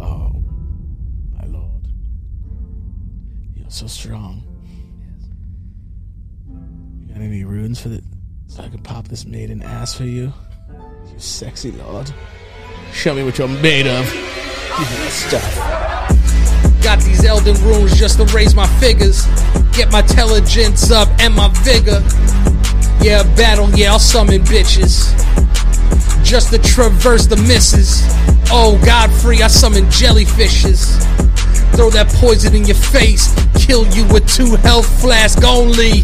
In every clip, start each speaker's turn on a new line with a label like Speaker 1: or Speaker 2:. Speaker 1: Oh, so strong. You got any runes for the so I can pop this maiden ass for you? You sexy lord. Show me what you're made of. Give me that stuff.
Speaker 2: Got these Elden runes just to raise my figures. Get my intelligence up and my vigor. Yeah, battle, yeah, I'll summon bitches. Just to traverse the misses. Oh, Godfrey, I summon jellyfishes. Throw that poison in your face. Kill you with two health flask only.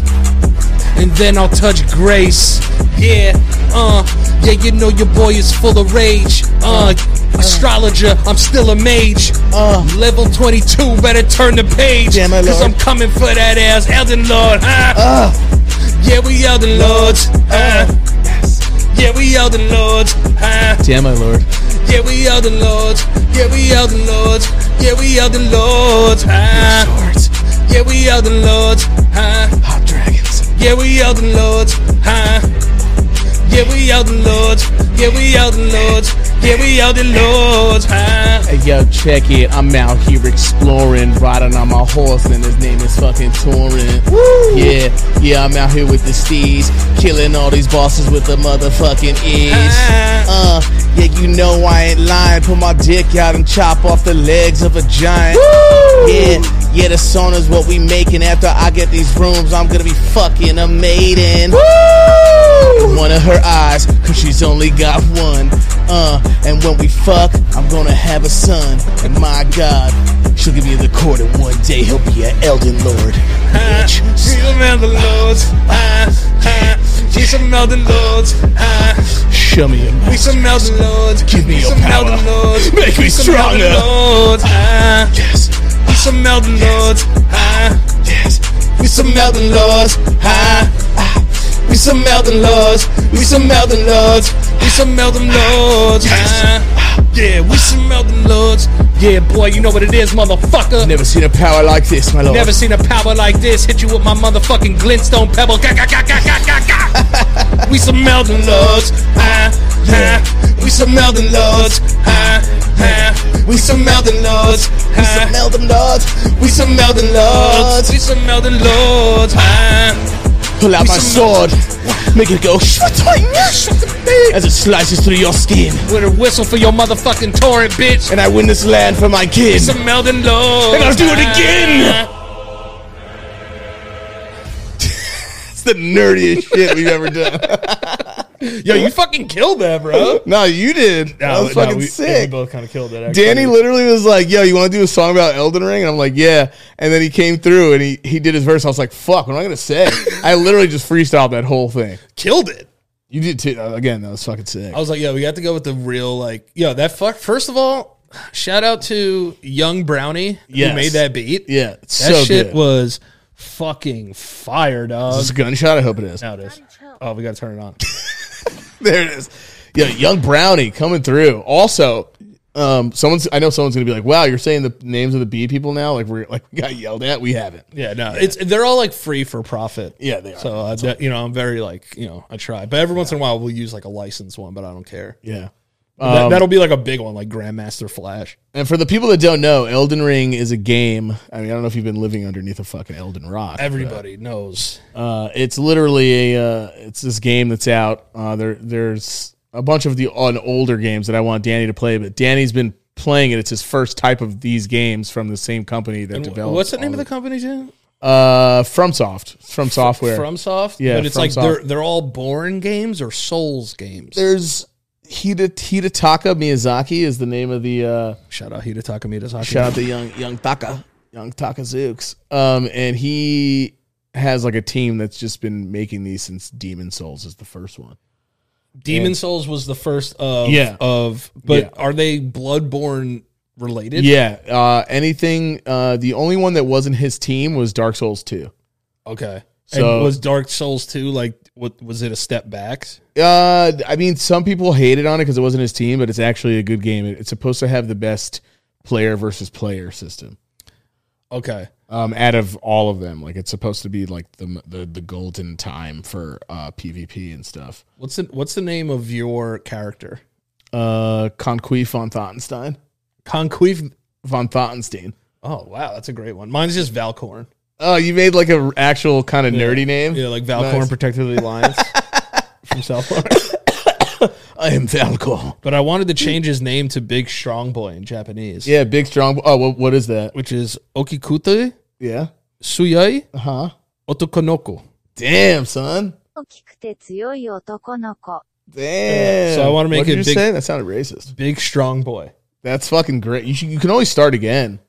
Speaker 2: And then I'll touch grace. Yeah, uh, yeah, you know your boy is full of rage. Uh, astrologer, I'm still a mage.
Speaker 1: Uh.
Speaker 2: Level 22, better turn the page.
Speaker 1: Yeah, my
Speaker 2: Cause
Speaker 1: lord.
Speaker 2: I'm coming for that ass, Elden Lord. huh?
Speaker 1: Uh.
Speaker 2: Yeah, we Elden Lords. huh? Yeah, we Elden Lords. huh?
Speaker 1: Damn, my lord.
Speaker 2: Yeah, we Elden Lords. Yeah, we Elden Lords. Yeah, we Elden Lords. huh?
Speaker 1: Swords,
Speaker 2: Yeah, we Elden Lords. huh?
Speaker 1: pop dragons.
Speaker 2: Yeah, we Elden Lords. huh? Yeah, we Elden Lords. Yeah, we Elden Lords. Yeah, we Elden Lords. huh?
Speaker 1: Hey, yo, check it. I'm out here exploring, riding on my horse, and his name is fucking Torin. Woo! Yeah, yeah, I'm out here with the steeds, killing all these bosses with the motherfucking ease. Uh, yeah, you know I ain't lying. Pull my dick out and chop off the legs of a giant. Yeah, yeah, the sauna's what we making. After I get these rooms, I'm gonna be fucking a maiden. One of her eyes, cause she's only got one. Uh, and when we fuck, I'm gonna have a son. And my god, she'll give you the cord, and one day he'll be an Elden Lord. Bitch.
Speaker 2: She's a Melden Lords. huh? huh? She's a Melden Lords. huh?
Speaker 1: Show me your
Speaker 2: We
Speaker 1: mouth.
Speaker 2: some Melden Lords.
Speaker 1: Give me
Speaker 2: We
Speaker 1: your
Speaker 2: some
Speaker 1: power.
Speaker 2: Melden Lords.
Speaker 1: Make me
Speaker 2: We some
Speaker 1: stronger.
Speaker 2: Melden Lords. Ah.
Speaker 1: Yes,
Speaker 2: We some Melden Lords. Ah.
Speaker 1: yes.
Speaker 2: We some Melden Lords. Ah. We some Melden Lords. We some Melden Lords. We some Melden Lords. Ah. Yeah, we some Melden Lords. Yeah, boy, you know what it is, motherfucker.
Speaker 1: Never seen a power like this, my lord.
Speaker 2: Never seen a power like this. Hit you with my motherfucking glintstone pebble. Ga, ga, ga, ga, ga, ga, ga. we some Melden Lords. Ah, ah. We some Melden Lords. Ah, ah. We some Melden Lords. Ah.
Speaker 1: Smell them lords.
Speaker 2: We some Melden Lords. We some Melden Lords. Ah.
Speaker 1: Pull out my
Speaker 2: some-
Speaker 1: sword. Make it go as it slices through your skin.
Speaker 2: With a whistle for your motherfucking torrent, bitch.
Speaker 1: And I win this land for my kid.
Speaker 2: Some Melden Lords.
Speaker 1: And I'll do it
Speaker 2: Ah.
Speaker 1: again. It's the nerdiest shit we've ever done.
Speaker 2: Yo, you fucking killed that, bro.
Speaker 1: No, you did. that was fucking
Speaker 3: we, yeah,
Speaker 1: sick.
Speaker 3: we both kind of killed that. Actually.
Speaker 1: Danny literally was like, "Yo, you want to do a song about Elden Ring?" And I'm like, "Yeah." And then he came through and he he did his verse. I was like, "Fuck, what am I gonna say?" I literally just freestyled that whole thing.
Speaker 3: killed it.
Speaker 1: You did too. Again, that was fucking sick.
Speaker 3: I was like, yo, we got to go with the real, like, yo, that fuck. First of all, shout out to Young Brownie
Speaker 1: Yes.
Speaker 3: who made that beat.
Speaker 1: Yeah, it's
Speaker 3: that
Speaker 1: so
Speaker 3: shit
Speaker 1: good.
Speaker 3: was fucking fire, dog.
Speaker 1: Is this a gunshot? I hope it is.
Speaker 3: Now it is. Oh, we gotta turn it on.
Speaker 1: There it is. Yo, young Brownie coming through. Also, um, someone's. I know someone's gonna be like, "Wow, you're saying the names of the bee people now?" Like we're like we got yelled at. We haven't.
Speaker 3: Yeah, no, it's they're all like free for profit.
Speaker 1: Yeah, they are.
Speaker 3: So uh, that- you know, I'm very like you know, I try, but every once in a while we'll use like a licensed one, but I don't care.
Speaker 1: Yeah. Um,
Speaker 3: that, that'll be like a big one, like Grandmaster Flash.
Speaker 1: And for the people that don't know, Elden Ring is a game. I mean, I don't know if you've been living underneath a fucking Elden Rock.
Speaker 3: Everybody knows.
Speaker 1: Uh, it's literally a uh, it's this game that's out. Uh, there there's a bunch of the on older games that I want Danny to play, but Danny's been playing it. It's his first type of these games from the same company that developed.
Speaker 3: What's the name of the company, Jim?
Speaker 1: Uh, FromSoft. It's From software.
Speaker 3: FromSoft.
Speaker 1: Yeah,
Speaker 3: but it's like
Speaker 1: FromSoft.
Speaker 3: they're they're all born games or Souls games.
Speaker 1: there's Hida Hitataka Miyazaki is the name of the uh,
Speaker 3: Shout out Hidetaka Miyazaki.
Speaker 1: shout out to young young Taka young Taka Zooks. Um, and he has like a team that's just been making these since Demon Souls is the first one.
Speaker 3: Demon Souls was the first of
Speaker 1: Yeah.
Speaker 3: of, but
Speaker 1: Yeah.
Speaker 3: are they Bloodborne related?
Speaker 1: Yeah. Uh, anything. Uh, the only one that wasn't his team was Dark Souls Two.
Speaker 3: Okay.
Speaker 1: So-
Speaker 3: and was Dark Souls two like what was it a step back?
Speaker 1: Uh, I mean, some people hated on it because it wasn't his team, but it's actually a good game. It- It's supposed to have the best player versus player system.
Speaker 3: Okay.
Speaker 1: Um, out of all of them, like it's supposed to be like the the, the golden time for uh, PvP and stuff.
Speaker 3: What's the What's the name of your character?
Speaker 1: Uh, Conquif von Thottenstein,
Speaker 3: Conquif.
Speaker 1: von Thottenstein.
Speaker 3: Oh wow, that's a great one. Mine's just Valcorn.
Speaker 1: Oh, you made like an actual kind of nerdy name.
Speaker 2: Yeah, like Valcorn
Speaker 1: Nice.
Speaker 2: Protected of the Alliance from South Park.
Speaker 1: I am Falcor.
Speaker 2: But I wanted to change his name to Big Strong Boy in Japanese,
Speaker 1: Yeah, big strong. Oh, what, what is that?
Speaker 2: which is Okikute
Speaker 1: Yeah.
Speaker 2: Suyai
Speaker 1: Uh huh.
Speaker 2: Otokonoko.
Speaker 1: Damn, son.
Speaker 4: 大きくて強い男の子。
Speaker 1: Damn.
Speaker 2: So I wanna make
Speaker 1: what
Speaker 2: it
Speaker 1: did you
Speaker 2: big-
Speaker 1: say? That sounded racist.
Speaker 2: Big Strong Boy.
Speaker 1: That's fucking great. You should, you can always start again.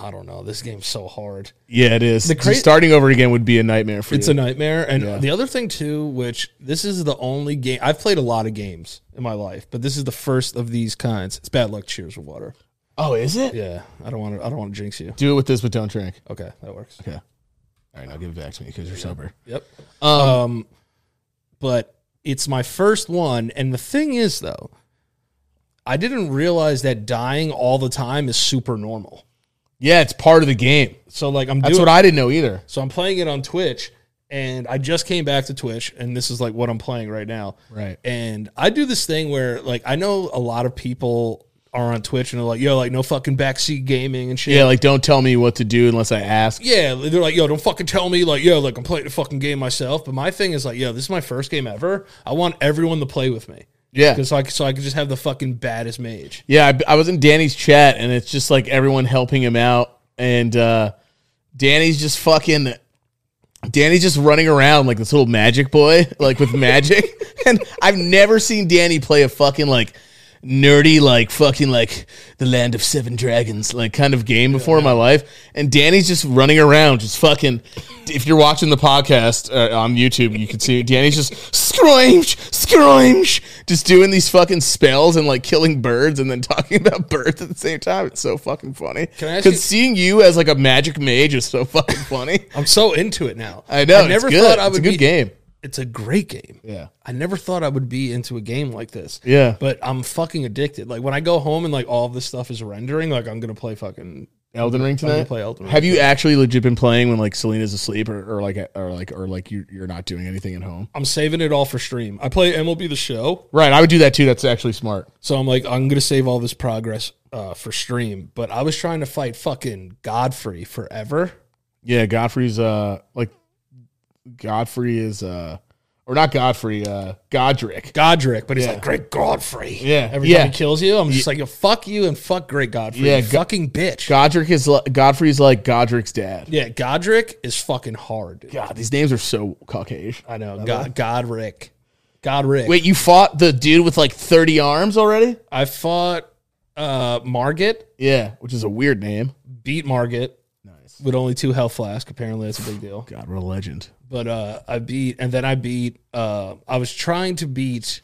Speaker 2: I don't know. This game's so hard.
Speaker 1: Yeah, it is.
Speaker 2: The cra-
Speaker 1: Just starting over again would be a nightmare for
Speaker 2: It's
Speaker 1: you.
Speaker 2: a nightmare. And
Speaker 1: Yeah.
Speaker 2: the other thing too, which this is the only game I've played a lot of games in my life, but this is the first of these kinds. It's bad luck cheers with water.
Speaker 1: oh, is it?
Speaker 2: Yeah, I don't want to. I don't want to jinx you.
Speaker 1: Do it with this, but don't drink.
Speaker 2: Okay, that works.
Speaker 1: Okay. All right, now give it back to me because you're sober.
Speaker 2: Yep. Um, but it's my first one, and the thing is though, I didn't realize that dying all the time is super normal.
Speaker 1: Yeah, it's part of the game.
Speaker 2: So like I'm
Speaker 1: That's
Speaker 2: doing,
Speaker 1: what I didn't know either.
Speaker 2: so I'm playing it on Twitch, and I just came back to Twitch, and this is like what I'm playing right now.
Speaker 1: Right.
Speaker 2: And I do this thing where like I know a lot of people are on Twitch and they're like, yo, like no fucking backseat gaming and shit.
Speaker 1: Yeah, like don't tell me what to do unless I ask.
Speaker 2: Yeah, they're like, yo, don't fucking tell me, like, yo, like I'm playing the fucking game myself. But my thing is like, yo, this is my first game ever. I want everyone to play with me
Speaker 1: Yeah.
Speaker 2: because like, so I can just have the fucking baddest mage.
Speaker 1: Yeah, I, I was in Danny's chat, and it's just like everyone helping him out, and uh, Danny's just fucking. Danny's just running around like this little magic boy, like with magic, and I've never seen Danny play a fucking like nerdy, like fucking like the land of seven dragons, like kind of game before in my life. And Danny's just running around, just fucking. If you're watching the podcast uh, on YouTube, you can see Danny's just scroinge, scroinge, just doing these fucking spells and like killing birds and then talking about birds at the same time. It's so fucking funny.
Speaker 2: Can I ask you-
Speaker 1: Because seeing you as like a magic mage is so fucking funny.
Speaker 2: I'm so into it now.
Speaker 1: I know.
Speaker 2: I never
Speaker 1: it's good.
Speaker 2: thought I
Speaker 1: It's
Speaker 2: would
Speaker 1: a good
Speaker 2: be.
Speaker 1: game.
Speaker 2: It's a great game.
Speaker 1: Yeah.
Speaker 2: I never thought I would be into a game like this.
Speaker 1: Yeah.
Speaker 2: But I'm fucking addicted. Like when I go home and like all of this stuff is rendering, like I'm gonna play fucking
Speaker 1: Elden Ring
Speaker 2: gonna
Speaker 1: tonight.
Speaker 2: play Elden Ring
Speaker 1: Have you actually legit been playing when like Selena's asleep or, or like or like or like you you're not doing anything at home?
Speaker 2: I'm saving it all for stream. I play MLB the show.
Speaker 1: Right, I would do that too. That's actually smart.
Speaker 2: So I'm like, I'm gonna save all this progress uh, for stream. But I was trying to fight fucking Godfrey forever.
Speaker 1: Yeah, Godfrey's uh like Godfrey is uh or not Godfrey, uh Godric.
Speaker 2: Godric, but he's
Speaker 1: Yeah.
Speaker 2: like Great Godfrey.
Speaker 1: Yeah.
Speaker 2: Every
Speaker 1: Yeah.
Speaker 2: time he kills you, I'm just like, yo, fuck you and fuck Great Godfrey.
Speaker 1: Yeah,
Speaker 2: you
Speaker 1: Go-
Speaker 2: fucking bitch.
Speaker 1: Godric is li- Godfrey's like Godric's dad.
Speaker 2: yeah, Godric is fucking hard. Dude.
Speaker 1: God, these names are so Caucasian.
Speaker 2: I know. God, Godric. Godric.
Speaker 1: Wait, you fought the dude with like 30 arms already?
Speaker 2: I fought uh Margit,
Speaker 1: Yeah, which is a weird name.
Speaker 2: beat Margit
Speaker 1: Nice.
Speaker 2: with only two health flask. Apparently, that's a big deal.
Speaker 1: God, what a legend.
Speaker 2: But uh I beat, and then I beat. uh I was trying to beat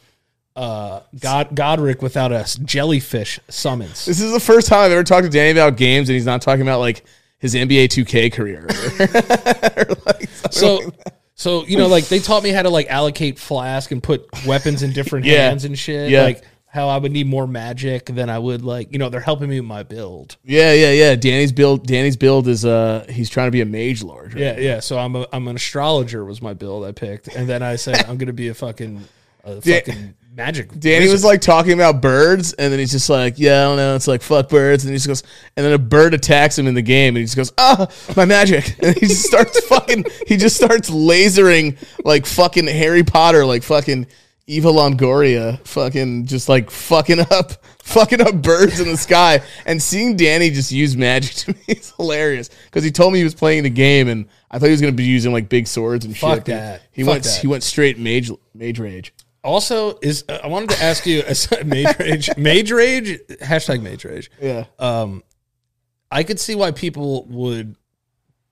Speaker 2: uh God Godric without a s- jellyfish summons.
Speaker 1: This is the first time I've ever talked to Danny about games, and he's not talking about like his NBA 2K career. Or, like, something
Speaker 2: So.
Speaker 1: like-
Speaker 2: So you know, like they taught me how to like allocate flask and put weapons in different
Speaker 1: Yeah.
Speaker 2: hands and shit.
Speaker 1: Yeah.
Speaker 2: Like how I would need more magic than I would like. You know, they're helping me with my build.
Speaker 1: yeah, yeah, yeah. Danny's build. Danny's build is uh, he's trying to be a mage lord. right?
Speaker 2: Yeah, yeah. So I'm a, I'm an astrologer was my build I picked, and then I said I'm gonna be a fucking a
Speaker 1: Da-
Speaker 2: fucking magic.
Speaker 1: Danny
Speaker 2: wizard.
Speaker 1: was like talking about birds, and then he's just like, "Yeah, I don't know." It's like fuck birds, and he just goes, and then a bird attacks him in the game, and he just goes, "Ah, my magic!" And he just starts fucking, he just starts lasering like fucking Harry Potter, like fucking Eva Longoria, fucking just like fucking up, fucking up birds in the sky. And seeing Danny just use magic to me is hilarious because he told me he was playing the game, and I thought he was gonna be using like big swords and
Speaker 2: Fuck
Speaker 1: shit. but
Speaker 2: that.
Speaker 1: He
Speaker 2: Fuck
Speaker 1: went,
Speaker 2: that.
Speaker 1: he went straight mage, mage rage.
Speaker 2: also is uh, I wanted to ask you as mage rage mage rage hashtag mage rage. um,
Speaker 1: Yeah.
Speaker 2: I could see why people would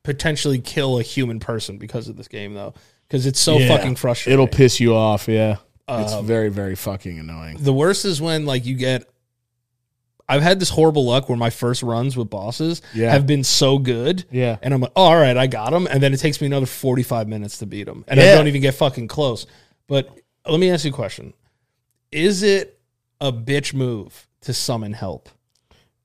Speaker 2: potentially kill a human person because of this game though, because it's so
Speaker 1: Yeah.
Speaker 2: fucking frustrating. Um,
Speaker 1: It'll piss you off. Yeah, Um, it's very very fucking annoying.
Speaker 2: the worst is when like you get. I've had this horrible luck where my first runs with bosses
Speaker 1: Yeah.
Speaker 2: have been so good.
Speaker 1: Yeah.
Speaker 2: And I'm like, oh, all right, I got him. And then it takes me another 45 minutes to beat him. And I
Speaker 1: Yeah.
Speaker 2: don't even get fucking close. But let me ask you a question Is it a bitch move to summon help?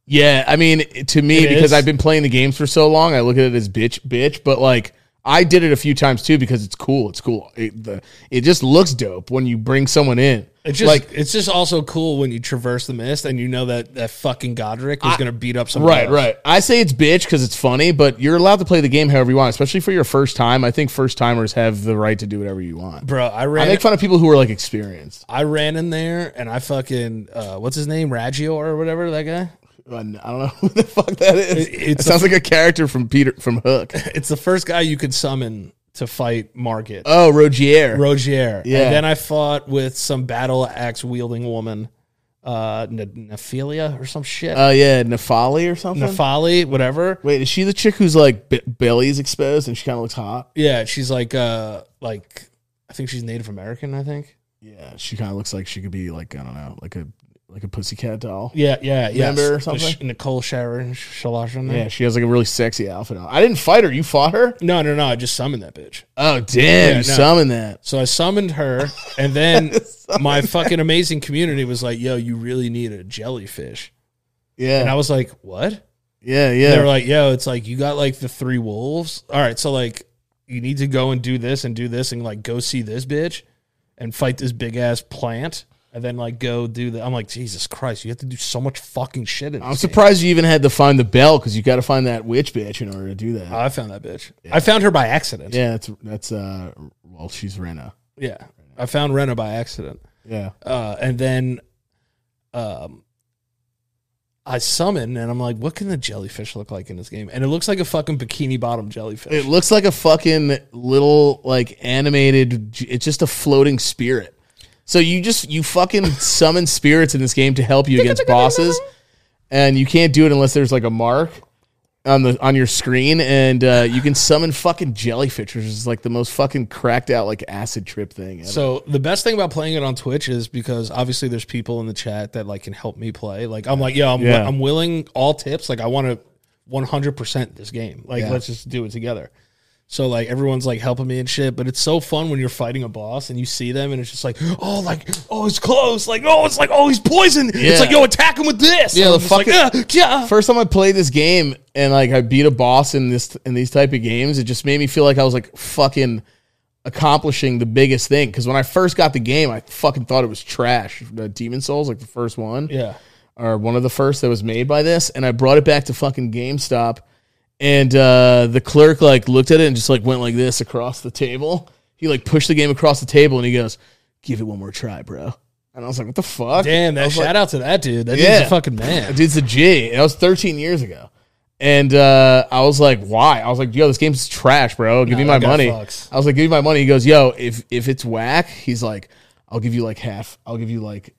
Speaker 1: Yeah, I mean to me
Speaker 2: It
Speaker 1: because
Speaker 2: is?
Speaker 1: I've been playing the games for so long, I look at it as bitch bitch. But like I did it a few times too because it's cool. It's cool. It, the, it just looks dope when you bring someone in.
Speaker 2: It's just
Speaker 1: like
Speaker 2: it's just also cool when you traverse the mist and you know that that fucking Godric is gonna beat up some
Speaker 1: Right, right. I say it's bitch because it's funny, but you're allowed to play the game however you want, especially for your first time. I think first timers have the right to do whatever you want.
Speaker 2: bro. I
Speaker 1: I
Speaker 2: ran
Speaker 1: make fun of people who are like experienced.
Speaker 2: I ran in there and I fucking uh, what's his name Raggio or whatever that guy.
Speaker 1: I don't know who the fuck that is.
Speaker 2: It-
Speaker 1: It,
Speaker 2: it's
Speaker 1: sounds like a character from Peter from Hook.
Speaker 2: It's the first guy you could summon to fight Market
Speaker 1: Oh, Rogier.
Speaker 2: Rogier.
Speaker 1: Yeah.
Speaker 2: And then I fought with some battle axe wielding woman, uh, N- Nephilia or some shit.
Speaker 1: Oh yeah, Nefali or something.
Speaker 2: Nephali, whatever.
Speaker 1: Wait, is she the chick who's like b- belly's exposed and she kind of looks hot?
Speaker 2: Yeah, she's like uh like I think she's Native American, I think.
Speaker 1: Yeah, she kind of looks like she could be like I don't know, like a like a pussycat doll.
Speaker 2: Yeah, yeah, yeah.
Speaker 1: Member or something?
Speaker 2: Nicole Sharon Shalashan.
Speaker 1: Yeah, she has like a really sexy outfit on. I didn't fight her. You fought her?
Speaker 2: No, no, no. I just summoned that bitch.
Speaker 1: Oh damn! you
Speaker 2: no.
Speaker 1: summoned that.
Speaker 2: So I summoned her, and then my fucking amazing community was like, "Yo, you really need a jellyfish."
Speaker 1: Yeah,
Speaker 2: And I was like, "What?"
Speaker 1: yeah,
Speaker 2: They
Speaker 1: yeah.
Speaker 2: were like, "Yo, it's like you got like the three wolves. All right, so like you need to go and do this and do this and like go see this bitch and fight this big ass plant." And then like go do the. I'm like Jesus Christ! You have to do so much fucking shit. In
Speaker 1: I'm
Speaker 2: this game."
Speaker 1: surprised you even had to find the bell because you got to find that witch bitch in order to do that.
Speaker 2: Oh, I found that bitch. I found her by accident.
Speaker 1: yeah, that's that's uh. Well, she's Rena.
Speaker 2: Yeah. I found Rena by accident.
Speaker 1: Yeah,
Speaker 2: Uh, and then um, I summon, and I'm like, what can the jellyfish look like in this game? And it looks like a fucking bikini bottom jellyfish.
Speaker 1: it looks like a fucking little like animated. It's just a floating spirit. So you just you fucking summon spirits in this game to help you against bosses, and you can't do it unless there's like a mark on the on your screen, and uh, you can summon fucking jellyfish, which is like the most fucking cracked out like acid trip thing. Ever.
Speaker 2: so the best thing about playing it on Twitch is because obviously there's people in the chat that like can help me play. Like I'm like, yo, I'm,
Speaker 1: Yeah.
Speaker 2: I'm willing all tips. Like I want to 100% this game. Like
Speaker 1: Yeah.
Speaker 2: let's just do it together. So like everyone's like helping me and shit, but it's so fun when you're fighting a boss and you see them and it's just like, oh, like oh, it's close, like oh, it's like oh, he's poisoned.
Speaker 1: Yeah.
Speaker 2: It's like yo, attack him with this.
Speaker 1: Yeah, the
Speaker 2: And I'm just like,
Speaker 1: fucking-
Speaker 2: "Ah, yeah.
Speaker 1: First time I played this game and like I beat a boss in this in these type of games, it just made me feel like I was like fucking accomplishing the biggest thing. Because when I first got the game, I fucking thought it was trash. The Demon Souls, like the first one,
Speaker 2: Yeah,
Speaker 1: or one of the first that was made by this, and I brought it back to fucking GameStop, and uh, the clerk like looked at it and just like went like this across the table. He like pushed the game across the table and he goes, "Give it one more try, bro." And I was like, "What the fuck?"
Speaker 2: damn. That shout out to that dude. That dude's
Speaker 1: Yeah.
Speaker 2: a fucking man.
Speaker 1: That dude's a G. That was 13 years ago. And uh, I was like, why? I was like, yo, this game's trash, bro. Give me my
Speaker 2: that guy
Speaker 1: money.
Speaker 2: fucks.
Speaker 1: I was like, give me my money. He goes, yo, if if it's whack, he's like, I'll give you like half. I'll give you like,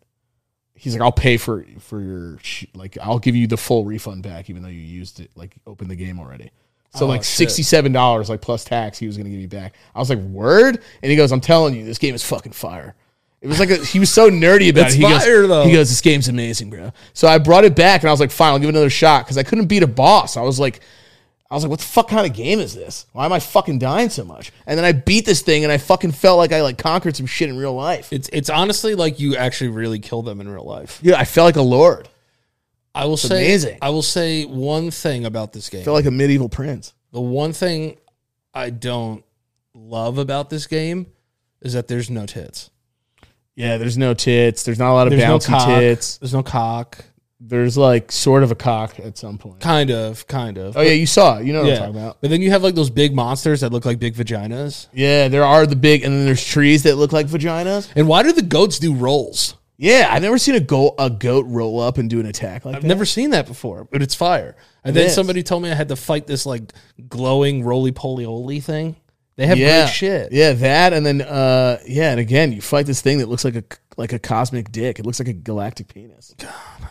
Speaker 1: he's like, I'll pay for for your sh- like, I'll give you the full refund back, even though you used it like opened the game already. So like
Speaker 2: Oh, shit.
Speaker 1: sixty seven dollars, like plus tax, he was gonna give me back. I was like, word, and he goes, I'm telling you, this game is fucking fire. It was like a, he was so nerdy about
Speaker 2: That's
Speaker 1: it. He goes-
Speaker 2: fire, though.
Speaker 1: He goes, this game's amazing, bro. So I brought it back and I was like, fine, I'll give it another shot because I couldn't beat a boss. I was like, I was like, what the fuck kind of game is this? Why am I fucking dying so much? And then I beat this thing and I fucking felt like I like conquered some shit in real life.
Speaker 2: It's it's honestly like you actually really kill them in real life.
Speaker 1: Yeah, I felt like a lord.
Speaker 2: I will say
Speaker 1: amazing.
Speaker 2: I will say one thing about this
Speaker 1: I
Speaker 2: game.
Speaker 1: felt like a medieval prince.
Speaker 2: The one thing I don't love about this game is that there's no tits.
Speaker 1: Yeah, there's no tits. There's not a lot of
Speaker 2: There's no
Speaker 1: bouncy
Speaker 2: cock.
Speaker 1: tits.
Speaker 2: There's no cock.
Speaker 1: There's like sort of a cock at some point.
Speaker 2: Kind of, kind of.
Speaker 1: Oh yeah, you saw it. You know what
Speaker 2: yeah.
Speaker 1: I'm talking about.
Speaker 2: But then you have like those big monsters that look like big vaginas.
Speaker 1: Yeah, there are the big, and then there's trees that look like vaginas.
Speaker 2: And why do the goats do rolls?
Speaker 1: Yeah, I've never seen a goat a goat roll up and do an attack like
Speaker 2: I've
Speaker 1: that.
Speaker 2: never seen that before, but it's fire. And then
Speaker 1: is.
Speaker 2: somebody told me I had to fight this like glowing roly poly oly thing. They have
Speaker 1: yeah,
Speaker 2: great shit.
Speaker 1: Yeah, that, and then uh, yeah, and again, you fight this thing that looks like a like a cosmic dick. It looks like a galactic penis.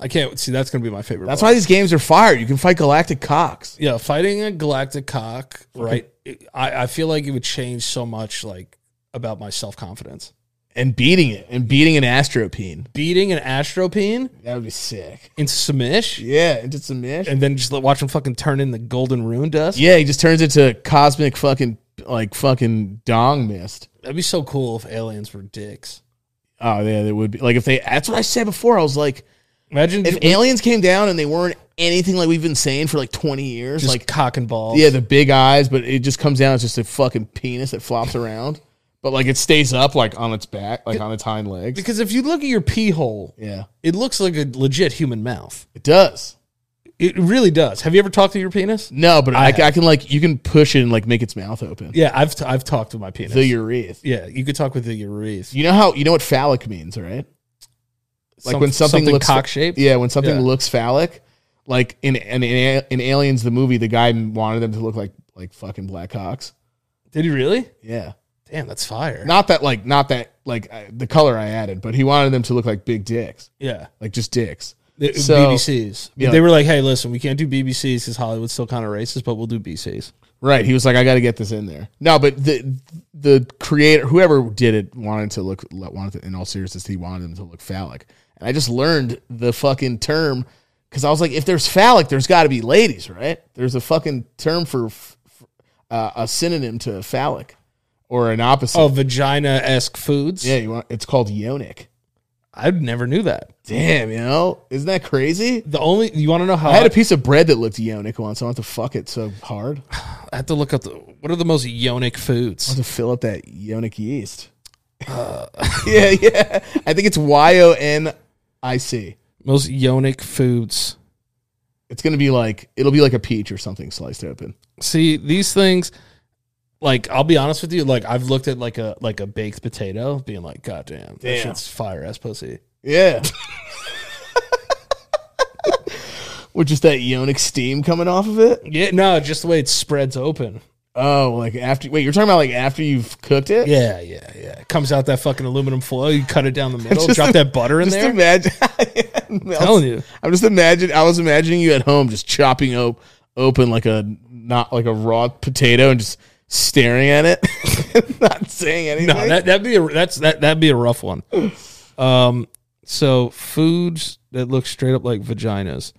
Speaker 2: I can't see that's gonna be my favorite.
Speaker 1: That's
Speaker 2: part.
Speaker 1: why these games are fire. You can fight galactic cocks.
Speaker 2: yeah, fighting a galactic cock, right? it- I, I feel like it would change so much like about my self confidence.
Speaker 1: and beating it and beating an astropene.
Speaker 2: Beating an astropene
Speaker 1: That would be sick.
Speaker 2: in Smish
Speaker 1: Yeah, and just some mish.
Speaker 2: and then just let- watch him fucking turn in the golden rune dust.
Speaker 1: Yeah, he just turns into cosmic fucking like fucking dong mist.
Speaker 2: That'd be so cool if aliens were dicks.
Speaker 1: Oh yeah, that would be like if they. That's what I said before. I was like,
Speaker 2: Imagine
Speaker 1: if aliens came down and they weren't anything like we've been saying for like 20 years.
Speaker 2: Just
Speaker 1: like,
Speaker 2: like cock and balls.
Speaker 1: yeah, the big eyes, but it just comes down. It's just a fucking penis that flops around, but like it stays up like on its back, like on its hind legs.
Speaker 2: Because if you look at your pee hole,
Speaker 1: Yeah,
Speaker 2: it looks like a legit human mouth.
Speaker 1: it does.
Speaker 2: It really does. Have you ever talked to your penis?
Speaker 1: No, but I,
Speaker 2: have.
Speaker 1: I can like, you can push it and like make its mouth open.
Speaker 2: Yeah, I've t- I've talked to my penis.
Speaker 1: The urethra.
Speaker 2: yeah, you could talk with the urethra.
Speaker 1: You know how, you know what phallic means, right? Like when something looks-
Speaker 2: cock shaped.
Speaker 1: Yeah, when something
Speaker 2: Yeah.
Speaker 1: looks phallic, like in, in in in Aliens the movie, the guy wanted them to look like like fucking black hawks.
Speaker 2: Did he really?
Speaker 1: Yeah,
Speaker 2: Damn, that's fire.
Speaker 1: not that like not that like I, the color I added, but he wanted them to look like big dicks,
Speaker 2: yeah.
Speaker 1: like just dicks.
Speaker 2: It-
Speaker 1: So-
Speaker 2: BBCs.
Speaker 1: Yeah.
Speaker 2: They were like, hey, listen, we can't do BBCs because Hollywood's still kind of racist, but we'll do BCs.
Speaker 1: Right. He was like, I got to get this in there. No, but the the creator, whoever did it, wanted to look wanted to, in all seriousness, he wanted them to look phallic. And I just learned the fucking term because I was like, if there's phallic, there's got to be ladies, right? There's a fucking term for, f- f- uh, a synonym to phallic or an opposite.
Speaker 2: Oh, vagina esque foods?
Speaker 1: yeah. You want, it's called yonic.
Speaker 2: I never knew that.
Speaker 1: Damn, you know, isn't that crazy?
Speaker 2: The only, you want to know how
Speaker 1: I had a piece of bread that looked yonic once. I want to fuck it so hard. I
Speaker 2: I have to look up the, what are the most yonic foods?
Speaker 1: want to fill up that yonic yeast.
Speaker 2: Uh,
Speaker 1: yeah, yeah. I think it's Y O N I C.
Speaker 2: Most yonic foods.
Speaker 1: It's gonna be like it'll be like a peach or something sliced open.
Speaker 2: See, these things, like, I'll be honest with you, like, I've looked at like a like a baked potato being like, God damn, that
Speaker 1: Damn.
Speaker 2: shit's fire ass pussy.
Speaker 1: Yeah. With just that yonic steam coming off of it.
Speaker 2: Yeah, no, just the way it spreads open.
Speaker 1: Oh, like after wait, you're talking about like after you've cooked it?
Speaker 2: Yeah, yeah, yeah. It comes out that fucking aluminum foil. You cut it down the middle,
Speaker 1: Just
Speaker 2: drop
Speaker 1: im-
Speaker 2: that butter in
Speaker 1: Just
Speaker 2: there.
Speaker 1: imagine.
Speaker 2: I'm telling you.
Speaker 1: I'm just imagine. I was imagining you at home just chopping op- open like a not like a raw potato and just staring at it, not saying anything.
Speaker 2: No, that that'd be a that's that that'd be a rough one. Um, so foods that look straight up like vaginas.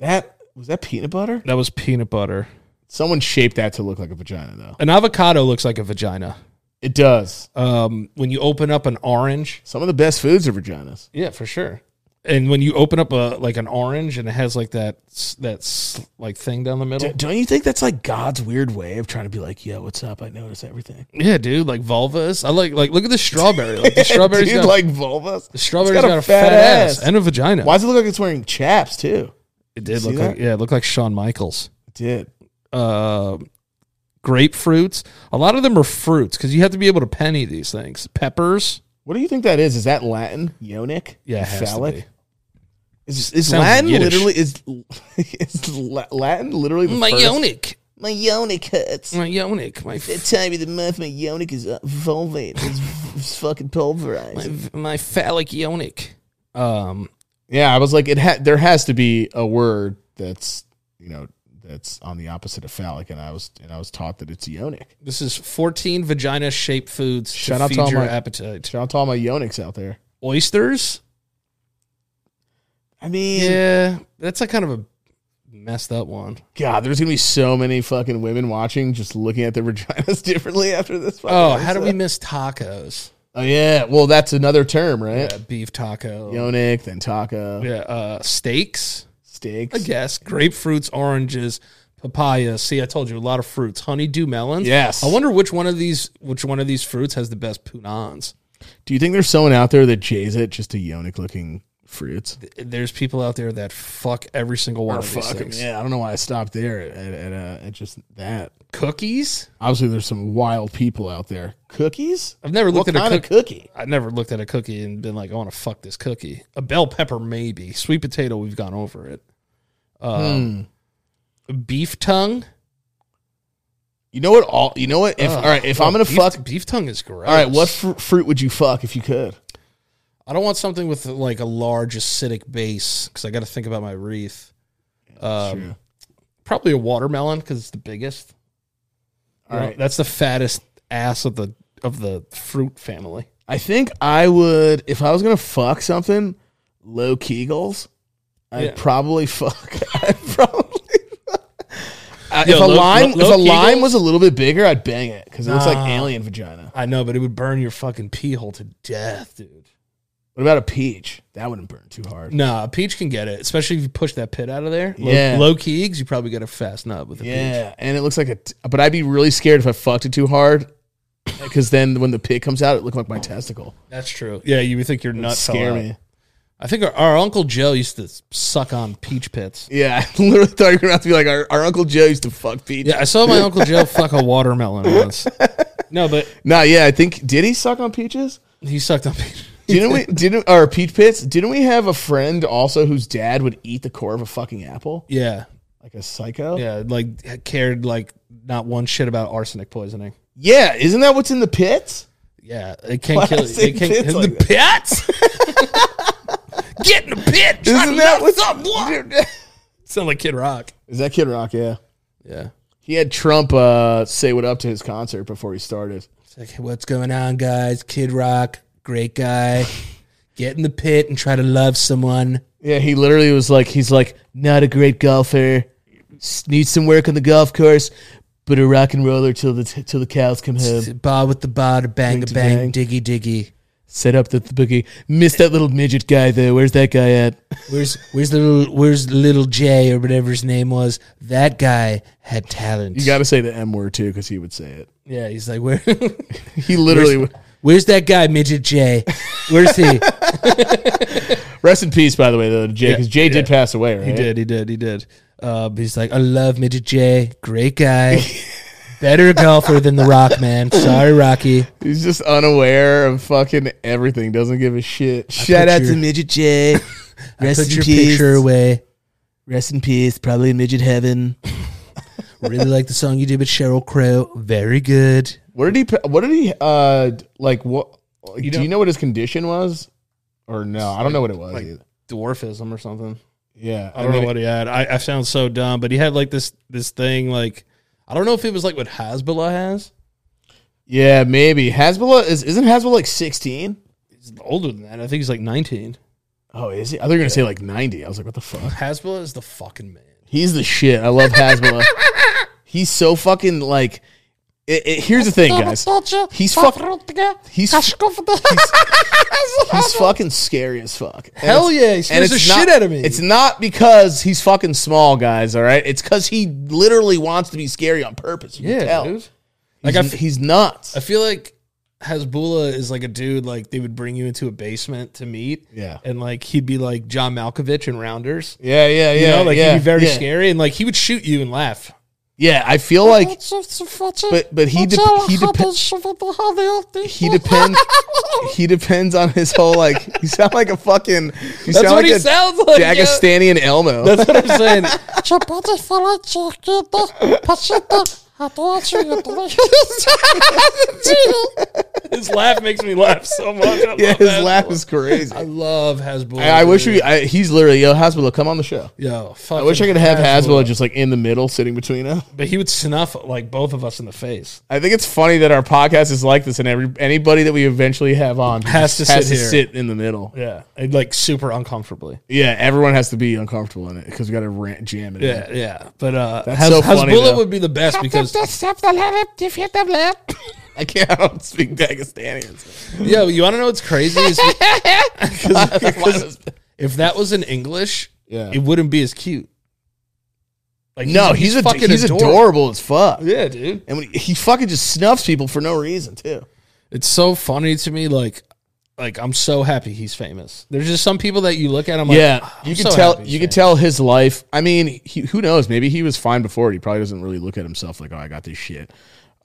Speaker 1: That- was that peanut butter.
Speaker 2: That was peanut butter.
Speaker 1: Someone shaped that to look like a vagina, though.
Speaker 2: An avocado looks like a vagina.
Speaker 1: It does.
Speaker 2: Um, when you open up an orange,
Speaker 1: Some of the best foods are vaginas.
Speaker 2: yeah, for sure. And when you open up a like an orange and it has like that s- that s- like thing down the middle,
Speaker 1: D- don't you think that's like God's weird way of trying to be like, "Yo, what's up? I notice everything."
Speaker 2: yeah, dude, like vulvas. I like like look at the strawberry. Like the strawberry's
Speaker 1: Dude,
Speaker 2: got,
Speaker 1: like vulvas.
Speaker 2: the strawberry's
Speaker 1: it's
Speaker 2: got, a fat, ass. and a vagina.
Speaker 1: Why does it look like it's wearing chaps too?
Speaker 2: It did
Speaker 1: See
Speaker 2: look
Speaker 1: that?
Speaker 2: like yeah, it looked like Shawn Michaels.
Speaker 1: It did.
Speaker 2: uh, grapefruits. A lot of them are fruits because you have to be able to penny these things. Peppers.
Speaker 1: What do you think that is? Is that Latin? Yonic?
Speaker 2: Yeah, it has to
Speaker 1: Phallic?
Speaker 2: be.
Speaker 1: Is, is
Speaker 2: Sounds
Speaker 1: Latin
Speaker 2: Yiddish.
Speaker 1: literally is is La- Latin literally the first? My yonic hurts.
Speaker 2: My yonic. My, f-
Speaker 1: time of the month, my yonic is uh, vulvate. It's, it's fucking pulverized.
Speaker 2: my phallic yonic. Um,
Speaker 1: Yeah, I was like, it ha- there has to be a word that's you know that's on the opposite of phallic, and I was and I was taught that it's yonic.
Speaker 2: this is 14 vagina shaped foods
Speaker 1: Shout
Speaker 2: to
Speaker 1: out to
Speaker 2: feed
Speaker 1: all
Speaker 2: your
Speaker 1: my-
Speaker 2: appetite.
Speaker 1: Shout out to all my yonics out there.
Speaker 2: Oysters.
Speaker 1: I mean,
Speaker 2: Yeah, that's a kind of a messed up one.
Speaker 1: God, there's gonna be so many fucking women watching, just looking at their vaginas differently after this. fucking
Speaker 2: Oh, how do we
Speaker 1: episode.
Speaker 2: miss tacos?
Speaker 1: Oh yeah, well that's another term, right?
Speaker 2: Yeah, beef taco.
Speaker 1: Yonic, then taco,
Speaker 2: Yeah, uh, steaks.
Speaker 1: steaks.
Speaker 2: I guess grapefruits, oranges, papaya. See, I told you a lot of fruits. Honeydew melons.
Speaker 1: Yes.
Speaker 2: I wonder which one of these which one of these fruits has the best punans.
Speaker 1: Do you think there's someone out there that jays it just to yonic looking fruits?
Speaker 2: There's people out there that fuck every single one
Speaker 1: Or
Speaker 2: of these
Speaker 1: fuck 'em.
Speaker 2: things.
Speaker 1: Yeah, I don't know why I stopped there at, at, at, uh, at just that.
Speaker 2: Cookies.
Speaker 1: Obviously, there's some wild people out there. Cookies?
Speaker 2: I've never
Speaker 1: What
Speaker 2: looked at
Speaker 1: kind
Speaker 2: a
Speaker 1: of
Speaker 2: cookie.
Speaker 1: cookie?
Speaker 2: I never looked at a cookie and been like, I want to fuck this cookie. A bell pepper, maybe. Sweet potato, we've gone over it. Um,
Speaker 1: Hmm.
Speaker 2: Beef tongue.
Speaker 1: You know what? All you know what? If all right, if
Speaker 2: Oh,
Speaker 1: I'm gonna
Speaker 2: beef,
Speaker 1: fuck,
Speaker 2: beef tongue is gross.
Speaker 1: all right, what fr- fruit would you fuck if you could?
Speaker 2: I don't want something with like a large acidic base because I got to think about my wreath. Um,
Speaker 1: true.
Speaker 2: Probably a watermelon because it's the biggest.
Speaker 1: All
Speaker 2: You know,
Speaker 1: right.
Speaker 2: that's the fattest ass of the of the fruit family.
Speaker 1: I think I would if I was gonna fuck something, low kegels. I'd
Speaker 2: Yeah.
Speaker 1: probably fuck. I'd probably. Uh,
Speaker 2: Yo,
Speaker 1: if a
Speaker 2: low-
Speaker 1: lime,
Speaker 2: low-
Speaker 1: if
Speaker 2: low
Speaker 1: a lime
Speaker 2: Kegels?
Speaker 1: was a little bit bigger, I'd bang it because it looks like
Speaker 2: Nah.
Speaker 1: alien vagina.
Speaker 2: I know, but it would burn your fucking pee hole to death, dude.
Speaker 1: What about a peach? That wouldn't burn too hard.
Speaker 2: Nah, a peach can get it, especially if you push that pit out of there. Low,
Speaker 1: Yeah.
Speaker 2: low kegs, you probably get a fast nub with a peach.
Speaker 1: yeah, and it looks like a. T- but I'd be really scared if I fucked it too hard, because then when the pit comes out, it looked like my testicle.
Speaker 2: That's true. Yeah, you would think your
Speaker 1: Not
Speaker 2: nuts
Speaker 1: scare
Speaker 2: scare
Speaker 1: me.
Speaker 2: I think our, our uncle Joe used to suck on peach pits.
Speaker 1: Yeah, I literally thought you were gonna have to be like our, our uncle Joe used to fuck peach.
Speaker 2: Yeah, I saw my uncle Joe fuck a watermelon once. No, but
Speaker 1: Nah, yeah, I think did he suck on peaches?
Speaker 2: he sucked on peach.
Speaker 1: Didn't we? Didn't or peach pits? Didn't we have a friend also whose dad would eat the core of a fucking apple
Speaker 2: Yeah,
Speaker 1: like a psycho?
Speaker 2: yeah, like cared like not one shit about arsenic poisoning.
Speaker 1: Yeah, isn't that what's in the pits?
Speaker 2: Yeah, it can kill.
Speaker 1: say
Speaker 2: It can
Speaker 1: pits
Speaker 2: in
Speaker 1: like
Speaker 2: the pits. Get in the pit.
Speaker 1: Isn't that what's up?
Speaker 2: Sound like Kid Rock.
Speaker 1: Is that Kid Rock? Yeah,
Speaker 2: Yeah.
Speaker 1: he had Trump uh, say what up to his concert before he started.
Speaker 2: It's like, "Hey, what's going on, guys? Kid Rock, great guy. Get in the pit and try to love someone.
Speaker 1: Yeah, he literally was like, he's like, not a great golfer, s- needs some work on the golf course, but a rock and roller till the till the cows come home.
Speaker 2: Bob with the bod, bang a
Speaker 1: to bang.
Speaker 2: bang, diggy diggy.
Speaker 1: Set up the, the boogie. Missed that little midget guy though. Where's that guy at?
Speaker 2: Where's where's little where's little J or whatever his name was? That guy had talent.
Speaker 1: You got to say the M word too, because he would say it.
Speaker 2: yeah, he's like where
Speaker 1: He literally. would-
Speaker 2: where's that guy midget J? Where's he?
Speaker 1: Rest in peace, by the way, though, to Jay, because Jay did pass away, right?
Speaker 2: He did. He did. He did. Uh, he's like, I love Midget J. Great guy. Better golfer than the Rock Man. Sorry, Rocky.
Speaker 1: He's just unaware of fucking everything. Doesn't give a shit. Shout
Speaker 2: put your-
Speaker 1: Midget Jay.
Speaker 2: Put your picture away.
Speaker 1: Rest in peace. Probably in midget heaven.
Speaker 2: Really like the song you did with Cheryl Crow. Very good.
Speaker 1: What did he? pa- What did he? Uh, like what? Like, do
Speaker 2: don't-
Speaker 1: you know what his condition was? Or no, I don't know what it was. either.
Speaker 2: Dwarfism or something.
Speaker 1: yeah,
Speaker 2: I don't know what he had. I, I sound so dumb, but he had like this this thing like I don't know if it was like what Hasbullah has.
Speaker 1: Yeah, maybe Hasbullah is. Isn't Hasbullah like sixteen?
Speaker 2: He's older than that. I think he's like nineteen.
Speaker 1: Oh, is he? I thought you were gonna say like ninety. I was like, what the fuck?
Speaker 2: Hasbullah is the fucking man.
Speaker 1: He's the shit. I love Hasbullah. He's so fucking like. It, it- here's the thing, guys. He's fucking. He's he's fucking scary as fuck. And
Speaker 2: Hell
Speaker 1: it's-
Speaker 2: yeah, he scares the
Speaker 1: not,
Speaker 2: shit out of me.
Speaker 1: It's not because he's fucking small, guys. All right, it's because he literally wants to be scary on purpose. You can
Speaker 2: Yeah,
Speaker 1: tell.
Speaker 2: dude.
Speaker 1: He's,
Speaker 2: Like I, f-
Speaker 1: he's nuts.
Speaker 2: I feel like Hasbullah is like a dude like they would bring you into a basement to meet.
Speaker 1: Yeah.
Speaker 2: And like he'd be like John Malkovich in Rounders.
Speaker 1: yeah, yeah, yeah.
Speaker 2: You know, like
Speaker 1: yeah,
Speaker 2: he'd be very
Speaker 1: yeah.
Speaker 2: scary and like he would shoot you and laugh.
Speaker 1: Yeah, I feel like, but but he de- he depends he depends he depends on his whole like. You sound like a fucking. You
Speaker 2: That's
Speaker 1: sound
Speaker 2: what
Speaker 1: like
Speaker 2: he
Speaker 1: a
Speaker 2: sounds like. yeah.
Speaker 1: Dagestanian Elmo.
Speaker 2: That's what I'm saying. his laugh makes me laugh so much. I
Speaker 1: yeah,
Speaker 2: love
Speaker 1: his
Speaker 2: Hasbullah.
Speaker 1: laugh is crazy.
Speaker 2: I
Speaker 1: I,
Speaker 2: love Hasbullah.
Speaker 1: I wish
Speaker 2: dude.
Speaker 1: we. I, he's literally yo Hasbullah, come on the show.
Speaker 2: Yo,
Speaker 1: I wish I could have Hasbullah just like in the middle, sitting between us.
Speaker 2: But he would snuff like both of us in the face.
Speaker 1: I think it's funny that our podcast is like this, and every anybody that we eventually have on
Speaker 2: Has to sit here.
Speaker 1: sit in the middle.
Speaker 2: Yeah, and like super uncomfortably.
Speaker 1: Yeah, everyone has to be uncomfortable in it because we got to rant, jam it.
Speaker 2: Yeah, yeah. But uh,
Speaker 1: That's
Speaker 2: Has,
Speaker 1: so funny,
Speaker 2: Hasbullah
Speaker 1: though.
Speaker 2: would be the best because
Speaker 1: in. I can't. I don't speak Dagestanian.
Speaker 2: yeah, you want to know what's crazy is
Speaker 1: Because-
Speaker 2: if that was in English,
Speaker 1: Yeah.
Speaker 2: it wouldn't be as cute. Like
Speaker 1: no, he's, a fucking he's adorable. as fuck,
Speaker 2: Yeah, dude.
Speaker 1: and when he, he fucking just snuffs people for no reason too.
Speaker 2: It's so funny to me. Like, like I'm so happy he's famous. There's just some people that you look at. I'm like,
Speaker 1: yeah,
Speaker 2: "Ah,
Speaker 1: you
Speaker 2: I'm
Speaker 1: can
Speaker 2: so
Speaker 1: tell.
Speaker 2: happy he's
Speaker 1: You can
Speaker 2: famous."
Speaker 1: tell his life. I mean, he, who knows? Maybe he was fine before. it. He probably doesn't really look at himself like, "Oh, I got this shit."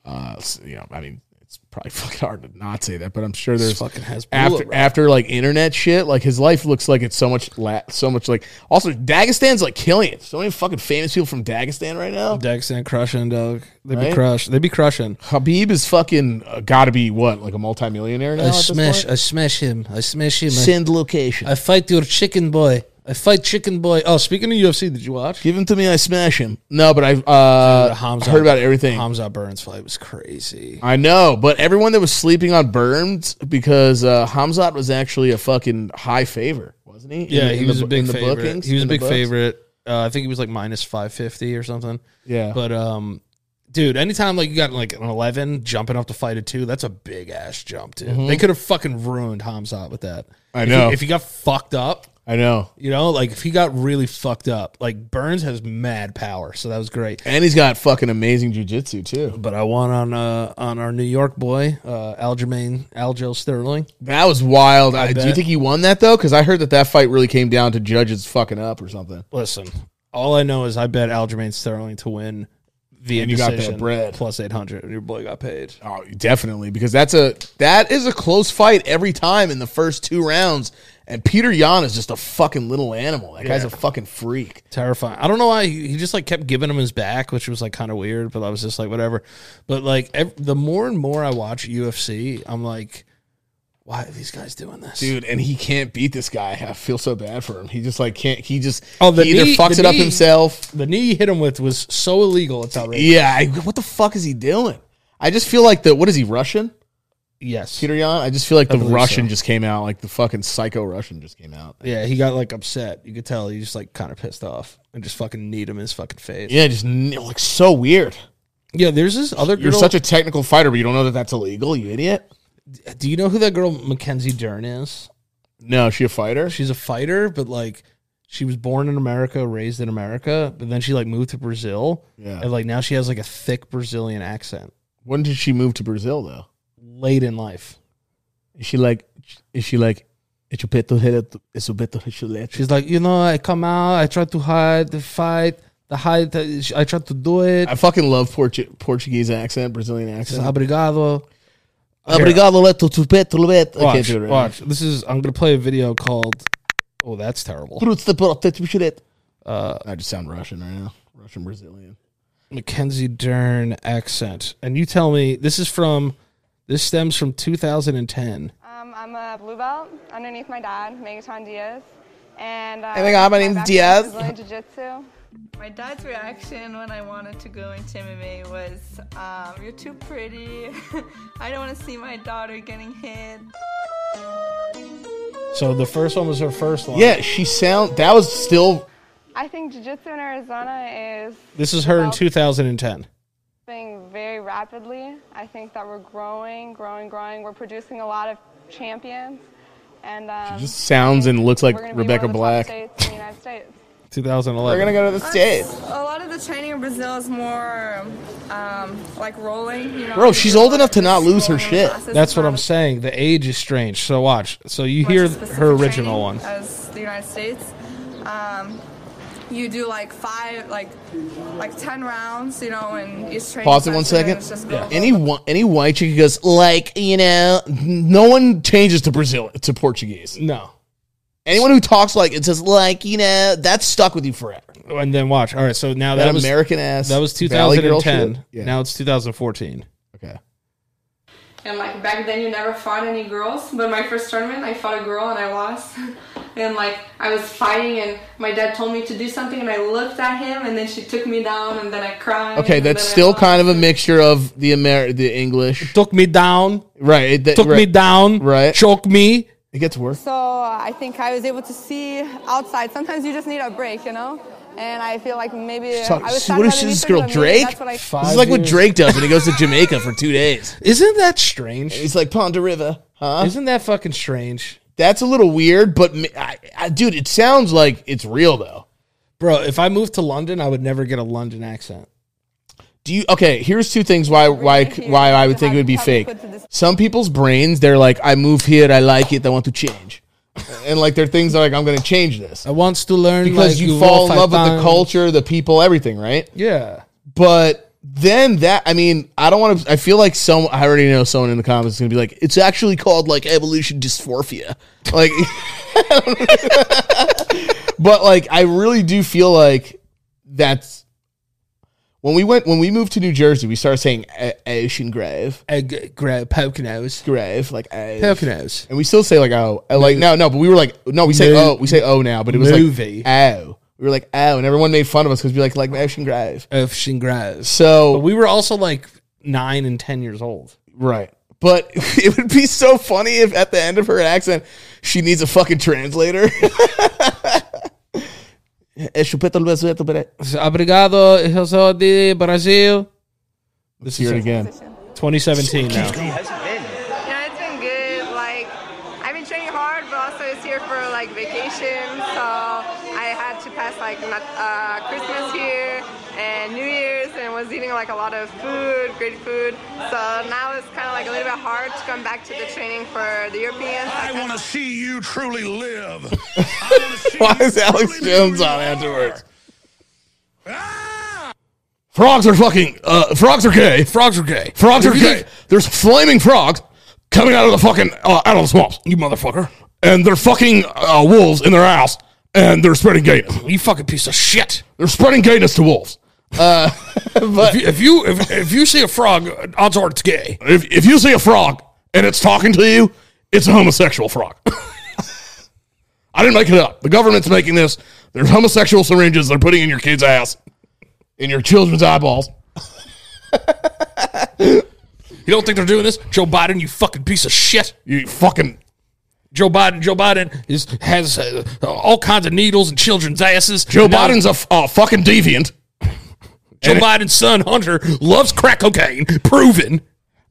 Speaker 1: Uh, s- you know, I mean, it's probably fucking hard to not say that, but I'm sure there's
Speaker 2: fucking Hasbulla,
Speaker 1: after
Speaker 2: bro.
Speaker 1: after like internet shit. Like his life looks like it's so much la- so much like. Also, Dagestan's like killing it. So many fucking famous people from Dagestan right now.
Speaker 2: Dagestan crushing dog. They would
Speaker 1: Right?
Speaker 2: be crushed. They would be crushing.
Speaker 1: Habib is fucking uh, got to be what like a multimillionaire now.
Speaker 2: I
Speaker 1: at this
Speaker 2: smash. uh,
Speaker 1: point?
Speaker 2: I smash him. I smash him. I,
Speaker 1: Send location.
Speaker 2: I fight your chicken boy. I fight chicken boy. Oh, speaking of UFC, did you watch?
Speaker 1: Give him to me. I smash him. No, but I uh,
Speaker 2: Dude, Hamza-
Speaker 1: heard about everything.
Speaker 2: Hamza Burns fight was crazy.
Speaker 1: I know, but everyone that was sleeping on Burns because uh, Hamzat was actually a fucking high favor, wasn't he? In
Speaker 2: Yeah,
Speaker 1: the-
Speaker 2: he
Speaker 1: in
Speaker 2: was
Speaker 1: the-
Speaker 2: a big
Speaker 1: in the
Speaker 2: favorite.
Speaker 1: bookings,
Speaker 2: he was a
Speaker 1: in the
Speaker 2: big
Speaker 1: books.
Speaker 2: favorite. Uh, I think he was like minus five fifty or something.
Speaker 1: Yeah,
Speaker 2: But um, dude, anytime like you got like an eleven jumping up to fight a two, that's a big ass jump, dude. They could have fucking ruined Hamzat with that.
Speaker 1: I
Speaker 2: If
Speaker 1: know.
Speaker 2: He, if he got fucked up,
Speaker 1: I know.
Speaker 2: you know, like if he got really fucked up, like Burns has mad power, so that was great.
Speaker 1: And he's got fucking amazing jujitsu too.
Speaker 2: But I won on uh on our New York boy, uh Aljamain Aljo Sterling.
Speaker 1: That was wild. I do you
Speaker 2: bet.
Speaker 1: think he won that though? Because I heard that that fight really came down to judges fucking up or something.
Speaker 2: Listen, all I know is I bet Aljamain Sterling to win via
Speaker 1: And you got that
Speaker 2: decision
Speaker 1: bread.
Speaker 2: plus eight hundred, and your boy got paid.
Speaker 1: Oh, definitely, because that's a that is a close fight every time in the first two rounds. And Peter Yan is just a fucking little animal. That guy's a fucking freak.
Speaker 2: terrifying. I don't know why he he just like kept giving him his back, which was like kind of weird. But I was just like, whatever. But like ev- the more and more I watch UFC, I'm like, why are these guys doing this?
Speaker 1: Dude, and he can't beat this guy. I feel so bad for him. He just like can't he just
Speaker 2: Oh, the
Speaker 1: he either
Speaker 2: knee-
Speaker 1: fucks
Speaker 2: the
Speaker 1: it up
Speaker 2: knee-
Speaker 1: himself.
Speaker 2: The knee he hit him with was so illegal. It's outrageous.
Speaker 1: Yeah, I, what the fuck is he doing? I just feel like the what is he Russian?
Speaker 2: Yes.
Speaker 1: Peter Yan? I just feel like the
Speaker 2: believe
Speaker 1: Russian
Speaker 2: so.
Speaker 1: just came out, like the fucking psycho Russian just came out.
Speaker 2: Yeah, he got like upset. You could tell he just like kind of pissed off and just fucking kneed him in his fucking face. Yeah,
Speaker 1: Yeah, just n- like so weird.
Speaker 2: there's this other girl.
Speaker 1: You're such a technical fighter, but you don't know that that's illegal. You idiot.
Speaker 2: Do you know who that girl Mackenzie Dern is?
Speaker 1: No, is she a fighter?
Speaker 2: She's a fighter, but like she was born in America, raised in America, but then she like moved to Brazil.
Speaker 1: Yeah.
Speaker 2: And like now she has like a thick Brazilian accent
Speaker 1: When did she move to Brazil though?
Speaker 2: late in life.
Speaker 1: Is she like? Is she like? It's a bit of it's a bit of
Speaker 2: She's like, you know, I come out, I try to hide the fight, the hide, the- I try to do it.
Speaker 1: I fucking love Portu- Portuguese accent, Brazilian
Speaker 2: It's
Speaker 1: accent.
Speaker 2: Obrigado.
Speaker 1: Obrigado, Leto, tu bet, tu bet. I can't
Speaker 2: Watch,
Speaker 1: do it right.
Speaker 2: watch. This is, I'm going to play a video called, oh, that's terrible.
Speaker 1: Fruits de porta, tu chulet. Uh, I just sound Russian right now. Russian Brazilian.
Speaker 2: Mackenzie Dern accent. And you tell me, this is from, this stems from 2010.
Speaker 5: Um, I'm a blue belt underneath my dad, Megaton Diaz. And uh,
Speaker 1: Hey, my God, my name's
Speaker 5: background
Speaker 1: Diaz.
Speaker 5: is Brazilian Jiu-Jitsu.
Speaker 6: My dad's reaction when I wanted to go into MMA was, um, "You're too pretty. I don't want to see my daughter getting hit."
Speaker 2: So the first one was her first one.
Speaker 1: Yeah, she sound. That was still.
Speaker 5: I think Jiu-Jitsu in Arizona is
Speaker 2: This is her in 2010.
Speaker 5: moving very rapidly. I think that we're growing, growing, growing. We're producing a lot of champions. And um,
Speaker 1: Just sounds and looks like
Speaker 5: we're gonna be one of
Speaker 1: Rebecca
Speaker 5: the top
Speaker 1: Black.
Speaker 5: states in the United States.
Speaker 2: 2011.
Speaker 1: We're gonna go to the states.
Speaker 6: A lot of the training in Brazil is more um, like rolling. You know, uh,
Speaker 1: Bro, she's old enough to not lose her shit.
Speaker 2: That's what I'm saying. The age is strange. So watch. So you hear her original one.
Speaker 6: as the United States. Um, you do like five, like like ten rounds, you know, and each training.
Speaker 1: Pause it one
Speaker 6: session, and
Speaker 1: second.
Speaker 6: it's just go,
Speaker 1: Any whi- any white chick who goes like you know, no one changes to Brazil to Portuguese.
Speaker 2: No.
Speaker 1: Anyone who talks like it says like you know, that's stuck with you forever.
Speaker 2: And then watch. All right. So now
Speaker 1: That,
Speaker 2: that, was
Speaker 1: American ass.
Speaker 2: that was
Speaker 1: Valley girl
Speaker 2: 2010.
Speaker 1: shit. Yeah.
Speaker 2: Now it's 2014.
Speaker 1: okay.
Speaker 6: And like back then, you never fought any girls. But my first tournament, I fought a girl and I lost. and like I was fighting, and my dad told me to do something, and I looked at him, and then she took me down, and then I cried.
Speaker 1: Okay,
Speaker 6: and
Speaker 1: that's
Speaker 6: then I
Speaker 1: still
Speaker 6: lost.
Speaker 1: kind of a mixture of the Amer the English.
Speaker 2: Took me down.
Speaker 1: Right. It, that-
Speaker 2: Took me
Speaker 1: right.
Speaker 2: down.
Speaker 1: Right.
Speaker 2: Choke me.
Speaker 1: It gets worse.
Speaker 6: So I think I was able to see outside. Sometimes you just need a break, you know. And I feel like maybe
Speaker 1: Talk-
Speaker 6: I was
Speaker 1: what
Speaker 6: talking
Speaker 1: is
Speaker 6: about
Speaker 1: this
Speaker 6: Anita
Speaker 1: girl,
Speaker 6: Jamil,
Speaker 1: Drake?
Speaker 6: That's what I
Speaker 1: This
Speaker 2: Five
Speaker 1: is like what
Speaker 2: years.
Speaker 1: Drake does when he goes to Jamaica for two days.
Speaker 2: Isn't that strange?
Speaker 1: He's like Ponda River, huh?
Speaker 2: Isn't that fucking strange?
Speaker 1: That's a little weird, but m I I dude, it sounds like it's real though.
Speaker 2: Bro, if I moved to London, I would never get a London accent.
Speaker 1: Do you okay? Here's two things why why why I would think it would be fake. Some people's brains, they're like, I move here, I like it, I want to change, and like their things are like, I'm going to change this
Speaker 2: I wants to learn
Speaker 1: because
Speaker 2: like,
Speaker 1: you,
Speaker 2: roll
Speaker 1: fall in
Speaker 2: five
Speaker 1: love with the
Speaker 2: pounds.
Speaker 1: culture, the people, everything, right?
Speaker 2: Yeah.
Speaker 1: But then that, I mean, I don't want to. I feel like some. I already know someone in the comments is going to be like, it's actually called like evolution dysphoria, like. but like, I really do feel like that's when we went when we moved to New Jersey. We started saying "A- ocean grave,
Speaker 2: Egg, grab, poke nose.
Speaker 1: grave, like "A-"
Speaker 2: Poke nose.
Speaker 1: and we still say like oh, and, like no, no, but we were like no, we say
Speaker 2: Mo-
Speaker 1: oh, we say oh now, but it was
Speaker 2: Movie.
Speaker 1: like oh, we were like oh, and everyone made fun of us because we like like ocean grave.
Speaker 2: Ocean grabs.
Speaker 1: So
Speaker 2: But we were also like nine and ten years old.
Speaker 1: Right. But it would be so funny if at the end of her accent, she needs a fucking translator.
Speaker 2: Obrigado, eu sou de Brasil. This
Speaker 1: Hear it
Speaker 2: is
Speaker 1: again.
Speaker 2: 2017 now.
Speaker 7: You know, it's been good. Like, I've been training hard, but also it's here for like vacation. So I had to pass like not, uh, Christmas here and New Year's, and was eating like a lot of food, great food. So now it's kind of like a little bit hard to come back to the training for the Europeans.
Speaker 8: I want to see you truly live.
Speaker 1: Why is Alex Jones on afterwards?
Speaker 8: Ah!
Speaker 1: Frogs are fucking. Uh, frogs are gay. Frogs are gay. Frogs are gay. There's flaming frogs coming out of the fucking uh, out of the swamps. You motherfucker. And they're fucking uh, wolves in their house, and they're spreading gayness.
Speaker 2: You fucking piece of shit.
Speaker 1: They're spreading gayness to wolves. Uh, but
Speaker 2: If you if, if you see a frog, odds are it's gay.
Speaker 1: if, if you see a frog and it's talking to you, it's a homosexual frog. I didn't make it up. The government's making this. There's homosexual syringes they're putting in your kid's ass, in your children's eyeballs.
Speaker 2: You don't think they're doing this, Joe Biden? You fucking piece of shit.
Speaker 1: You fucking
Speaker 2: Joe Biden. Joe Biden is has uh, all kinds of needles in children's asses.
Speaker 1: Joe
Speaker 2: And now
Speaker 1: Biden's a f- a fucking deviant.
Speaker 2: Joe Biden's son Hunter loves crack cocaine. Proven.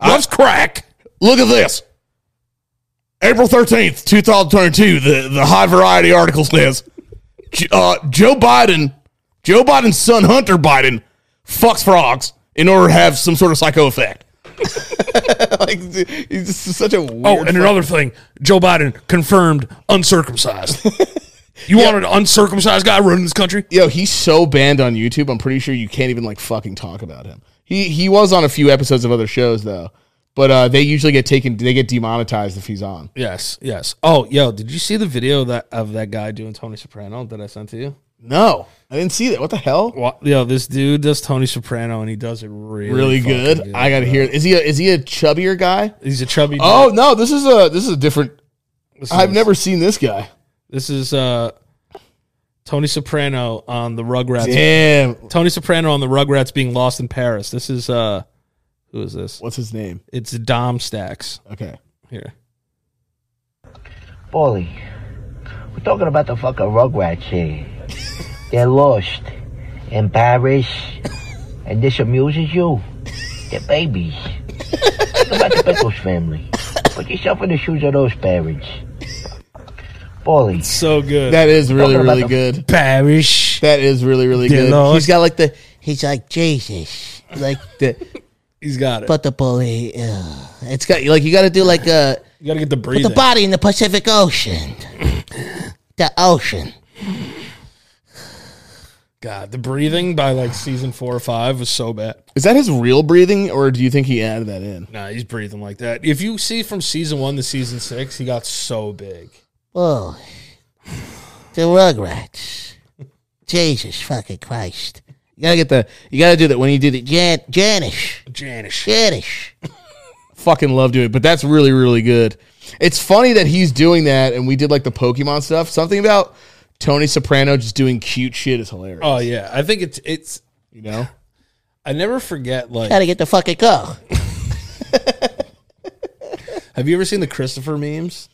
Speaker 2: Loves crack.
Speaker 1: Look at this. April 13th, 2022, the, the high variety article says J- uh, Joe Biden, Joe Biden's son Hunter Biden fucks frogs in order to have some sort of psycho effect. like, he's just such a weird.
Speaker 2: Oh, and another thing, Joe Biden confirmed uncircumcised. you wanted an uncircumcised guy running this country?
Speaker 1: yo, he's so banned on YouTube. I'm pretty sure you can't even like fucking talk about him. He he was on a few episodes of other shows though, but uh, they usually get taken. They get demonetized if he's on.
Speaker 2: Yes, yes. Oh, yo, did you see the video of that of that guy doing Tony Soprano that I sent to you?
Speaker 1: No, I didn't see that. What the hell?
Speaker 2: Well, yo, this dude does Tony Soprano and he does it really,
Speaker 1: really
Speaker 2: fucking
Speaker 1: good. I gotta hear. Is he a, is he a chubbier guy?
Speaker 2: He's a chubby.
Speaker 1: Oh
Speaker 2: dude.
Speaker 1: no, this is a this is a different.
Speaker 2: This
Speaker 1: I've
Speaker 2: is-
Speaker 1: never seen this guy.
Speaker 2: This is uh, Tony Soprano on the Rugrats.
Speaker 1: Damn,
Speaker 2: Tony Soprano on the Rugrats being lost in Paris. This is uh, who is this?
Speaker 1: what's his name?
Speaker 2: It's Dom Stacks
Speaker 1: Okay,
Speaker 2: here.
Speaker 9: Paulie, we're talking about the fucking Rugrats here. They're lost, embarrassed, and this amuses you. They're babies. Think about the Pickles family. Put yourself in the shoes of those parents. Paulie,
Speaker 2: So good.
Speaker 1: that is really
Speaker 9: Talking about
Speaker 1: really
Speaker 9: the-
Speaker 1: good.
Speaker 2: Parish.
Speaker 1: That is really really
Speaker 2: Dear
Speaker 1: good.
Speaker 2: Lord.
Speaker 1: He's got like the he's like Jesus, like the
Speaker 2: He's got it.
Speaker 1: but the bully. uh, ugh. It's got like you got to do like a
Speaker 2: you gotta get the
Speaker 1: put
Speaker 2: breathing.
Speaker 1: the body in the Pacific Ocean, the ocean.
Speaker 2: God, the breathing by like season four or five was so bad.
Speaker 1: Is that his real breathing, or do you think he added that in?
Speaker 2: Nah, he's breathing like that. If you see from season one to season six, he got so big.
Speaker 1: Whoa. Oh. The Rugrats. Jesus fucking Christ. You gotta get the you gotta do that when you do the Jan Janish.
Speaker 2: Janish.
Speaker 1: Janish. fucking love doing it, but that's really, really good. It's funny that he's doing that and we did like the Pokemon stuff. Something about Tony Soprano just doing cute shit is hilarious.
Speaker 2: Oh yeah, I think it's it's.
Speaker 1: you know?
Speaker 2: I never forget. Like,
Speaker 1: Gotta get the fucking go.
Speaker 2: have you ever seen the Christopher memes?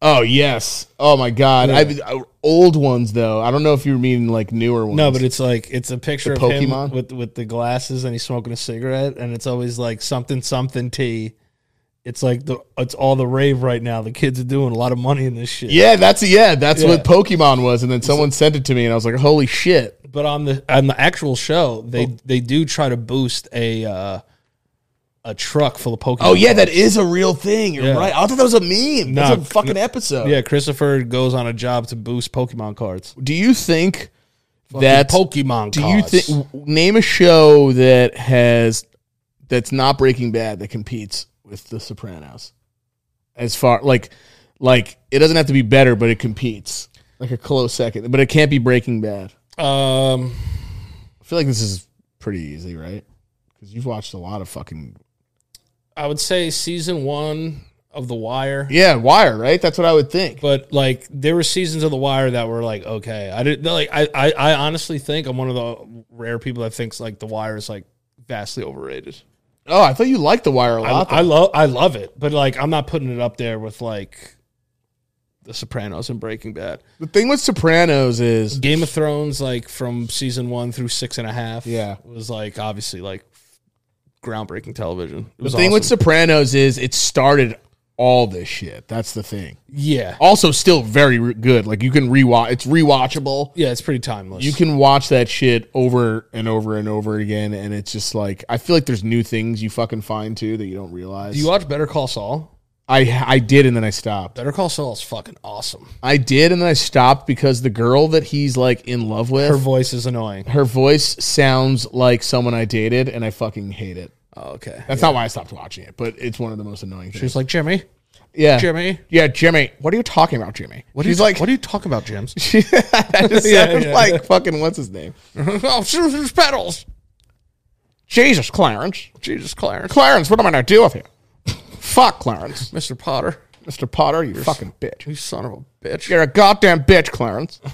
Speaker 1: Oh yes. Oh my god. I, I- old ones though. I don't know if you mean like newer ones.
Speaker 2: No, but it's like it's a picture
Speaker 1: The
Speaker 2: of him
Speaker 1: Pokemon?
Speaker 2: with with the glasses and he's smoking a cigarette, and it's always like something something tea. It's like the it's all the rave right now. The kids are doing a lot of money in this shit.
Speaker 1: yeah, that's yeah, that's
Speaker 2: Yeah.
Speaker 1: what Pokemon was, and then someone sent it to me, and I was like, "Holy shit!"
Speaker 2: But on the on the actual show, they
Speaker 1: Oh.
Speaker 2: they do try to boost a uh a truck full of Pokemon.
Speaker 1: Oh yeah, that is a real thing. You're
Speaker 2: Yeah.
Speaker 1: right. I thought that was a meme.
Speaker 2: No,
Speaker 1: That's a fucking episode.
Speaker 2: Yeah, Christopher goes on a job to boost Pokemon cards.
Speaker 1: Do you think that
Speaker 2: Pokemon
Speaker 1: Do you
Speaker 2: cards.
Speaker 1: think name a show that has that's not Breaking Bad that competes with The Sopranos? As far like like it doesn't have to be better, but it competes like a close second. But it can't be Breaking Bad.
Speaker 2: Um,
Speaker 1: I feel like this is pretty easy, right? Because you've watched a lot of fucking
Speaker 2: I would say season one of The Wire.
Speaker 1: yeah Wire, right? That's what I would think.
Speaker 2: But like there were seasons of The Wire that were like okay, I did like I, I I honestly think I'm one of the rare people that thinks like The Wire is like vastly overrated.
Speaker 1: Oh, I thought you liked The Wire a
Speaker 2: I,
Speaker 1: lot.
Speaker 2: I love I love it, but like I'm not putting it up there with like The Sopranos and Breaking Bad.
Speaker 1: the thing with Sopranos is
Speaker 2: Game of Thrones, like from season one through six and a half,
Speaker 1: Yeah.
Speaker 2: was like obviously like groundbreaking television. It
Speaker 1: The
Speaker 2: was
Speaker 1: thing with
Speaker 2: awesome.
Speaker 1: Sopranos is it started all this shit. That's the thing.
Speaker 2: yeah,
Speaker 1: Also, still very re- good. Like you can rewatch. It's rewatchable.
Speaker 2: yeah, it's pretty timeless.
Speaker 1: You can watch that shit over and over and over again, and it's just like I feel like there's new things you fucking find too that you don't realize.
Speaker 2: Do you watch Better Call Saul?
Speaker 1: I I did, and then I stopped.
Speaker 2: Better Call Saul is fucking awesome.
Speaker 1: I did, and then I stopped because the girl that he's like in love with,
Speaker 2: Her
Speaker 1: her,
Speaker 2: voice is annoying.
Speaker 1: voice sounds like someone I dated, and I fucking hate it.
Speaker 2: Oh, okay,
Speaker 1: That's not why I stopped watching it, but it's one of the most annoying things.
Speaker 2: she's like Jimmy.
Speaker 1: yeah,
Speaker 2: Jimmy?
Speaker 1: Yeah, Jimmy. What are you talking about, Jimmy?
Speaker 2: What
Speaker 1: She's
Speaker 2: do you
Speaker 1: like,
Speaker 2: What do you talk about, James?
Speaker 1: I just
Speaker 2: Yeah,
Speaker 1: sounded
Speaker 2: yeah.
Speaker 1: like fucking what's his name?
Speaker 2: oh, shoot, there's pedals.
Speaker 1: Jesus, Clarence.
Speaker 2: Jesus, Clarence,
Speaker 1: Clarence, what am I gonna do with you? Fuck Clarence.
Speaker 2: Mr. Potter,
Speaker 1: Mr. Potter, you fucking bitch.
Speaker 2: you son of a bitch.
Speaker 1: You're a goddamn bitch, Clarence.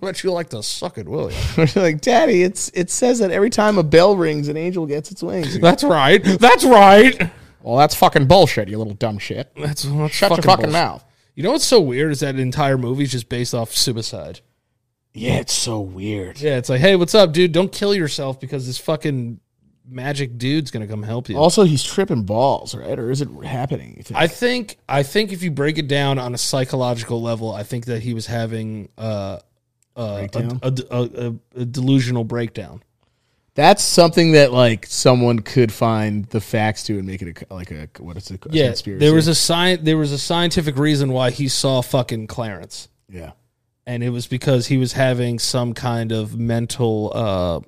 Speaker 2: bet you like to suck it, will you?
Speaker 1: We're like, Daddy, it's it says that every time a bell rings, an angel gets its wings.
Speaker 2: That's right. That's right.
Speaker 1: well, that's fucking bullshit, you little dumb shit.
Speaker 2: That's, that's
Speaker 1: Shut your fucking
Speaker 2: bullshit.
Speaker 1: mouth.
Speaker 2: You know what's so weird is that entire movie is just based off suicide.
Speaker 1: Yeah, it's so weird.
Speaker 2: Yeah, it's like, hey, what's up, dude? Don't kill yourself because this fucking magic dude's gonna come help you.
Speaker 1: Also, he's tripping balls, right? Or is it happening? You think?
Speaker 2: I think I think if you break it down on a psychological level, I think that he was having uh, uh, a,
Speaker 1: Breakdown?
Speaker 2: a, a, a- a delusional breakdown.
Speaker 1: That's something that like someone could find the facts to and make it a, like a what is it? a
Speaker 2: Yeah,
Speaker 1: conspiracy.
Speaker 2: there was a sci- there was a scientific reason why he saw fucking Clarence,
Speaker 1: yeah.
Speaker 2: and it was because he was having some kind of mental. Uh, uh,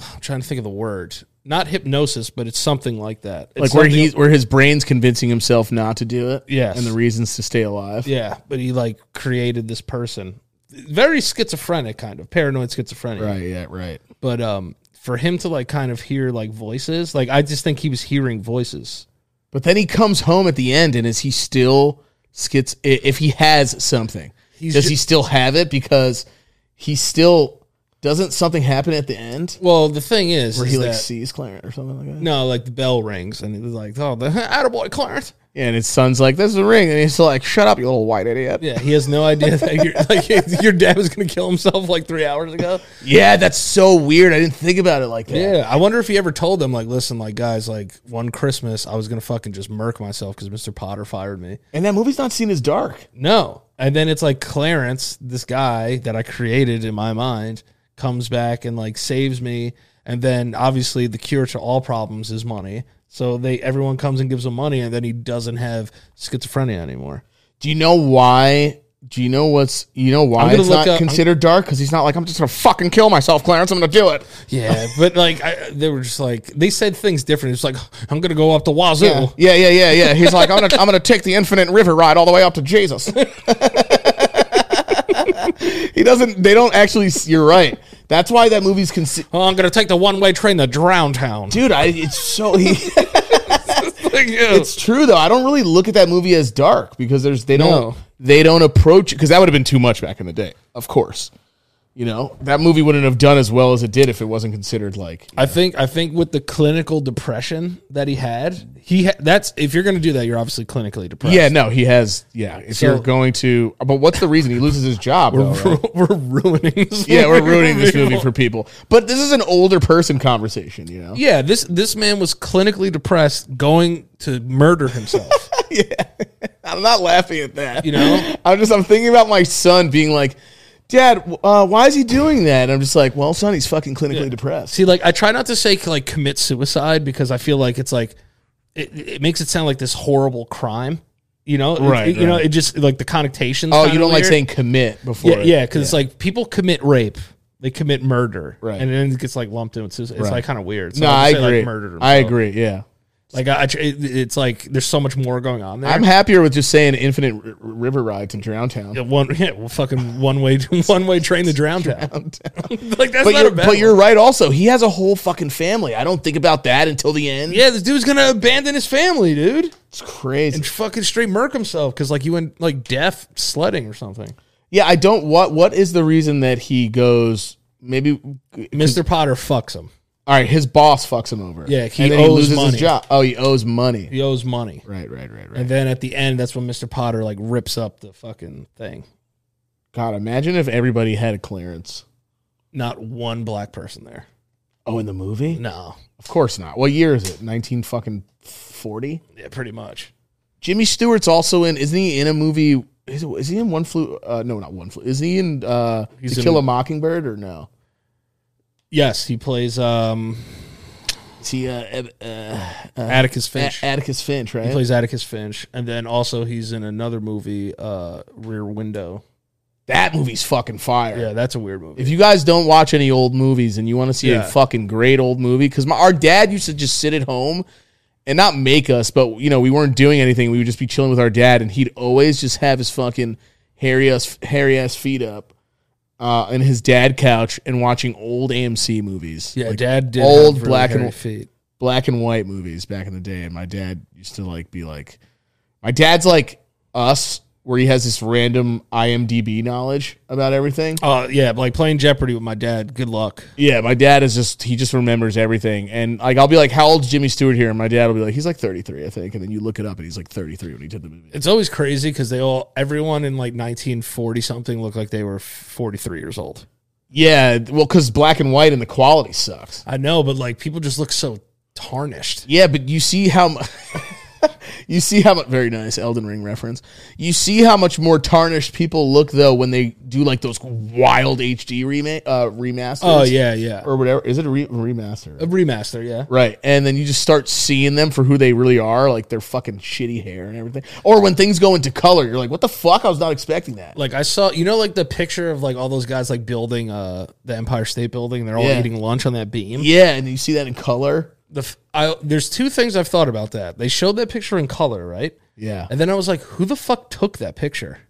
Speaker 2: I'm trying to think of the word. Not hypnosis, but it's something like that. It's
Speaker 1: like where
Speaker 2: something-
Speaker 1: he's where his brain's convincing himself not to do it.
Speaker 2: Yes.
Speaker 1: and the reasons to stay alive.
Speaker 2: Yeah, but he like created this person. Very schizophrenic kind of paranoid schizophrenic.
Speaker 1: Right. Yeah. Right.
Speaker 2: But um for him to like kind of hear like voices, like I just think he was hearing voices.
Speaker 1: But then he comes home at the end, and is he still skits? i- If he has something,
Speaker 2: He's
Speaker 1: does
Speaker 2: ju-
Speaker 1: he still have it? Because he still doesn't. Something happen at the end
Speaker 2: Well, the thing is,
Speaker 1: where
Speaker 2: is
Speaker 1: he like
Speaker 2: that-
Speaker 1: sees Clarence or something like that.
Speaker 2: no, like the bell rings and he's like, "Oh, the attaboy Clarence."
Speaker 1: Yeah, and his son's like, "This is a ring," and he's like, "Shut up, you little white idiot."
Speaker 2: Yeah, he has no idea that your like your dad was going to kill himself like 3 hours ago.
Speaker 1: Yeah, that's so weird. I didn't think about it like that.
Speaker 2: Yeah, I wonder if he ever told them like, "Listen, like guys, like one Christmas I was going to fucking just murk myself cuz Mr. Potter fired me."
Speaker 1: And that movie's not seen as dark.
Speaker 2: No. And then it's like Clarence, this guy that I created in my mind, comes back and like saves me. And then obviously the cure to all problems is money. So they everyone comes and gives him money and then he doesn't have schizophrenia anymore.
Speaker 1: Do you know why? Do you know what's you know
Speaker 2: I'm
Speaker 1: why
Speaker 2: gonna
Speaker 1: it's
Speaker 2: look
Speaker 1: not
Speaker 2: up-
Speaker 1: considered dark? Because he's not like I'm just gonna fucking kill myself, Clarence. I'm gonna do it.
Speaker 2: Yeah, but like I, they were just like they said things different. It's like I'm gonna go up to Wazoo.
Speaker 1: Yeah, yeah, yeah, yeah. He's like I'm gonna I'm gonna take the infinite river ride all the way up to Jesus. he doesn't. They don't actually. You're right. That's why that movie's consi-
Speaker 2: Oh, I'm gonna take the one way train to Drown Town.
Speaker 1: Dude, I, it's so he.
Speaker 2: Like, yeah.
Speaker 1: it's true though. I don't really look at that movie as dark because there's they don't
Speaker 2: No.
Speaker 1: they don't approach because that would have been too much back in the day. Of course, you know that movie wouldn't have done as well as it did if it wasn't considered like
Speaker 2: I think I think with the clinical depression that he had, he ha- that's if you're gonna do that, you're obviously clinically depressed.
Speaker 1: Yeah, no, he has. Yeah, if
Speaker 2: So-
Speaker 1: you're going to, but what's the reason he loses his job? though, right?
Speaker 2: we're ruining this
Speaker 1: Yeah, we're
Speaker 2: movie
Speaker 1: ruining this
Speaker 2: for
Speaker 1: movie
Speaker 2: people.
Speaker 1: for people. But this is an older person conversation, you know.
Speaker 2: yeah this this man was clinically depressed going to murder himself
Speaker 1: I'm not laughing at that.
Speaker 2: You know?
Speaker 1: I'm just I'm thinking about my son being like, Dad, uh, why is he doing that? And I'm just like, Well, son, he's fucking clinically depressed.
Speaker 2: see like i try not to say like commit suicide because i feel like it's like it, it makes it sound like this horrible crime you know It-
Speaker 1: Right,
Speaker 2: it- you know
Speaker 1: right.
Speaker 2: it just like the connotations
Speaker 1: oh,
Speaker 2: kinda
Speaker 1: you don't like
Speaker 2: weird.
Speaker 1: saying commit before?
Speaker 2: yeah
Speaker 1: it.
Speaker 2: yeah because it's like people commit rape they commit murder
Speaker 1: Right.
Speaker 2: and then it gets like lumped in with suicide it's
Speaker 1: Right.
Speaker 2: like kind of weird
Speaker 1: no,
Speaker 2: I'll
Speaker 1: I
Speaker 2: just say, like,
Speaker 1: agree.
Speaker 2: murdered
Speaker 1: I
Speaker 2: himself.
Speaker 1: agree. Yeah.
Speaker 2: like I, I tr- it- it's like there's so much more going on there
Speaker 1: I'm happier with just saying infinite r- r- river ride to drown town.
Speaker 2: Yeah, one yeah, well, fucking one way one way train to drown town. like that's
Speaker 1: But
Speaker 2: not
Speaker 1: you're,
Speaker 2: a bad.
Speaker 1: but you're right. Also, he has a whole fucking family. I don't think about that until the end.
Speaker 2: yeah, this dude's gonna abandon his family, dude,
Speaker 1: it's crazy.
Speaker 2: and fucking straight murk himself because like you went like deaf sledding or something.
Speaker 1: Yeah, I don't. What What is the reason that he goes? Maybe
Speaker 2: Mister Potter fucks him.
Speaker 1: all right. His boss fucks him over.
Speaker 2: Yeah, he
Speaker 1: and then
Speaker 2: owes
Speaker 1: he loses
Speaker 2: money.
Speaker 1: his job. Oh, he owes money.
Speaker 2: He owes money,
Speaker 1: Right, right, right, right.
Speaker 2: and then at the end, that's when Mister Potter like rips up the fucking thing.
Speaker 1: God, imagine if everybody had a clearance.
Speaker 2: Not one black person there.
Speaker 1: Oh, in the movie?
Speaker 2: No.
Speaker 1: Of course not. What year is it? Nineteen fucking forty.
Speaker 2: Yeah, pretty much.
Speaker 1: Jimmy Stewart's also in. Isn't he in a movie? Is, is he in One Flew? Uh, no, not One Flew. Is he in uh,
Speaker 2: He's
Speaker 1: To
Speaker 2: in-
Speaker 1: Kill a Mockingbird or no?
Speaker 2: Yes, he plays um,
Speaker 1: Is he uh, Ed- uh,
Speaker 2: Atticus
Speaker 1: A-
Speaker 2: Finch.
Speaker 1: Atticus Finch? Right.
Speaker 2: he plays Atticus Finch, and then also he's in another movie, uh, Rear Window.
Speaker 1: that movie's fucking fire.
Speaker 2: Yeah, that's a weird movie.
Speaker 1: If you guys don't watch any old movies and you want to see
Speaker 2: Yeah.
Speaker 1: a fucking great old movie, because our dad used to just sit at home and not make us, but you know we weren't doing anything. We would just be chilling with our dad, and he'd always just have his fucking hairy ass hairy ass feet up uh, in his dad couch and watching old AMC movies,
Speaker 2: yeah,
Speaker 1: Like,
Speaker 2: Dad did
Speaker 1: old
Speaker 2: have really
Speaker 1: black
Speaker 2: hairy
Speaker 1: and
Speaker 2: feet.
Speaker 1: black and white movies back in the day. And my dad used to like be like, my dad's like us, where he has this random IMDb knowledge about everything.
Speaker 2: Oh yeah, like playing Jeopardy with my dad. Good luck.
Speaker 1: Yeah, my dad is just he just remembers everything, and like I'll be like, "How old's Jimmy Stewart here?" And my dad will be like, "He's like 33, I think." And then you look it up, and he's like 33 when he did the movie.
Speaker 2: It's always crazy because they all, everyone in like 1940 something looked like they were 43 years old.
Speaker 1: Yeah, well, because black and white and the quality sucks.
Speaker 2: I know, but like people just look so tarnished.
Speaker 1: Yeah, but you see how mu- you see how much very nice Elden Ring reference. You see how much more tarnished people look though when they do like those wild HD remake uh, remasters.
Speaker 2: Oh yeah, yeah.
Speaker 1: or whatever. Is it a re- remaster?
Speaker 2: a remaster, yeah.
Speaker 1: Right. And then you just start seeing them for who they really are, like their fucking shitty hair and everything. Or when things go into color, you're like, what the fuck? I was not expecting that.
Speaker 2: Like I saw, you know, like the picture of like all those guys like building uh the Empire State Building. They're all
Speaker 1: Yeah.
Speaker 2: eating lunch on that beam.
Speaker 1: yeah. And you see that in color.
Speaker 2: The f- I, there's two things I've thought about that. They showed that picture in color, right?
Speaker 1: Yeah.
Speaker 2: And then I was like, who the fuck took that picture?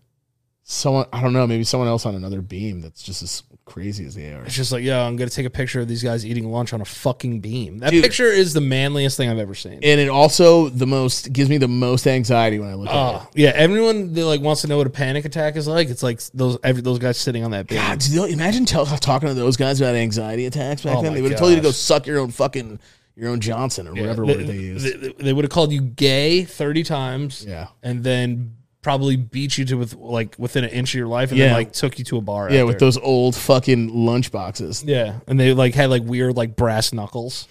Speaker 1: Someone, I don't know, maybe someone else on another beam that's just as crazy as they are.
Speaker 2: It's just like, yo, I'm gonna take a picture of these guys eating lunch on a fucking beam. That
Speaker 1: Dude.
Speaker 2: picture is the manliest thing I've ever seen.
Speaker 1: And it also the most gives me the most anxiety when I look at it.
Speaker 2: Oh, yeah, everyone that like wants to know what a panic attack is like. It's like those every, those guys sitting on that beam.
Speaker 1: God, do you imagine tell, talking to those guys about anxiety attacks back
Speaker 2: Oh
Speaker 1: then?
Speaker 2: my
Speaker 1: They would have told you to go
Speaker 2: gosh.
Speaker 1: suck your own fucking your own Johnson or whatever
Speaker 2: They-
Speaker 1: word they use.
Speaker 2: They, would have called you gay thirty times,
Speaker 1: Yeah.
Speaker 2: and then probably beat you to with like within an inch of your life, and
Speaker 1: Yeah.
Speaker 2: then like took you to a bar.
Speaker 1: yeah,
Speaker 2: after.
Speaker 1: with those old fucking lunch boxes.
Speaker 2: Yeah, and they like had like weird like brass knuckles.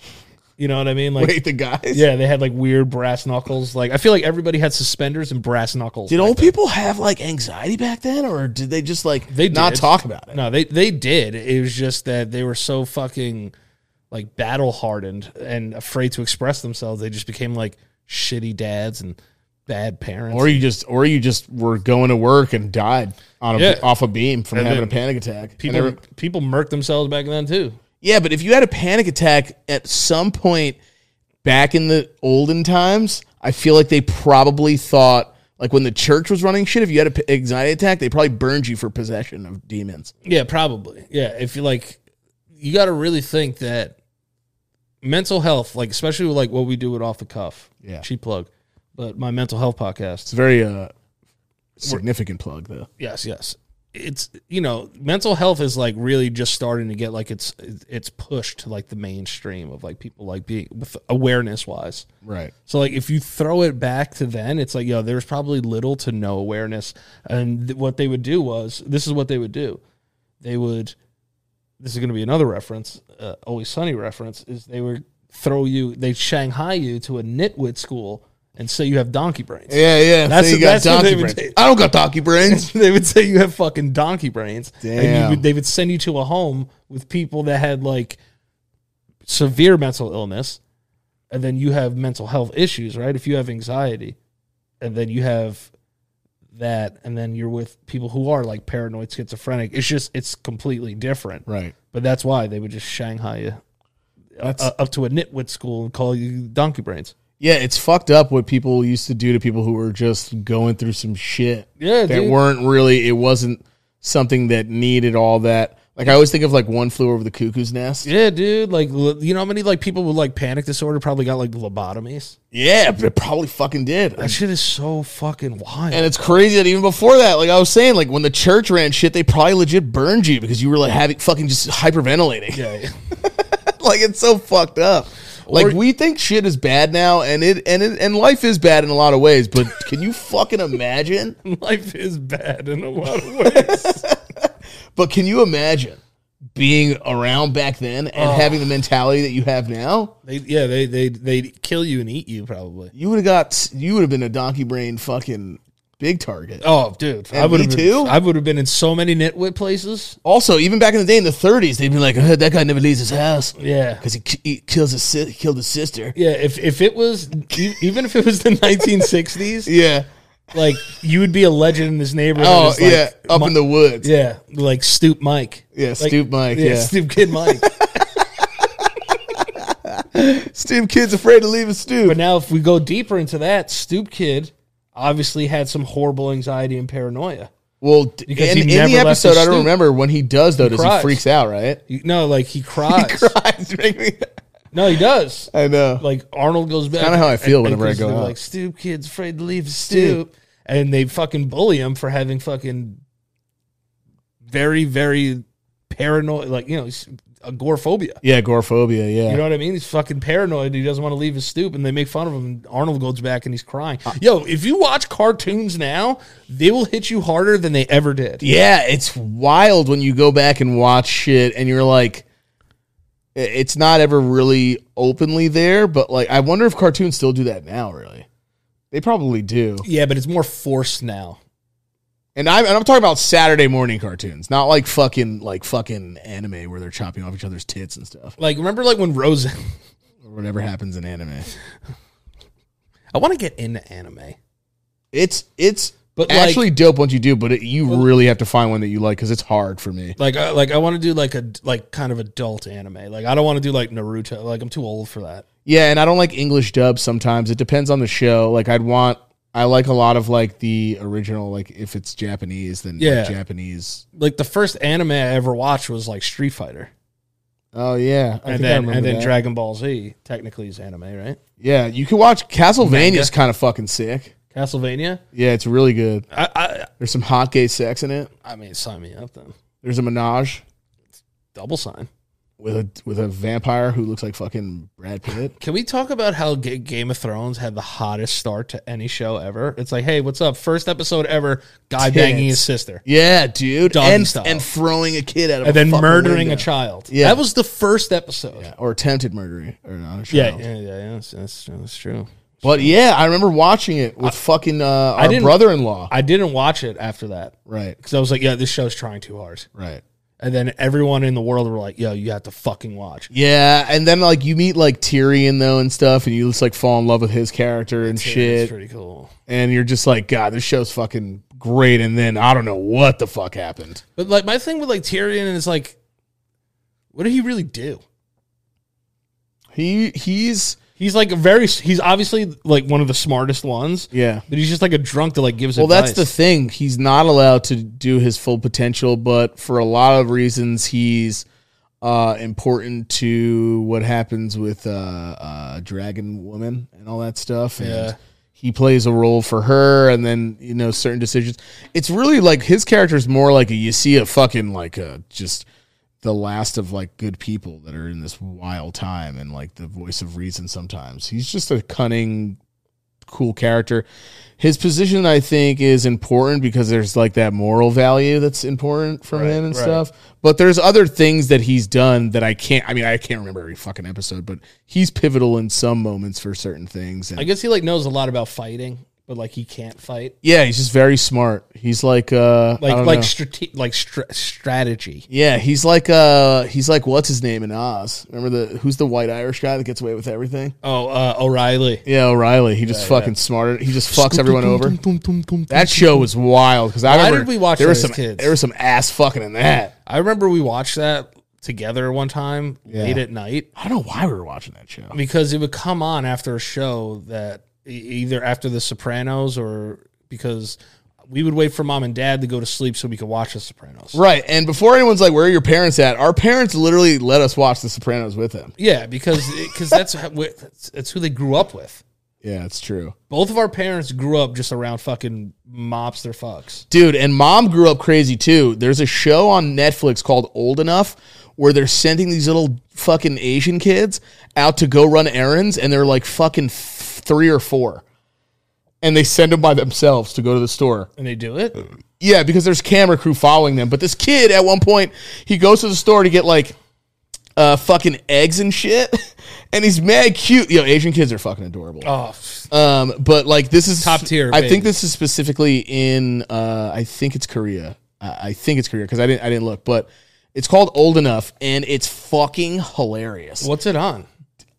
Speaker 2: You know what I mean? Like,
Speaker 1: Wait, the guys.
Speaker 2: yeah, they had like weird brass knuckles. Like, I feel like everybody had suspenders and brass knuckles.
Speaker 1: Did
Speaker 2: back
Speaker 1: old
Speaker 2: then.
Speaker 1: people have like anxiety back then, or did they just like
Speaker 2: They
Speaker 1: not
Speaker 2: did.
Speaker 1: talk about it?
Speaker 2: No, they they did. It was just that they were so fucking like battle hardened and afraid to express themselves. They just became like shitty dads and bad parents.
Speaker 1: Or you just, or you just were going to work and died on a,
Speaker 2: Yeah.
Speaker 1: off a beam from
Speaker 2: And
Speaker 1: having a
Speaker 2: then
Speaker 1: panic attack.
Speaker 2: people
Speaker 1: And every-
Speaker 2: people murk themselves back then too.
Speaker 1: yeah, but if you had a panic attack at some point back in the olden times, I feel like they probably thought like when the church was running shit. If you had an anxiety attack, they probably burned you for possession of demons.
Speaker 2: Yeah, probably. Yeah, if you like, you got to really think that mental health, like especially with like what we do with off the cuff.
Speaker 1: Yeah.
Speaker 2: cheap plug. But my mental health podcast.
Speaker 1: It's a very uh, significant plug though.
Speaker 2: Yes, yes. It's you know, mental health is like really just starting to get like it's it's pushed to like the mainstream of like people like being with awareness wise.
Speaker 1: Right.
Speaker 2: So like if you throw it back to then, it's like yo, there's probably little to no awareness. And th- what they would do was this is what they would do. They would this is going to be another reference, uh, always sunny reference is they would throw you, they Shanghai you to a nitwit school and say you have donkey brains.
Speaker 1: Yeah, yeah.
Speaker 2: That's-
Speaker 1: So you got
Speaker 2: that's what they
Speaker 1: donkey
Speaker 2: would
Speaker 1: brains.
Speaker 2: take.
Speaker 1: I don't got donkey brains.
Speaker 2: they would say you have fucking donkey brains. And
Speaker 1: Damn.
Speaker 2: you would, they would send you to a home with people that had like severe mental illness. And then you have mental health issues, right? If you have anxiety and then you have that, and then you're with people who are like paranoid, schizophrenic, it's just, it's completely different.
Speaker 1: Right.
Speaker 2: But that's why they would just Shanghai you uh,
Speaker 1: That's-
Speaker 2: up to a nitwit school and call you donkey brains.
Speaker 1: Yeah, it's fucked up what people used to do to people who were just going through some shit.
Speaker 2: Yeah,
Speaker 1: that
Speaker 2: dude.
Speaker 1: weren't really. It wasn't something that needed all that. Like I always think of like one flew over the cuckoo's nest.
Speaker 2: Yeah, dude. Like, l- you know how many like people with like panic disorder probably got like lobotomies?
Speaker 1: Yeah, but it probably fucking did.
Speaker 2: That shit is so fucking wild.
Speaker 1: And it's crazy that even before that, like I was saying, like when the church ran shit, they probably legit burned you because you were like having fucking just hyperventilating.
Speaker 2: yeah,
Speaker 1: like it's so fucked up. Like
Speaker 2: Or-
Speaker 1: we think shit is bad now, and it and it, and life is bad in a lot of ways. But can you fucking imagine?
Speaker 2: life is bad in a lot of ways.
Speaker 1: But can you imagine being around back then and having the mentality that you have now,
Speaker 2: They, yeah, they they they'd kill you and eat you probably.
Speaker 1: you would have got you would have been a donkey brain fucking big target.
Speaker 2: Oh, dude, I
Speaker 1: And
Speaker 2: would
Speaker 1: me
Speaker 2: have
Speaker 1: too?
Speaker 2: I would have been in so many nitwit places.
Speaker 1: Also, even back in the day in the 30s, they'd be like, "Uh, "That guy never leaves his house
Speaker 2: Yeah,
Speaker 1: because he, ki- he kills his si- killed his sister."
Speaker 2: yeah. If if it was e- even if it was the 1960s,
Speaker 1: Yeah.
Speaker 2: like you would be a legend in this neighborhood.
Speaker 1: Oh
Speaker 2: as, like,
Speaker 1: yeah, up
Speaker 2: Mi-
Speaker 1: in the woods.
Speaker 2: yeah, like Stoop Mike.
Speaker 1: Yeah,
Speaker 2: Like-
Speaker 1: Stoop Mike, yeah.
Speaker 2: Stoop Kid Mike.
Speaker 1: Steve kid's afraid to leave his stoop.
Speaker 2: But now, if we go deeper into that, Stoop Kid obviously had some horrible anxiety and paranoia.
Speaker 1: Well, d-
Speaker 2: Because
Speaker 1: in,
Speaker 2: he
Speaker 1: in the
Speaker 2: never left
Speaker 1: episode,
Speaker 2: the
Speaker 1: I don't
Speaker 2: stoop.
Speaker 1: remember when he does though. does he
Speaker 2: cries.
Speaker 1: freaks out? Right?
Speaker 2: You, no, like he cries.
Speaker 1: cries during the-
Speaker 2: No, he does.
Speaker 1: I know.
Speaker 2: Like Arnold goes back.
Speaker 1: kinda how I feel whenever I
Speaker 2: because
Speaker 1: go
Speaker 2: they're
Speaker 1: out.
Speaker 2: Like Stoop Kid's afraid to leave the stoop, and they fucking bully him for having fucking very very paranoid. Like you know, he's agoraphobia.
Speaker 1: yeah, agoraphobia. Yeah.
Speaker 2: You know what I mean? He's fucking paranoid. He doesn't want to leave his stoop, and they make fun of him. And Arnold goes back and he's crying.
Speaker 1: Uh,
Speaker 2: Yo, if you watch cartoons now, they will hit you harder than they ever did.
Speaker 1: yeah, it's wild when you go back and watch shit, and you're like, i- it's not ever really openly there, but like, I wonder if cartoons still do that now. Really, they probably do.
Speaker 2: Yeah, but it's more forced now.
Speaker 1: And I'm and I'm talking about Saturday morning cartoons, not like fucking like fucking anime where they're chopping off each other's tits and stuff
Speaker 2: Like remember, like when Rosen.
Speaker 1: or whatever happens in anime.
Speaker 2: I want to get into anime.
Speaker 1: It's it's
Speaker 2: But, like-
Speaker 1: actually dope once you do, but it, you really have to find one that you like because it's hard for me.
Speaker 2: Like, I, like I want to do like a like kind of adult anime. Like, I don't want to do like Naruto. Like, I'm too old for that.
Speaker 1: Yeah, and I don't like English dubs sometimes. It depends on the show. Like I'd want I like a lot of like the original, like if it's Japanese, then like,
Speaker 2: Yeah.
Speaker 1: Japanese.
Speaker 2: Like, the first anime I ever watched was like Street Fighter,
Speaker 1: Oh yeah. I think I
Speaker 2: and then
Speaker 1: remember
Speaker 2: and then
Speaker 1: that.
Speaker 2: Dragon Ball Z technically is anime, right?
Speaker 1: Yeah, you can watch Castlevania's kind of fucking sick.
Speaker 2: Castlevania.
Speaker 1: Yeah, it's really good.
Speaker 2: I I,
Speaker 1: There's some hot gay sex in it.
Speaker 2: I mean, sign me up then.
Speaker 1: There's a menage
Speaker 2: Double sign.
Speaker 1: with a with a vampire who looks like fucking Brad Pitt.
Speaker 2: Can we talk about how Ga- Game of Thrones had the hottest start to any show ever? It's like, hey, what's up? First episode ever, guy banging his sister
Speaker 1: Yeah, dude.
Speaker 2: Doggy
Speaker 1: and
Speaker 2: style.
Speaker 1: and throwing a kid out of
Speaker 2: and
Speaker 1: a
Speaker 2: then
Speaker 1: fucking
Speaker 2: murdering
Speaker 1: window.
Speaker 2: a child.
Speaker 1: Yeah.
Speaker 2: that was the first episode.
Speaker 1: Yeah, or attempted murdering or not a
Speaker 2: Yeah,
Speaker 1: child.
Speaker 2: yeah, yeah, yeah, that's, that's, that's true.
Speaker 1: But yeah, I remember watching it with fucking uh, our
Speaker 2: didn't-
Speaker 1: brother-in-law.
Speaker 2: I didn't watch it after that
Speaker 1: right,
Speaker 2: because I was like, yeah, this show's trying too hard.
Speaker 1: right.
Speaker 2: And then everyone in the world were like, yo, you have to fucking watch.
Speaker 1: Yeah, and then like you meet like Tyrion though and stuff, and you just like fall in love with his character and
Speaker 2: It's
Speaker 1: shit,
Speaker 2: pretty cool.
Speaker 1: and you're just like, God, this show's fucking great. And then I don't know what the fuck happened.
Speaker 2: But like my thing with like Tyrion is like, what did he really do?
Speaker 1: He he's
Speaker 2: He's like a very he's obviously like one of the smartest ones.
Speaker 1: yeah.
Speaker 2: But he's just like a drunk that like gives
Speaker 1: Well, that's
Speaker 2: advice.
Speaker 1: the thing. He's not allowed to do his full potential, but for a lot of reasons, he's uh, important to what happens with uh, uh, Dragon Woman and all that stuff. And
Speaker 2: Yeah.
Speaker 1: he plays a role for her, and then you know certain decisions. It's really like his character is more like a you see a fucking like a just the last of like good people that are in this wild time and like the voice of reason sometimes. He's just a cunning, cool character. His position, I think, is important because there's like that moral value that's important from him and stuff. But there's other things that he's done that I can't, I mean, I can't remember every fucking episode, but he's pivotal in some moments for certain things. And
Speaker 2: I guess he like knows a lot about fighting, but like he can't fight.
Speaker 1: yeah, he's just very smart. He's like, uh,
Speaker 2: Like
Speaker 1: I don't
Speaker 2: like
Speaker 1: know.
Speaker 2: strate- like stra- strategy.
Speaker 1: yeah, he's like, uh, he's like, what's his name in Oz? Remember the, who's the white Irish guy that gets away with everything?
Speaker 2: Oh, uh, O'Reilly.
Speaker 1: Yeah, O'Reilly. He just fucking smarter. He just fucks everyone over. That show was wild because I
Speaker 2: Why
Speaker 1: remember
Speaker 2: did we watch
Speaker 1: there
Speaker 2: that
Speaker 1: was
Speaker 2: as
Speaker 1: some
Speaker 2: kids?
Speaker 1: there was some ass fucking in that.
Speaker 2: I remember we watched that together one time late at night
Speaker 1: I don't know why we were watching that show.
Speaker 2: because it would come on after a show that e- either after The Sopranos or because we would wait for mom and dad to go to sleep so we could watch The Sopranos.
Speaker 1: Right, and before anyone's like, "Where are your parents at?" Our parents literally let us watch The Sopranos with them.
Speaker 2: Yeah, because because that's how- that's that's who they grew up with.
Speaker 1: Yeah, it's true,
Speaker 2: Both of our parents grew up just around fucking mobster fucks.
Speaker 1: dude. And mom grew up crazy too. There's a show on Netflix called Old Enough where they're sending these little fucking Asian kids out to go run errands, and they're like fucking f- three or four, and they send them by themselves to go to the store. Uh,
Speaker 2: And they do it?
Speaker 1: Yeah, because there's camera crew following them. But this kid, at one point, he goes to the store to get like uh, fucking eggs and shit, and he's mad cute. Yo, Asian kids are fucking adorable.
Speaker 2: Oh, f-
Speaker 1: Um, but like this is
Speaker 2: Top tier,
Speaker 1: I
Speaker 2: baby.
Speaker 1: think this is specifically in. Uh, I think it's Korea. I, I think it's Korea because I didn't. I didn't look, but it's called Old Enough, and it's fucking hilarious.
Speaker 2: what's it on?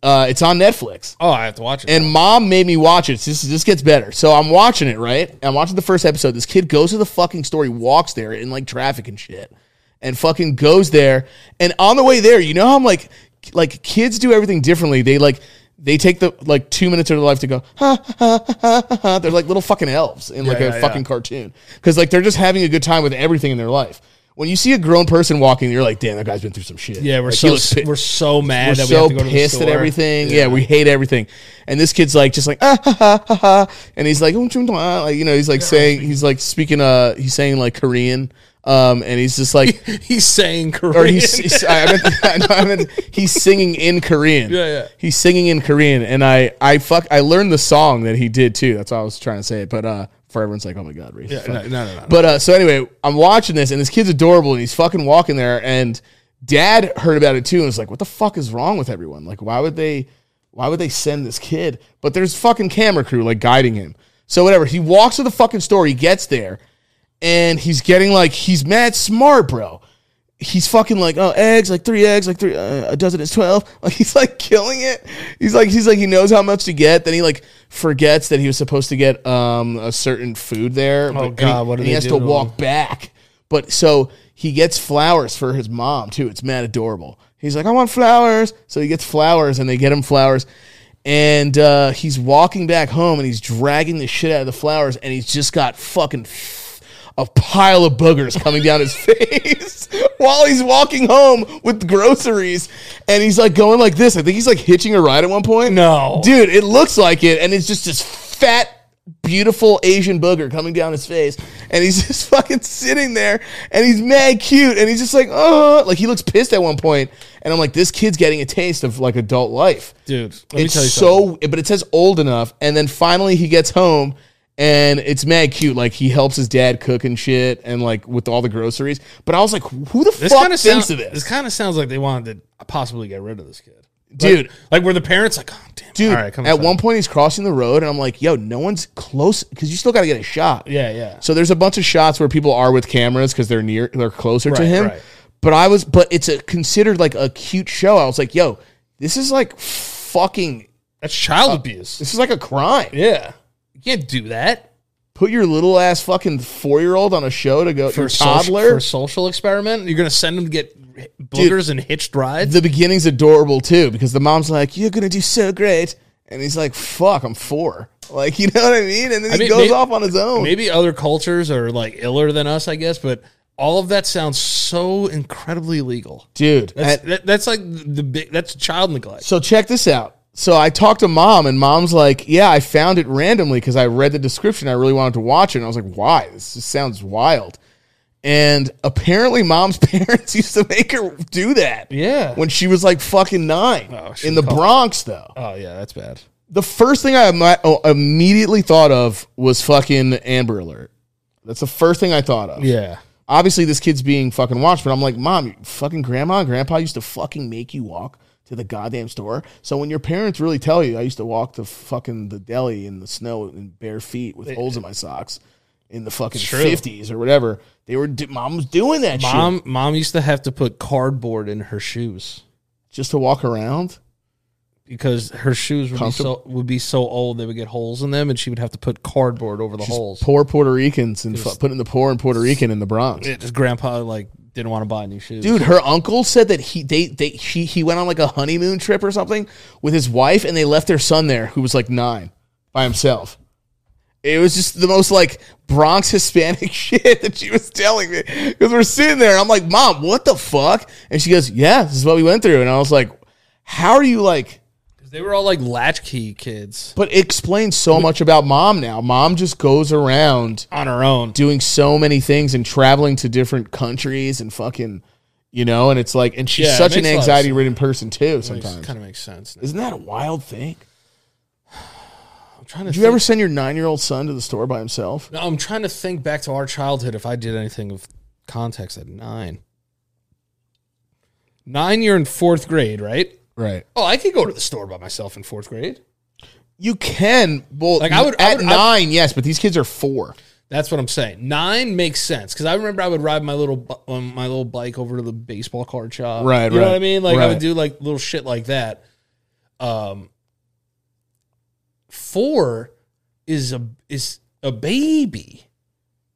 Speaker 1: Uh, it's on Netflix.
Speaker 2: Oh, I have to watch it.
Speaker 1: And mom made me watch it. This this gets better. So I'm watching it, right? I'm watching the first episode. This kid goes to the fucking store. He walks there in like traffic and shit, and fucking goes there. And on the way there, you know how I'm like, like kids do everything differently. They like. They take the like two minutes of their life to go. Ha, ha, ha, ha, ha. They're like little fucking elves in like
Speaker 2: Yeah,
Speaker 1: a
Speaker 2: yeah, yeah.
Speaker 1: fucking cartoon because like they're just having a good time with everything in their life. When you see a grown person walking, you're like, damn, that guy's been through some shit.
Speaker 2: yeah, we're
Speaker 1: Like, he
Speaker 2: so
Speaker 1: looks pi-
Speaker 2: we're so mad
Speaker 1: we're
Speaker 2: that
Speaker 1: so
Speaker 2: we have to go to the
Speaker 1: pissed
Speaker 2: store.
Speaker 1: at everything. Yeah. we hate everything. And this kid's like, just like, ah, ha, ha, ha, ha. and he's like, "Um, chum, dum, ah," like, you know, he's like saying, he's like speaking, uh, he's saying like Korean, um, and he's just like,
Speaker 2: He's saying Korean.
Speaker 1: or he's, he's I meant, I know, I meant he's singing in Korean.
Speaker 2: Yeah, yeah.
Speaker 1: He's singing in Korean, and I, I fuck, I learned the song that he did too. That's why I was trying to say it, but uh, for everyone's like, oh my god, racist.
Speaker 2: Yeah, no, no, no, no.
Speaker 1: But uh, so anyway, I'm watching this, and this kid's adorable, and he's fucking walking there, and dad heard about it too, and was like, "What the fuck is wrong with everyone? Like, why would they, why would they send this kid?" But there's fucking camera crew like guiding him. So whatever, he walks to the fucking store, he gets there, and he's getting like he's mad smart, bro. He's fucking like oh eggs, like three eggs, like three uh, a dozen is twelve. Like he's like killing it. He's like he's like he knows how much to get. Then he like forgets that he was supposed to get um a certain food there. But- and he-
Speaker 2: Oh, God, what do
Speaker 1: and he
Speaker 2: they
Speaker 1: has
Speaker 2: do
Speaker 1: to
Speaker 2: to
Speaker 1: walk back. But so he gets flowers for his mom too. It's mad adorable. He's like I want flowers, so he gets flowers, and they get him flowers. And uh, he's walking back home, and he's dragging the shit out of the flowers, and he's just got fucking a pile of boogers coming down his face while he's walking home with groceries and he's like going like this. I think he's like hitching a ride at one point.
Speaker 2: No.
Speaker 1: Dude, it looks like it and it's just this fat beautiful Asian booger coming down his face and he's just fucking sitting there and he's mad cute and he's just like, "Oh, like he looks pissed at one point." And I'm like, "This kid's getting a taste of like adult life."
Speaker 2: dude.
Speaker 1: it's
Speaker 2: Let me tell you something.
Speaker 1: so, but it says old enough, and then finally he gets home, and it's mad cute. Like he helps his dad cook and shit, and like with all the groceries. But I was like, who the
Speaker 2: This
Speaker 1: fuck
Speaker 2: kind of
Speaker 1: thinks
Speaker 2: sounds.
Speaker 1: of
Speaker 2: This,
Speaker 1: this,
Speaker 2: kind of sounds like they wanted to possibly get rid of this kid,
Speaker 1: dude?
Speaker 2: Like, like were the parents like, oh, damn,
Speaker 1: dude,
Speaker 2: All right, come
Speaker 1: at
Speaker 2: inside.
Speaker 1: one point he's crossing the road, and I'm like, yo, no one's close because you still got to get a shot.
Speaker 2: yeah, yeah.
Speaker 1: So there's a bunch of shots where people are with cameras because they're near, they're closer to
Speaker 2: Right,
Speaker 1: him.
Speaker 2: right.
Speaker 1: But I was, but it's a considered like a cute show. I was like, yo, this is like fucking,
Speaker 2: That's
Speaker 1: Uh,
Speaker 2: child abuse.
Speaker 1: this is like a crime.
Speaker 2: Yeah, you can't do that
Speaker 1: put your little ass fucking four year old on a show to go
Speaker 2: for
Speaker 1: your
Speaker 2: a social,
Speaker 1: toddler.
Speaker 2: for a social experiment. You're gonna send them to get boogers and hitched rides.
Speaker 1: the beginning's adorable too because the mom's like, "You're gonna do so great," and he's like, "Fuck, I'm four. Like, you know what I mean? And then
Speaker 2: I
Speaker 1: he
Speaker 2: mean,
Speaker 1: goes
Speaker 2: maybe-
Speaker 1: off on his own.
Speaker 2: Maybe other cultures are like iller than us, I guess, but all of that sounds so incredibly legal.
Speaker 1: Dude,
Speaker 2: That's,
Speaker 1: at-
Speaker 2: that, that's like the big. That's child neglect.
Speaker 1: So check this out. So I talked to mom, and mom's like, "Yeah, I found it randomly because I read the description. I really wanted to watch it." And I was like, "Why? This just sounds wild." And apparently, mom's parents used to make her do that.
Speaker 2: Yeah.
Speaker 1: when she was like fucking nine
Speaker 2: Oh, she
Speaker 1: in the
Speaker 2: called-
Speaker 1: Bronx, though.
Speaker 2: Oh yeah, that's bad.
Speaker 1: the first thing I im- oh, immediately thought of was fucking Amber Alert. That's the first thing I thought of.
Speaker 2: Yeah.
Speaker 1: Obviously, this kid's being fucking watched, but I'm like, mom, your fucking grandma and grandpa used to fucking make you walk to the goddamn store. So when your parents really tell you, I used to walk to fucking the deli in the snow in bare feet with holes in my socks in the fucking
Speaker 2: true.
Speaker 1: 50s or whatever. They were, d- mom was doing that shit
Speaker 2: Mom, mom used to have to put cardboard in her shoes
Speaker 1: just to walk around.
Speaker 2: because her shoes would be so
Speaker 1: Comfortable.
Speaker 2: would be so old they would get holes in them, and she would have to put cardboard over the holes.
Speaker 1: Poor Puerto Ricans and fu- putting the poor and Puerto Rican in the Bronx.
Speaker 2: Yeah, just grandpa like didn't want to buy new shoes.
Speaker 1: Dude, her uncle said that he they they she he went on like a honeymoon trip or something with his wife, and they left their son there, who was like nine, by himself. It was just the most like Bronx Hispanic shit that she was telling me because we're sitting there, and I'm like, "Mom, what the fuck?" And she goes, "Yeah, this is what we went through," and I was like, "How are you like?"
Speaker 2: they were all like latchkey kids
Speaker 1: But it explains so much about mom now. Mom just goes around
Speaker 2: on her own.
Speaker 1: doing so many things and traveling to different countries and fucking you know and it's like and she's
Speaker 2: Yeah, it
Speaker 1: such an
Speaker 2: makes a lot of
Speaker 1: anxiety ridden person too
Speaker 2: Kind
Speaker 1: sometimes
Speaker 2: of makes sense.
Speaker 1: isn't that a wild thing
Speaker 2: I'm trying to.
Speaker 1: Did you
Speaker 2: think-
Speaker 1: ever send your nine year old son to the store by himself?
Speaker 2: No, I'm trying to think back to our childhood if I did anything of context at nine. Nine, you're in fourth grade, right?
Speaker 1: Right.
Speaker 2: Oh, I could go to the store by myself in fourth grade.
Speaker 1: You can. Well, like
Speaker 2: Like, I
Speaker 1: I
Speaker 2: would-
Speaker 1: would,
Speaker 2: I
Speaker 1: at
Speaker 2: would- I-
Speaker 1: nine, yes, but these kids are four.
Speaker 2: That's what I'm saying. Nine makes sense because I remember I would ride my little bu- um, my little bike over to the baseball card shop.
Speaker 1: Right,
Speaker 2: you know
Speaker 1: right,
Speaker 2: what I mean. Like I would
Speaker 1: right.
Speaker 2: do like little shit like that. Um, four is a is a baby.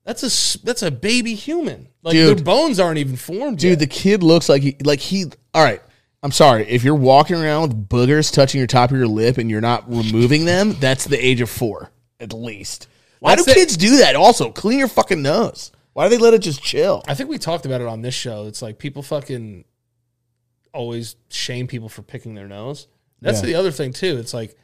Speaker 2: That's a s- that's a baby human. Like their
Speaker 1: Dude.
Speaker 2: bones aren't even formed.
Speaker 1: Dude,
Speaker 2: yet.
Speaker 1: the kid looks like he, like he. All right, I'm sorry. If you're walking around with boogers touching your top of your lip and you're not removing them, that's the age of four at least. Why
Speaker 2: That's
Speaker 1: do
Speaker 2: it.
Speaker 1: kids do that? Also, clean your fucking nose. Why do they let it just chill?
Speaker 2: I think we talked about it on this show. It's like people fucking always shame people for picking their nose. That's
Speaker 1: Yeah.
Speaker 2: the other thing too. It's like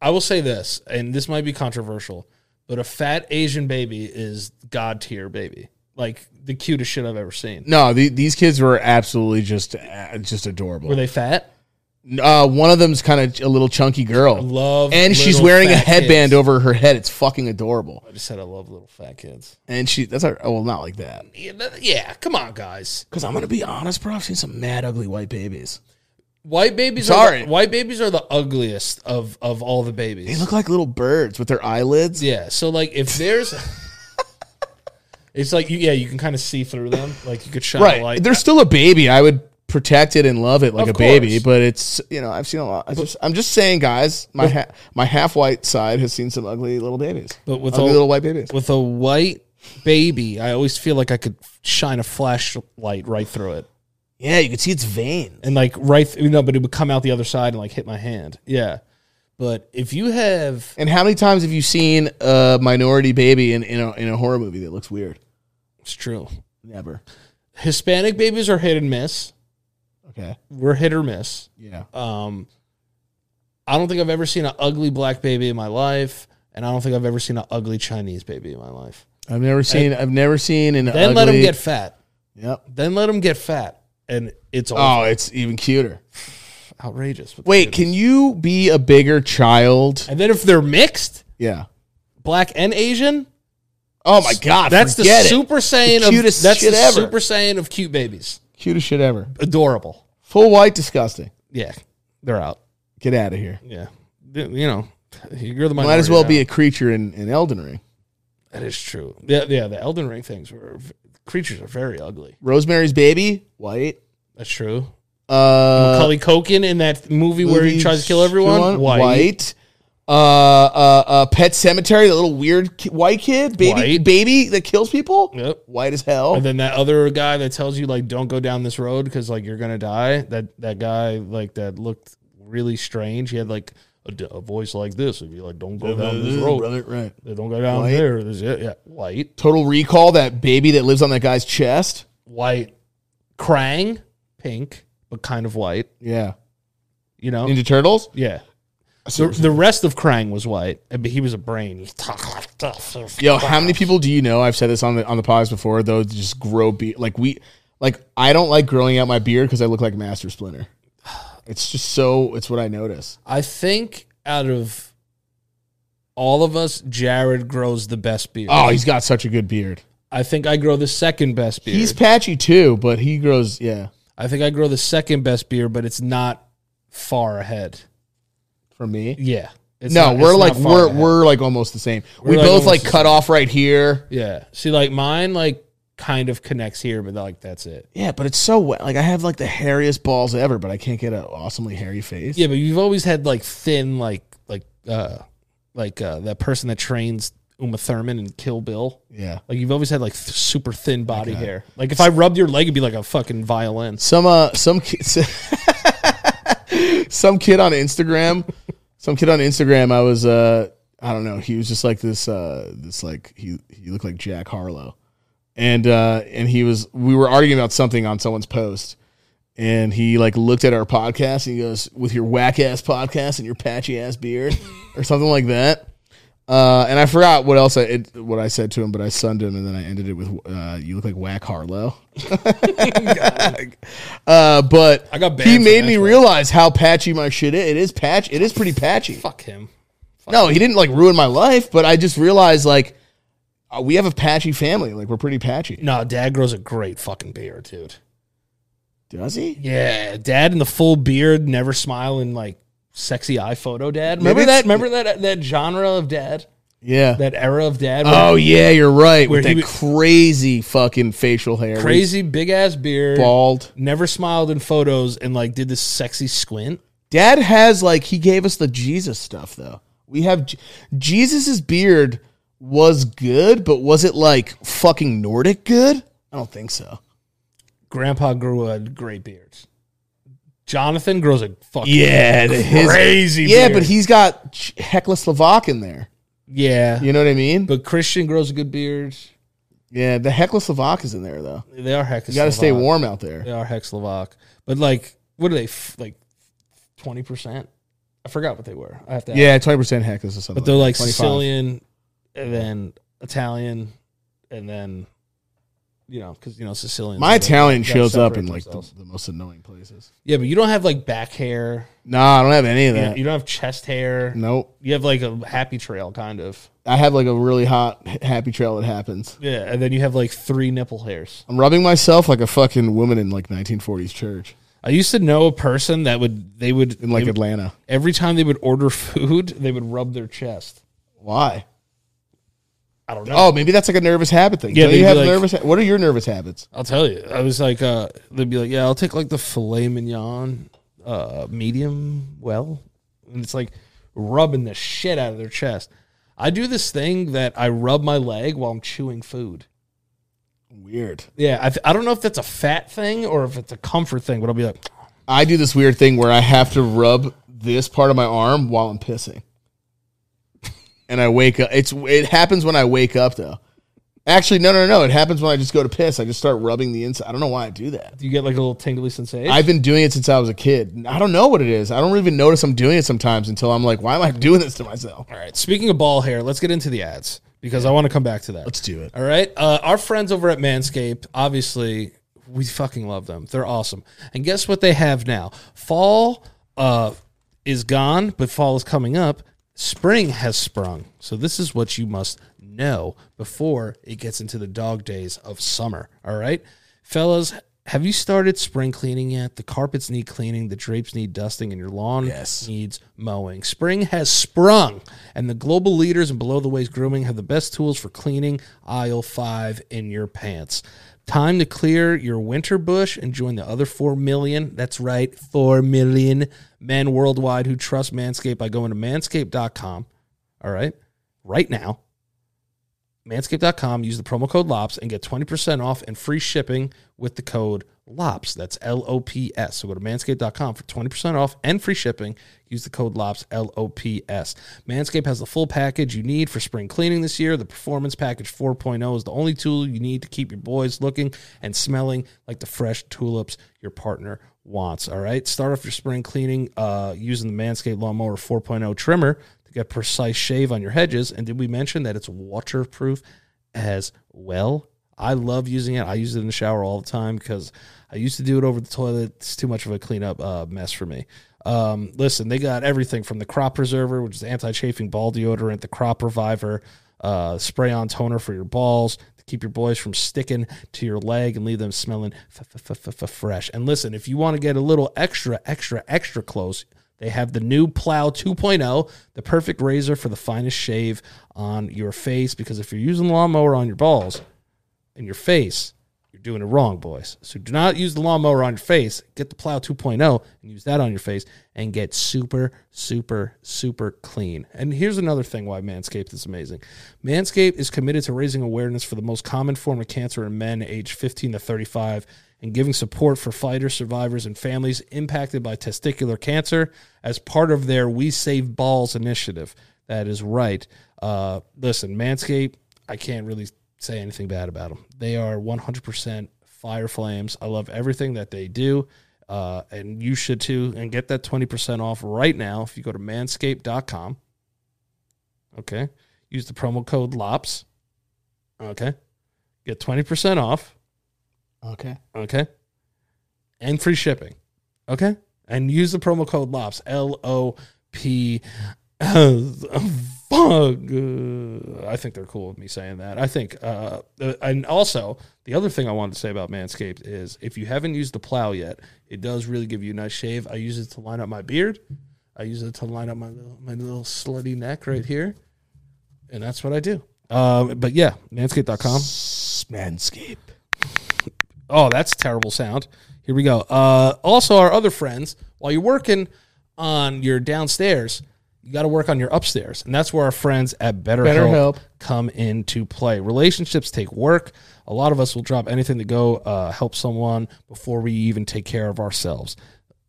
Speaker 2: I will say this, and this might be controversial, but a fat Asian baby is god tier baby. Like the cutest shit I've ever seen.
Speaker 1: No, the, these kids were absolutely just uh, just adorable.
Speaker 2: Were they fat?
Speaker 1: uh, one of them's kind of a little chunky girl.
Speaker 2: love
Speaker 1: and she's
Speaker 2: little
Speaker 1: wearing a
Speaker 2: fat
Speaker 1: headband
Speaker 2: kids.
Speaker 1: over her head. It's fucking adorable.
Speaker 2: I just said I love little fat kids.
Speaker 1: And she that's our, oh, well not like that.
Speaker 2: Yeah, that- yeah, come on, guys.
Speaker 1: Because I'm gonna be honest, bro. I've seen some mad ugly white babies.
Speaker 2: White babies. Are
Speaker 1: Sorry.
Speaker 2: the, white babies are the ugliest of of all the babies.
Speaker 1: They look like little birds with their eyelids.
Speaker 2: Yeah. So like if there's it's like you yeah, you can kind of see through them. Like you could shine a
Speaker 1: Right.
Speaker 2: light.
Speaker 1: They're still a baby. I would protect it and love it like
Speaker 2: Of
Speaker 1: a baby.
Speaker 2: course.
Speaker 1: But it's you know I've seen a lot. I just, I'm just saying, guys. My ha- my half white side has seen some ugly little babies.
Speaker 2: But with
Speaker 1: ugly
Speaker 2: all-
Speaker 1: little white babies.
Speaker 2: with a white baby, I always feel like I could shine a flashlight right through it.
Speaker 1: yeah, you can see its veins.
Speaker 2: And like right th- you know, but it would come out the other side and like hit my hand. Yeah. But if you have
Speaker 1: And how many times have you seen a minority baby in in a, in a horror movie that looks weird?
Speaker 2: it's true.
Speaker 1: Never.
Speaker 2: Hispanic babies are hit and miss.
Speaker 1: Okay. Uh,
Speaker 2: We're hit or miss.
Speaker 1: Yeah.
Speaker 2: Um I don't think I've ever seen an ugly black baby in my life, and I don't think I've ever seen an ugly Chinese baby in my life.
Speaker 1: I've never seen. I've never seen an.
Speaker 2: Then
Speaker 1: ugly,
Speaker 2: let him get fat.
Speaker 1: Yep.
Speaker 2: Then let him get fat, and it's all
Speaker 1: Oh, it's even cuter.
Speaker 2: outrageous. with the
Speaker 1: Wait,
Speaker 2: food.
Speaker 1: can you be a bigger child?
Speaker 2: and then if they're mixed,
Speaker 1: Yeah.
Speaker 2: black and Asian,
Speaker 1: Oh my god,
Speaker 2: that's the
Speaker 1: forget it.
Speaker 2: super saiyan
Speaker 1: The
Speaker 2: of
Speaker 1: cutest
Speaker 2: that's
Speaker 1: shit
Speaker 2: the
Speaker 1: ever.
Speaker 2: super saiyan of cute babies.
Speaker 1: cutest shit ever.
Speaker 2: Adorable.
Speaker 1: Full white, disgusting.
Speaker 2: Yeah, they're out.
Speaker 1: Get out of here.
Speaker 2: Yeah, Th- you know, you're the
Speaker 1: Might as well be
Speaker 2: A-
Speaker 1: a creature in, in Elden Ring.
Speaker 2: that is true. Yeah, yeah. The Elden Ring things were v- creatures are very ugly.
Speaker 1: Rosemary's Baby, white.
Speaker 2: That's true.
Speaker 1: Uh,
Speaker 2: Cully Culkin in that movie, where he
Speaker 1: movie
Speaker 2: tries to kill everyone,
Speaker 1: Sean,
Speaker 2: white.
Speaker 1: white. Uh, uh, uh, Pet Cemetery, the little weird ki- white kid, baby,
Speaker 2: White.
Speaker 1: baby that kills people.
Speaker 2: Yep.
Speaker 1: White as hell.
Speaker 2: And then that other guy that tells you like don't go down this road because like you're gonna die. That that guy like that looked really strange. He had like a, d- a voice like this. If you like don't go down this road,
Speaker 1: Mm-hmm, Brother, right.
Speaker 2: don't go down
Speaker 1: White.
Speaker 2: there. There's it. Yeah, white,
Speaker 1: Total Recall, that baby that lives on that guy's chest.
Speaker 2: white, Krang, pink, but kind of white.
Speaker 1: Yeah.
Speaker 2: You know,
Speaker 1: Ninja Turtles.
Speaker 2: yeah. The, the rest of Krang was white, but he was a brain. He's talking like stuff.
Speaker 1: Yo, how many people do you know? I've said this on the on the podcast before, though. Just grow beard. Like we, like I don't like growing out my beard because I look like Master Splinter. It's just so. It's what I notice.
Speaker 2: I think out of all of us, Jared grows the best beard.
Speaker 1: Oh, he's got such a good beard.
Speaker 2: I think I grow the second best beard.
Speaker 1: He's patchy too, but he grows. Yeah,
Speaker 2: I think I grow the second best beard, but it's not far ahead.
Speaker 1: for me.
Speaker 2: Yeah. It's
Speaker 1: no,
Speaker 2: not-
Speaker 1: we're
Speaker 2: it's
Speaker 1: like
Speaker 2: not far
Speaker 1: we're
Speaker 2: ahead.
Speaker 1: we're like almost the same.
Speaker 2: We're
Speaker 1: we
Speaker 2: like
Speaker 1: both like
Speaker 2: almost the
Speaker 1: cut off right here.
Speaker 2: yeah. See, like mine, like kind of connects here, but like that's it.
Speaker 1: Yeah, but it's so wet. Like I have like the hairiest balls ever, but I can't get an awesomely hairy face.
Speaker 2: Yeah, but you've always had like thin, like like uh like uh that person that trains Uma Thurman and Kill Bill.
Speaker 1: yeah.
Speaker 2: Like you've always had like th- super thin body hair. Like if I rubbed your leg, it'd be like a fucking violin.
Speaker 1: some uh some kid some kid on Instagram some kid on Instagram I was uh I don't know he was just like this uh this like he he looked like Jack Harlow and uh and he was we were arguing about something on someone's post and he like looked at our podcast and he goes with your whack ass podcast and your patchy ass beard or something like that uh, and I forgot what else I it, what I said to him, but I sunned him, and then I ended it with uh, "You look like Whack Harlow." uh, but
Speaker 2: I got banned
Speaker 1: he
Speaker 2: for
Speaker 1: made
Speaker 2: that
Speaker 1: me
Speaker 2: one.
Speaker 1: realize how patchy my shit is. It is patch. It is pretty patchy.
Speaker 2: Fuck him.
Speaker 1: No, he didn't like ruin my life, but I just realized like uh, we have a patchy family. Like we're pretty patchy.
Speaker 2: No, dad grows a great fucking beard, dude.
Speaker 1: Does he?
Speaker 2: Yeah, dad in the full beard, never smiling, like sexy eye photo dad. Remember
Speaker 1: Maybe
Speaker 2: that?
Speaker 1: it's-
Speaker 2: Remember that that genre of dad?
Speaker 1: Yeah.
Speaker 2: That era of dad? where
Speaker 1: oh yeah, you're right. With
Speaker 2: Where
Speaker 1: that
Speaker 2: he
Speaker 1: crazy fucking facial hair. where he's
Speaker 2: crazy big ass beard.
Speaker 1: bald.
Speaker 2: Never smiled in photos and like did this sexy squint.
Speaker 1: Dad has like he gave us the Jesus stuff though. We have Je- Jesus's beard was good, but was it like fucking Nordic good? I don't think so.
Speaker 2: Grandpa grew a great beard. Jonathan grows a fucking
Speaker 1: Yeah, the- his-
Speaker 2: crazy
Speaker 1: Yeah,
Speaker 2: beard.
Speaker 1: but he's got Ch- Hecla Slovak in there.
Speaker 2: yeah.
Speaker 1: You know what I mean?
Speaker 2: But Christian grows a good beard.
Speaker 1: yeah, the Hecla Slovak is in there though.
Speaker 2: They are heck.
Speaker 1: You got to stay warm out there.
Speaker 2: They are heck Slovak. But like, what are they? f- Like twenty percent? I forgot what they were. I have to.
Speaker 1: Yeah, twenty percent Heclas or something.
Speaker 2: But they're
Speaker 1: that.
Speaker 2: like
Speaker 1: 25.
Speaker 2: Sicilian, and then Italian, and then you know because you know Sicilian.
Speaker 1: My Italian shows up in like the, the most annoying places.
Speaker 2: yeah, but you don't have like back hair.
Speaker 1: Nah, I don't have any of
Speaker 2: You,
Speaker 1: that.
Speaker 2: don't- you don't have chest hair.
Speaker 1: nope.
Speaker 2: You have like a happy trail kind of.
Speaker 1: I have like a really hot h- happy trail that happens.
Speaker 2: Yeah, and then you have like three nipple hairs.
Speaker 1: I'm rubbing myself like a fucking woman in like 1940s church
Speaker 2: I used to know a person that would they would
Speaker 1: in like
Speaker 2: they-
Speaker 1: Atlanta.
Speaker 2: every time they would order food they would rub their chest.
Speaker 1: Why?
Speaker 2: I don't know.
Speaker 1: Oh, maybe that's like a nervous habit thing.
Speaker 2: Yeah,
Speaker 1: Yeah,
Speaker 2: they'd
Speaker 1: you
Speaker 2: be
Speaker 1: have
Speaker 2: like-
Speaker 1: nervous. Ha- what are your nervous habits?
Speaker 2: I'll tell you. I was like, uh, they'd be like, yeah, I'll take like the filet mignon, uh, medium well. And it's like rubbing the shit out of their chest. I do this thing that I rub my leg while I'm chewing food.
Speaker 1: Weird.
Speaker 2: Yeah. I, th- I don't know if that's a fat thing or if it's a comfort thing, but I'll be like,
Speaker 1: I do this weird thing where I have to rub this part of my arm while I'm pissing. And I wake up. It's it happens when I wake up though. Actually, no, no, no. It happens when I just go to piss. I just start rubbing the inside. I don't know why I do that.
Speaker 2: do you get like a little tingly sensation?
Speaker 1: I've been doing it since I was a kid. I don't know what it is. I don't even notice I'm doing it sometimes until I'm like, why am I doing this to myself?
Speaker 2: All right. Speaking of ball hair, let's get into the ads because I want to come back to that.
Speaker 1: Let's do it.
Speaker 2: All right. Uh, our friends over at Manscaped, obviously, we fucking love them. They're awesome. And guess what they have now? Fall uh, is gone, but fall is coming up. Spring has sprung. So this is what you must know before it gets into the dog days of summer. All right. Fellas, have you started spring cleaning yet? The carpets need cleaning, the drapes need dusting, and your lawn needs mowing. Spring has sprung, and the global leaders in below the waist grooming have the best tools for cleaning aisle five in your pants. Time to clear your winter bush and join the other 4 million. That's right, 4 million men worldwide who trust Manscaped by going to manscaped.com. All right, right now manscaped.com use the promo code lops and get 20% off and free shipping with the code lops that's l-o-p-s so go to manscaped.com for 20% off and free shipping use the code lops l-o-p-s manscaped has the full package you need for spring cleaning this year the performance package 4.0 is the only tool you need to keep your boys looking and smelling like the fresh tulips your partner wants all right start off your spring cleaning uh, using the manscaped lawnmower 4.0 trimmer to get precise shave on your hedges. And did we mention that it's waterproof as well? I love using it. I use it in the shower all the time because I used to do it over the toilet. It's too much of a cleanup uh, mess for me. Um, listen, they got everything from the crop preserver, which is anti chafing ball deodorant, the crop reviver, uh, spray on toner for your balls to keep your boys from sticking to your leg and leave them smelling f- f- f- f- f- fresh. And listen, if you want to get a little extra, extra, extra close, they have the new Plow 2.0, the perfect razor for the finest shave on your face. Because if you're using the lawnmower on your balls and your face, you're doing it wrong, boys. So do not use the lawnmower on your face. Get the Plow 2.0 and use that on your face and get super, super, super clean. And here's another thing why Manscaped is amazing Manscaped is committed to raising awareness for the most common form of cancer in men aged 15 to 35 and giving support for fighters, survivors, and families impacted by testicular cancer as part of their We Save Balls initiative. That is right. Uh, listen, Manscaped, I can't really say anything bad about them. They are 100% fire flames. I love everything that they do. Uh, and you should too. And get that 20% off right now if you go to manscaped.com. Okay. Use the promo code LOPS. Okay. Get 20% off.
Speaker 1: Okay.
Speaker 2: Okay. And free shipping. Okay. And use the promo code LOPS, L O P fuck. Uh, I think they're cool with me saying that. I think, uh, uh, and also the other thing I wanted to say about Manscaped is if you haven't used the plow yet, it does really give you a nice shave. I use it to line up my beard. I use it to line up my little, my little slutty neck right here, and that's what I do. Um, but yeah, manscaped.com.
Speaker 1: Manscape.
Speaker 2: Oh, that's terrible sound. Here we go. Uh, also, our other friends, while you're working on your downstairs, you got to work on your upstairs, and that's where our friends at BetterHelp
Speaker 1: BetterHelp.
Speaker 2: come into play. Relationships take work. A lot of us will drop anything to go uh, help someone before we even take care of ourselves.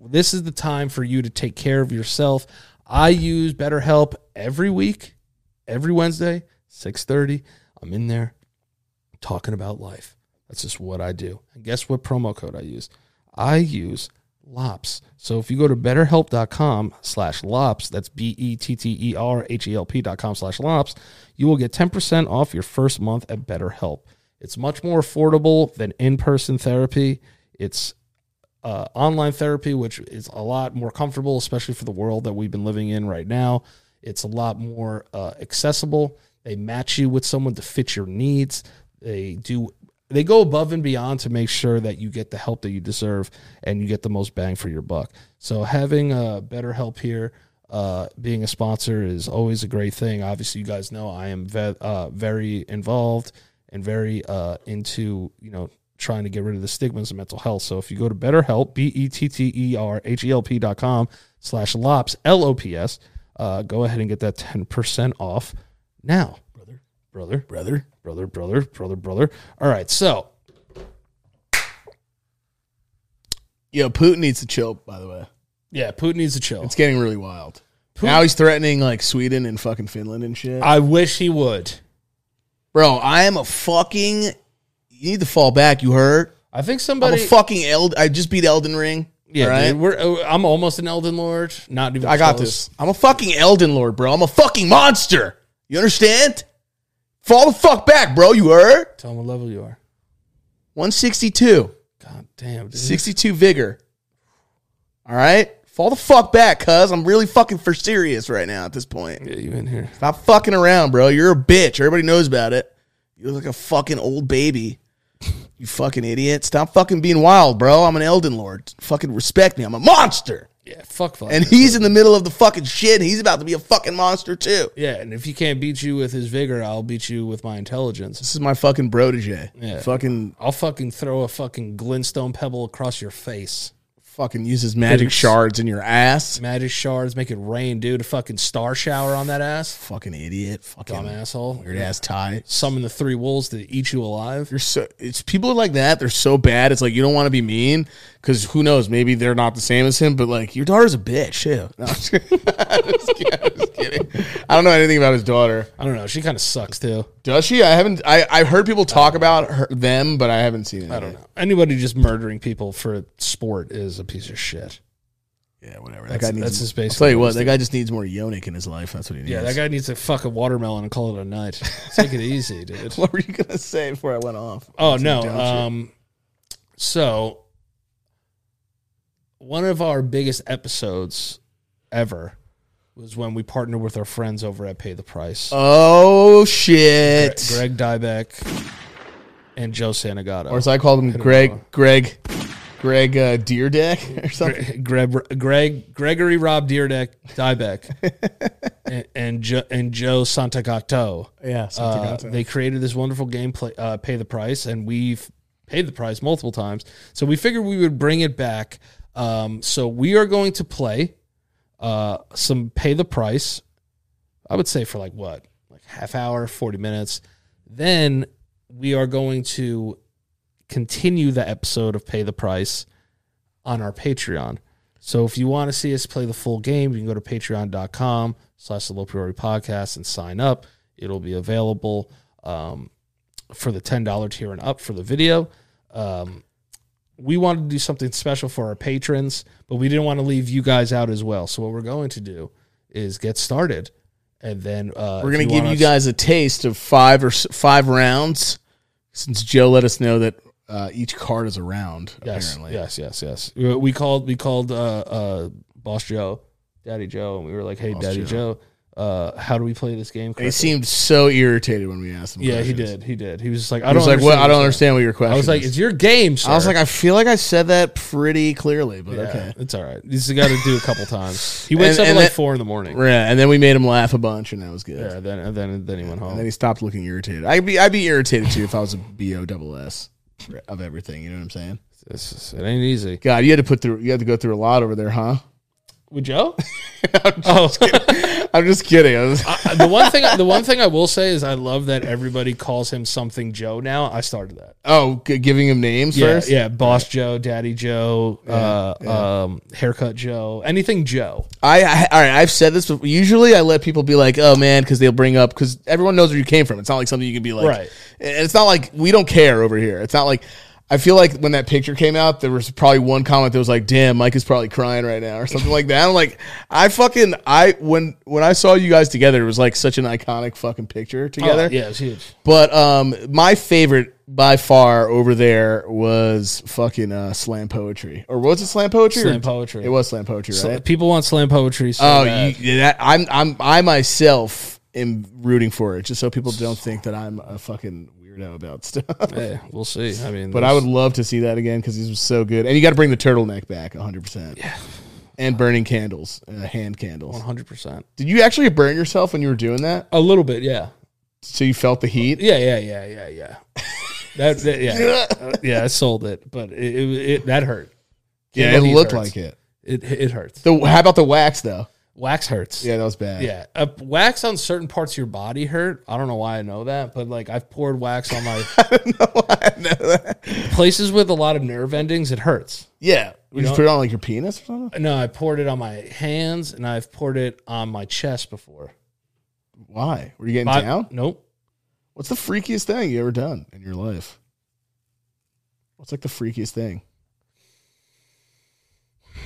Speaker 2: This is the time for you to take care of yourself. I use BetterHelp every week, every Wednesday, six thirty. I'm in there talking about life. That's just what I do. And guess what promo code I use? I use LOPS. So if you go to betterhelp.com slash LOPS, that's E B-E-T-T-E-R-H-E-L-P E dot com slash LOPS, you will get 10% off your first month at BetterHelp. It's much more affordable than in-person therapy. It's uh, online therapy, which is a lot more comfortable, especially for the world that we've been living in right now. It's a lot more uh, accessible. They match you with someone to fit your needs. They do. They go above and beyond to make sure that you get the help that you deserve and you get the most bang for your buck. So having uh, BetterHelp here, uh, being a sponsor is always a great thing. Obviously, you guys know I am ve- uh, very involved and very uh, into you know trying to get rid of the stigmas of mental health. So if you go to BetterHelp, B E T T E R H E L P dot com slash lops, L O P S, uh, go ahead and get that 10% off now. Brother, brother, brother, brother, brother, brother, brother. All right. So
Speaker 1: Yo, Putin needs to chill, by the way.
Speaker 2: yeah, Putin needs to chill.
Speaker 1: It's getting really wild. Now he's threatening like Sweden and fucking Finland and shit.
Speaker 2: I wish he would.
Speaker 1: Bro, I am a fucking. You need to fall back. You heard?
Speaker 2: I think
Speaker 1: I'm
Speaker 2: somebody.
Speaker 1: a fucking Eld. I just beat Elden Ring.
Speaker 2: yeah,
Speaker 1: all right?
Speaker 2: dude, we're, uh, I'm almost an Elden Lord. Not even.
Speaker 1: I got this.
Speaker 2: close.
Speaker 1: I'm a fucking Elden Lord, bro. I'm a fucking monster. You understand? Fall the fuck back, bro. You heard?
Speaker 2: Tell him what level you are.
Speaker 1: 162.
Speaker 2: God damn, dude.
Speaker 1: 62 vigor. All right? Fall the fuck back, cuz. I'm really fucking for serious right now at this point.
Speaker 2: Yeah, you in here?
Speaker 1: Stop fucking around, bro. You're a bitch. Everybody knows about it. You look like a fucking old baby. You fucking idiot. Stop fucking being wild, bro. I'm an Elden Lord. Fucking respect me. I'm a monster.
Speaker 2: Yeah, fuck. Vladimir
Speaker 1: And he's in the middle of the fucking shit. He's about to be a fucking monster, too.
Speaker 2: Yeah, and if he can't beat you with his vigor, I'll beat you with my intelligence.
Speaker 1: This is my fucking protege.
Speaker 2: Yeah.
Speaker 1: Fucking
Speaker 2: I'll fucking throw a fucking glintstone pebble across your face.
Speaker 1: fucking uses magic
Speaker 2: Thanks.
Speaker 1: shards in your ass.
Speaker 2: Magic shards, make it rain, dude. A fucking star shower on that ass.
Speaker 1: Fucking idiot. Fucking
Speaker 2: Dumb asshole.
Speaker 1: weird ass tie.
Speaker 2: Summon the three wolves to eat you alive.
Speaker 1: You're so it's people like that. They're so bad. It's like you don't want to be mean because who knows? Maybe they're not the same as him. But like your daughter's a bitch. Yeah. No, I'm just kidding. I'm just kidding. I'm just kidding. I don't know anything about his daughter.
Speaker 2: I don't know. She kind of sucks too.
Speaker 1: Does she? I haven't. I I've heard people talk about her, them, but I haven't seen it.
Speaker 2: I don't know. Anybody just murdering people for sport is a piece of shit.
Speaker 1: Yeah, whatever. That guy needs.
Speaker 2: that's just basically
Speaker 1: I'll tell you
Speaker 2: what
Speaker 1: what. That guy just needs more yonic in his life. That's what he needs.
Speaker 2: Yeah, that guy needs to fuck a watermelon and call it a night. Take it easy, dude.
Speaker 1: What were you gonna say before I went off?
Speaker 2: Oh
Speaker 1: Some
Speaker 2: no.
Speaker 1: dumb shit.
Speaker 2: Um, so one of our biggest episodes ever was when we partnered with our friends over at Pay the Price.
Speaker 1: Oh shit.
Speaker 2: Greg Dybeck and Joe Santagato.
Speaker 1: or as I called him, Greg. Greg. Greg uh, Deerdeck or something.
Speaker 2: Greg, Greg, Gregory Rob Deerdeck Dybeck and and, jo- and Joe Santagato.
Speaker 1: Yeah. something
Speaker 2: Uh,
Speaker 1: like that.
Speaker 2: they created this wonderful game, play, uh, Pay the Price, and we've paid the price multiple times. So we figured we would bring it back. Um, so we are going to play uh, some Pay the Price. I would say for like what, like half hour, forty minutes. Then we are going to continue the episode of Pay the Price on our Patreon. So if you want to see us play the full game, you can go to patreon.com slash the low priority podcast and sign up. It'll be available um, for the $10 tier and up for the video. Um, we wanted to do something special for our patrons, but we didn't want to leave you guys out as well. So what we're going to do is get started. And then uh,
Speaker 1: We're
Speaker 2: if
Speaker 1: gonna give
Speaker 2: want
Speaker 1: you
Speaker 2: us-
Speaker 1: guys a taste of five or s- five rounds, since Joe let us know that uh, each card is a round.
Speaker 2: Yes,
Speaker 1: apparently,
Speaker 2: yes, yes, yes. We- We called we called uh, uh, Boss Joe, Daddy Joe, and we were like, "Hey, Daddy Joe. uh, how do we play this game?
Speaker 1: He
Speaker 2: Correctly?
Speaker 1: seemed so irritated when we asked him.
Speaker 2: Yeah, he
Speaker 1: questions.
Speaker 2: did. He did. He was just like, I
Speaker 1: I
Speaker 2: don't
Speaker 1: was like, "What? I don't understand
Speaker 2: understand.
Speaker 1: what your question."
Speaker 2: I was like,
Speaker 1: is.
Speaker 2: it's your game, sir.
Speaker 1: I was like, I feel like I said that pretty clearly, but
Speaker 2: Yeah,
Speaker 1: okay.
Speaker 2: it's all right. He's got to do a couple times. He wakes
Speaker 1: And-
Speaker 2: up
Speaker 1: and
Speaker 2: at like
Speaker 1: that-
Speaker 2: four in the morning.
Speaker 1: Yeah, and then we made him laugh a bunch, and that was good.
Speaker 2: Yeah, then and then and then he went home.
Speaker 1: And then he stopped looking irritated. I'd be I'd be irritated too if I was a B O double S of everything. You know what I'm saying?
Speaker 2: It's just- it ain't easy.
Speaker 1: God, you had to put through you had to go through a lot over there, huh?
Speaker 2: With Joe? oh,
Speaker 1: I'm just kidding. I was-
Speaker 2: I- the one thing the one thing I will say is I love that everybody calls him something Joe now. I started that.
Speaker 1: oh, g- giving him names
Speaker 2: Yeah,
Speaker 1: first.
Speaker 2: yeah, Boss Joe, Daddy Joe, uh, Um, Haircut Joe, anything Joe.
Speaker 1: I, I all right. I've said this before. Usually, I let people be like, "Oh man," because they'll bring up because everyone knows where you came from. It's not like something you can be like,
Speaker 2: Right.
Speaker 1: And it's not like we don't care over here. It's not like I feel like when that picture came out, there was probably one comment that was like, "Damn, Mike is probably crying right now" or something like that. I'm like, I fucking I when when I saw you guys together, it was like such an iconic fucking picture together.
Speaker 2: Oh, yeah, it's huge.
Speaker 1: But um, my favorite by far over there was fucking uh, slam poetry, or was it slam poetry?
Speaker 2: Slam
Speaker 1: Or-
Speaker 2: poetry.
Speaker 1: It was slam poetry, right?
Speaker 2: Uh, People want slam poetry. So
Speaker 1: Oh,
Speaker 2: bad.
Speaker 1: you, that I'm I'm I myself am rooting for it, just so people don't think that I'm a fucking weirdo about stuff.
Speaker 2: Hey, we'll see. I mean,
Speaker 1: but I would love to see that again because these was so good. And you got to bring the turtleneck back, 100. percent Yeah. And burning candles, uh, hand candles.
Speaker 2: one hundred percent.
Speaker 1: Did you actually burn yourself when you were doing that?
Speaker 2: A little bit, yeah.
Speaker 1: So you felt the heat?
Speaker 2: Yeah, yeah, yeah, yeah, yeah. That, that- yeah, Uh, yeah. I sold it, but it, it, it that hurt.
Speaker 1: Yeah, it
Speaker 2: Candle heat
Speaker 1: looked
Speaker 2: hurts.
Speaker 1: like it.
Speaker 2: It it hurts.
Speaker 1: The how about the wax though?
Speaker 2: Wax hurts.
Speaker 1: Yeah, that was bad.
Speaker 2: yeah. Uh, wax on certain parts of your body hurt. I don't know why I know that, but like I've poured wax on my places with a lot of nerve endings. It hurts.
Speaker 1: yeah. Would you,
Speaker 2: know-
Speaker 1: put it on like your penis or something?
Speaker 2: No, I poured it on my hands and I've poured it on my chest before.
Speaker 1: Why? Were you getting
Speaker 2: But-
Speaker 1: down?
Speaker 2: Nope.
Speaker 1: What's the freakiest thing you ever done in your life? What's like the freakiest thing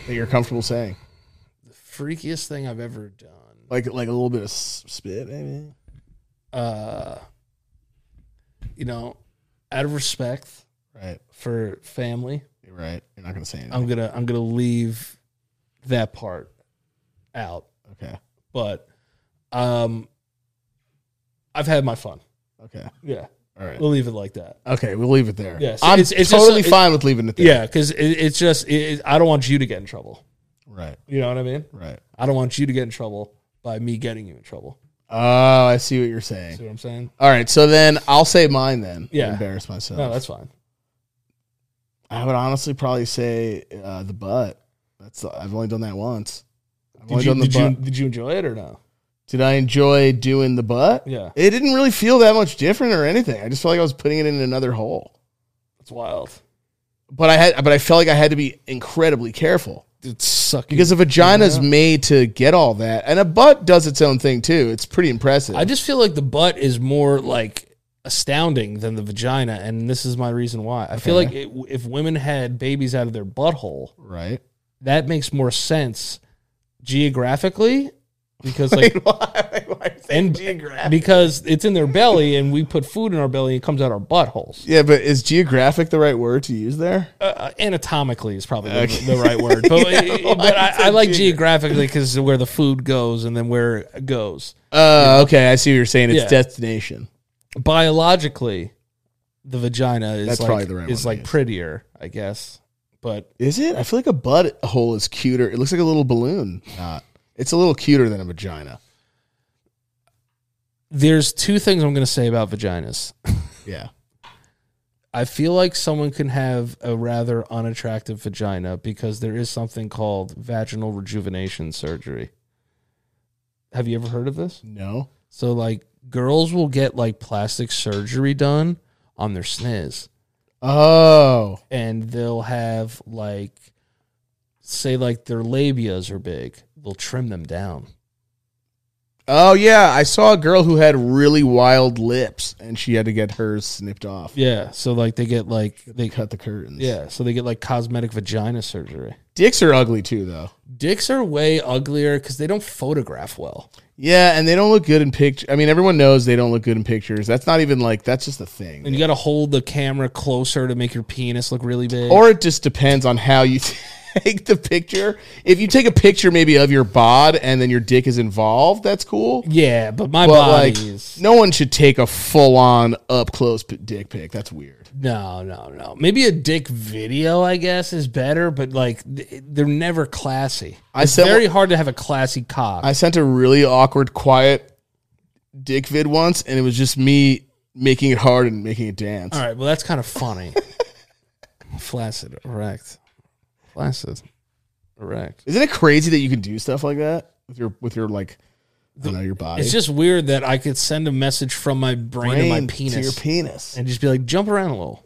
Speaker 1: that you're comfortable saying?
Speaker 2: Freakiest thing I've ever done.
Speaker 1: Like like a little bit of s- spit, maybe.
Speaker 2: uh, you know, out of respect
Speaker 1: Right,
Speaker 2: for family,
Speaker 1: you're right. You're not gonna say anything.
Speaker 2: I'm gonna I'm gonna leave that part out.
Speaker 1: okay,
Speaker 2: But um, I've had my fun.
Speaker 1: okay,
Speaker 2: Yeah,
Speaker 1: all right.
Speaker 2: we'll leave it like that.
Speaker 1: Okay, we'll leave it there.
Speaker 2: Yes,
Speaker 1: I'm
Speaker 2: it's- it's just
Speaker 1: totally
Speaker 2: a- it-
Speaker 1: fine with leaving it there.
Speaker 2: Yeah, because it, it's just it, it- I don't want you to get in trouble.
Speaker 1: Right,
Speaker 2: You know what I mean?
Speaker 1: right.
Speaker 2: I don't want you to get in trouble by me getting you in trouble.
Speaker 1: Oh, I see what you're saying.
Speaker 2: See what I'm saying?
Speaker 1: All right, so then I'll say mine then.
Speaker 2: Yeah.
Speaker 1: Embarrass myself.
Speaker 2: No, that's fine.
Speaker 1: I would honestly probably say uh, the butt. That's the, I've only done that once. I've
Speaker 2: Did
Speaker 1: only
Speaker 2: you,
Speaker 1: done the
Speaker 2: did, you,
Speaker 1: butt.
Speaker 2: did you enjoy it or no?
Speaker 1: Did I enjoy doing the butt?
Speaker 2: Yeah.
Speaker 1: It didn't really feel that much different or anything. I just felt like I was putting it in another hole.
Speaker 2: It's wild.
Speaker 1: But I had, but I felt like I had to be incredibly careful
Speaker 2: It's sucking.
Speaker 1: because a vagina's made to get all that, and a butt does its own thing too. It's pretty impressive.
Speaker 2: I just feel like the butt is more like astounding than the vagina, and this is my reason why. I feel like it, if women had babies out of their butthole,
Speaker 1: right?
Speaker 2: that makes more sense geographically because like and because it's in their belly, and we put food in our belly, and it comes out our buttholes.
Speaker 1: Yeah, but is geographic the right word to use there?
Speaker 2: Uh, anatomically is probably the- the, right word, but, but I, I like geographically because where the food goes and then where it goes.
Speaker 1: Uh, okay, I see what you're saying. It's
Speaker 2: Yeah.
Speaker 1: destination.
Speaker 2: biologically, the vagina is
Speaker 1: That's
Speaker 2: like,
Speaker 1: probably the right
Speaker 2: is
Speaker 10: one,
Speaker 2: like
Speaker 10: yes.
Speaker 2: prettier, I guess. But
Speaker 1: Is it? I feel like a butt hole is cuter. It looks like a little balloon. Not. It's a little cuter than a vagina.
Speaker 2: there's two things I'm going to say about vaginas.
Speaker 1: Yeah.
Speaker 2: I feel like someone can have a rather unattractive vagina because there is something called vaginal rejuvenation surgery. Have you ever heard of this?
Speaker 1: No.
Speaker 2: So like girls will get like plastic surgery done on their sniz.
Speaker 1: Oh.
Speaker 2: and they'll have like say like their labias are big they'll trim them down
Speaker 1: Oh yeah, I saw a girl who had really wild lips, and she had to get hers snipped off.
Speaker 2: yeah so like they get like
Speaker 1: They
Speaker 2: they
Speaker 1: cut the curtains.
Speaker 2: yeah so they get like cosmetic vagina surgery
Speaker 1: dicks are ugly too, though.
Speaker 2: dicks are way uglier because they don't photograph well
Speaker 1: Yeah, and they don't look good in pictures. I mean, everyone knows they don't look good in pictures. That's not even like that's just a thing.
Speaker 2: and you got to hold the camera closer to make your penis look really big
Speaker 1: or it just depends on how you. take the picture, if you take a picture maybe of your bod and then your dick is involved, that's cool.
Speaker 2: Yeah, but my
Speaker 1: But
Speaker 2: body
Speaker 1: like,
Speaker 2: is
Speaker 1: no one should take a full on up close p- dick pic. That's weird.
Speaker 2: no, no, no. Maybe a dick video, I guess, is better, but like th- they're never classy.
Speaker 1: I
Speaker 2: It's
Speaker 1: said-
Speaker 2: very hard to have a classy cock.
Speaker 1: I sent a really awkward, quiet dick vid once, and it was just me making it hard and making it dance.
Speaker 2: All right, well that's kind of funny. Flaccid, erect, flaccid, erect.
Speaker 1: Isn't it crazy that you can do stuff like that with your with your like I don't know your body?
Speaker 2: It's just weird that I could send a message from my brain, to my
Speaker 1: Brain
Speaker 2: penis
Speaker 1: to your penis.
Speaker 2: and just be like, jump around a little.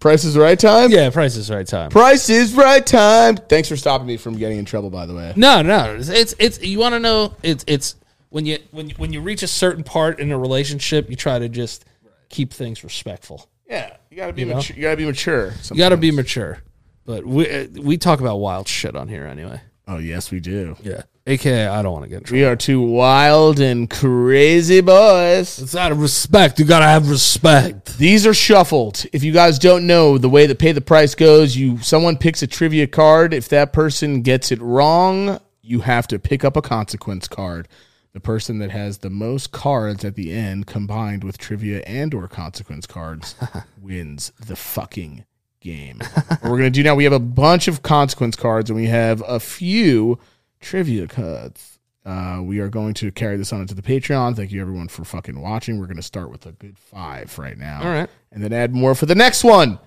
Speaker 1: Price is right time.
Speaker 2: Yeah, price is right time.
Speaker 1: Price is right time. Thanks for stopping me from getting in trouble. By the way,
Speaker 2: No, no. It's it's, it's you want to know it's it's when you when you- when you reach a certain part in a relationship, you try to just keep things respectful.
Speaker 1: yeah, you gotta be
Speaker 2: know?
Speaker 1: mature. You gotta be mature.
Speaker 2: You got to be mature. But we uh, we talk about wild shit on here anyway.
Speaker 1: Oh yes, we do.
Speaker 2: Yeah. AKA I don't want to get in trouble.
Speaker 1: We are two wild and crazy boys.
Speaker 2: It's out of respect. You got to have respect.
Speaker 1: These are shuffled. If you guys don't know the way that pay the price goes, you someone picks a trivia card. If that person gets it wrong, you have to pick up a consequence card. The person that has the most cards at the end combined with trivia and or consequence cards wins the fucking game. what we're going to do now, we have a bunch of consequence cards and we have a few trivia cards. Uh, we are going to carry this on into the Patreon. Thank you everyone for fucking watching. We're going to start with a good five right now.
Speaker 2: All right.
Speaker 1: And then add more for the next one.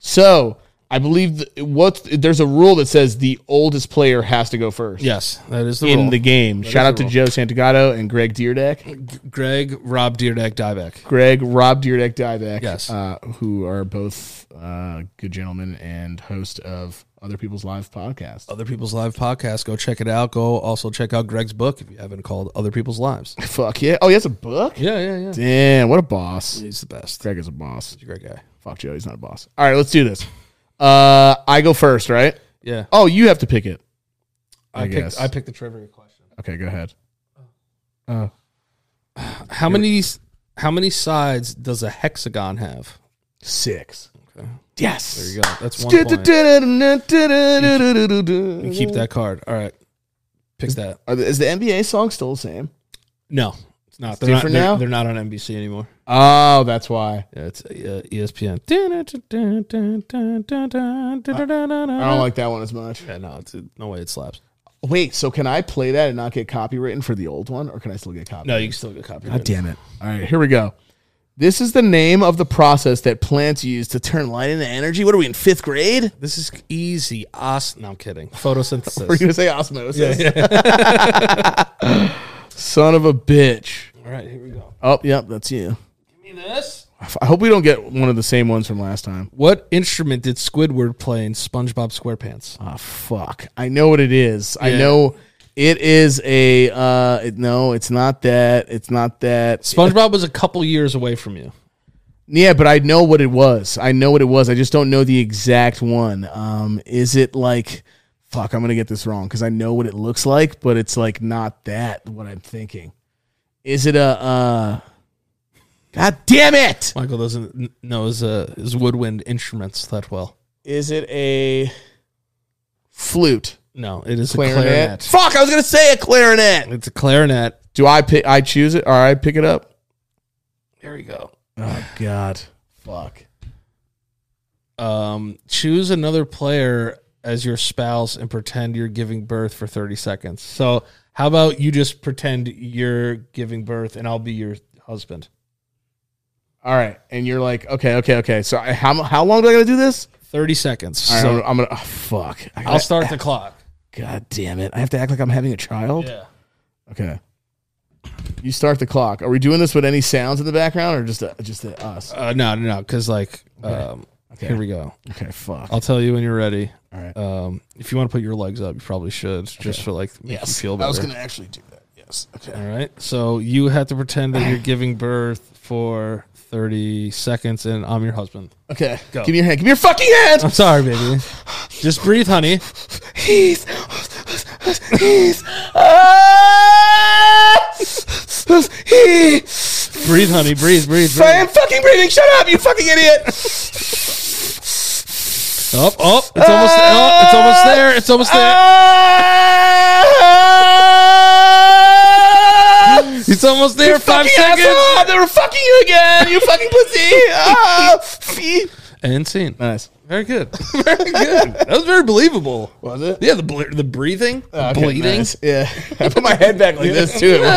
Speaker 1: So I believe th- what's there's a rule that says the oldest player has to go first
Speaker 2: Yes, that is the
Speaker 1: in
Speaker 2: rule.
Speaker 1: the game. Shout out to Joe Santagato and Greg Deerdeck.
Speaker 2: Greg, Rob, Deerdeck, Diebeck.
Speaker 1: Greg, Rob Deerdeck, Dieback,
Speaker 2: Yes.
Speaker 1: uh, who are both uh, good gentlemen and host of Other People's Lives podcast.
Speaker 2: Other People's Live podcast. Go check it out. Go also check out Greg's book if you haven't called Other People's Lives.
Speaker 1: Fuck yeah! Oh, he has a book.
Speaker 2: Yeah, yeah, yeah.
Speaker 1: Damn, what a boss!
Speaker 2: He's the best.
Speaker 1: Greg is a boss.
Speaker 2: He's a great guy.
Speaker 1: Fuck Joe, he's not a boss. All right, let's do this. Uh, I go first, right?
Speaker 2: Yeah.
Speaker 1: Oh, you have to pick it. I
Speaker 2: picked,
Speaker 1: guess.
Speaker 2: I picked the trivia question.
Speaker 1: Okay, go ahead.
Speaker 2: How many how many sides does a hexagon have?
Speaker 1: Six. Yes.
Speaker 2: There you go. That's one point. You
Speaker 1: Keep
Speaker 2: keep that card. All right. Pick that.
Speaker 1: Are the, is the NBA song still the same?
Speaker 2: No, it's not. They're not,
Speaker 1: different
Speaker 2: they're,
Speaker 1: now?
Speaker 2: they're not on NBC anymore.
Speaker 1: Oh, that's why.
Speaker 2: Yeah, it's uh, ESPN. I
Speaker 1: I don't like that one as much.
Speaker 2: Yeah, no, it's, no way it slaps.
Speaker 1: Wait, so can I play that and not get copywritten for the old one, or can I still get copyrighted?
Speaker 2: No, you can still get copyright.
Speaker 1: God damn it. All right, here we go. This is the name of the process that plants use to turn light into energy. What are we in fifth grade?
Speaker 2: This is easy. Os- no, I'm kidding.
Speaker 1: We're
Speaker 2: Photosynthesis.
Speaker 1: gonna say osmosis. Son of a bitch.
Speaker 2: All right, here we go.
Speaker 1: Oh, yep, that's you.
Speaker 2: Give me this.
Speaker 1: I hope we don't get one of the same ones from last time.
Speaker 2: What instrument did Squidward play in SpongeBob SquarePants?
Speaker 1: Ah, fuck. I know what it is. I
Speaker 2: Yeah.
Speaker 1: know it is a. Uh, it, no, it's not that. It's not that.
Speaker 2: SpongeBob was a couple years away from you.
Speaker 1: yeah, but I know what it was. I know what it was. I just don't know the exact one. Um, is it like? Fuck, I'm gonna get this wrong because I know what it looks like, but it's like not that what I'm thinking. Is it a? Uh, God damn it!
Speaker 2: Michael doesn't kn- know his, uh, his woodwind instruments that well.
Speaker 1: Is it a flute?
Speaker 2: No, it is a
Speaker 1: Clarinet.
Speaker 2: clarinet.
Speaker 1: Fuck, I was gonna say a clarinet.
Speaker 2: It's a clarinet.
Speaker 1: Do I pick? I choose it, or I pick it up?
Speaker 2: Here we go.
Speaker 1: Oh God, fuck.
Speaker 2: Um, choose another player as your spouse and pretend you're giving birth for 30 seconds. So, how about you just pretend you're giving birth and I'll be your husband?
Speaker 1: All right, and you're like, okay, okay, okay. So I, how how long do I gotta do this?
Speaker 2: 30 seconds.
Speaker 1: All right,
Speaker 2: so,
Speaker 1: I'm, I'm gonna. Oh, fuck. I gotta,
Speaker 2: I'll start the clock.
Speaker 1: God damn it! I have to act like I'm having a child.
Speaker 2: Yeah.
Speaker 1: Okay. You start the clock. Are we doing this with any sounds in the background, or just uh, just uh, us?
Speaker 2: Uh, no, no, no. Because, like, um, here we go.
Speaker 1: Okay, fuck.
Speaker 2: I'll tell you when you're ready.
Speaker 1: All right.
Speaker 2: Um, if you want to put your legs up, you probably should just for like make you feel better.
Speaker 1: I was gonna actually do that. Yes. Okay.
Speaker 2: All right. So you have to pretend that you're giving birth for 30 seconds and I'm your husband.
Speaker 1: Okay.
Speaker 2: Go.
Speaker 1: Give me your hand. Give me your fucking hand.
Speaker 2: I'm sorry, baby. Just breathe, honey.
Speaker 1: He's he's ah, he.
Speaker 2: Breathe, honey. Breathe, breathe,
Speaker 1: I
Speaker 2: breathe.
Speaker 1: am fucking breathing. Shut up, you fucking idiot.
Speaker 2: Up, up. It's almost. oh, it's almost
Speaker 1: Uh,
Speaker 2: there. It's almost there. It's almost there. Five seconds.
Speaker 1: they were fucking you again. You fucking pussy. Ah, fee.
Speaker 2: And scene.
Speaker 1: Nice.
Speaker 2: Very good. Very good. That was very believable.
Speaker 1: Was it?
Speaker 2: Yeah, the bl- the breathing, the
Speaker 1: Uh, Okay,
Speaker 2: bleeding. Ah.
Speaker 1: nice. Yeah. I put my head back like this too at one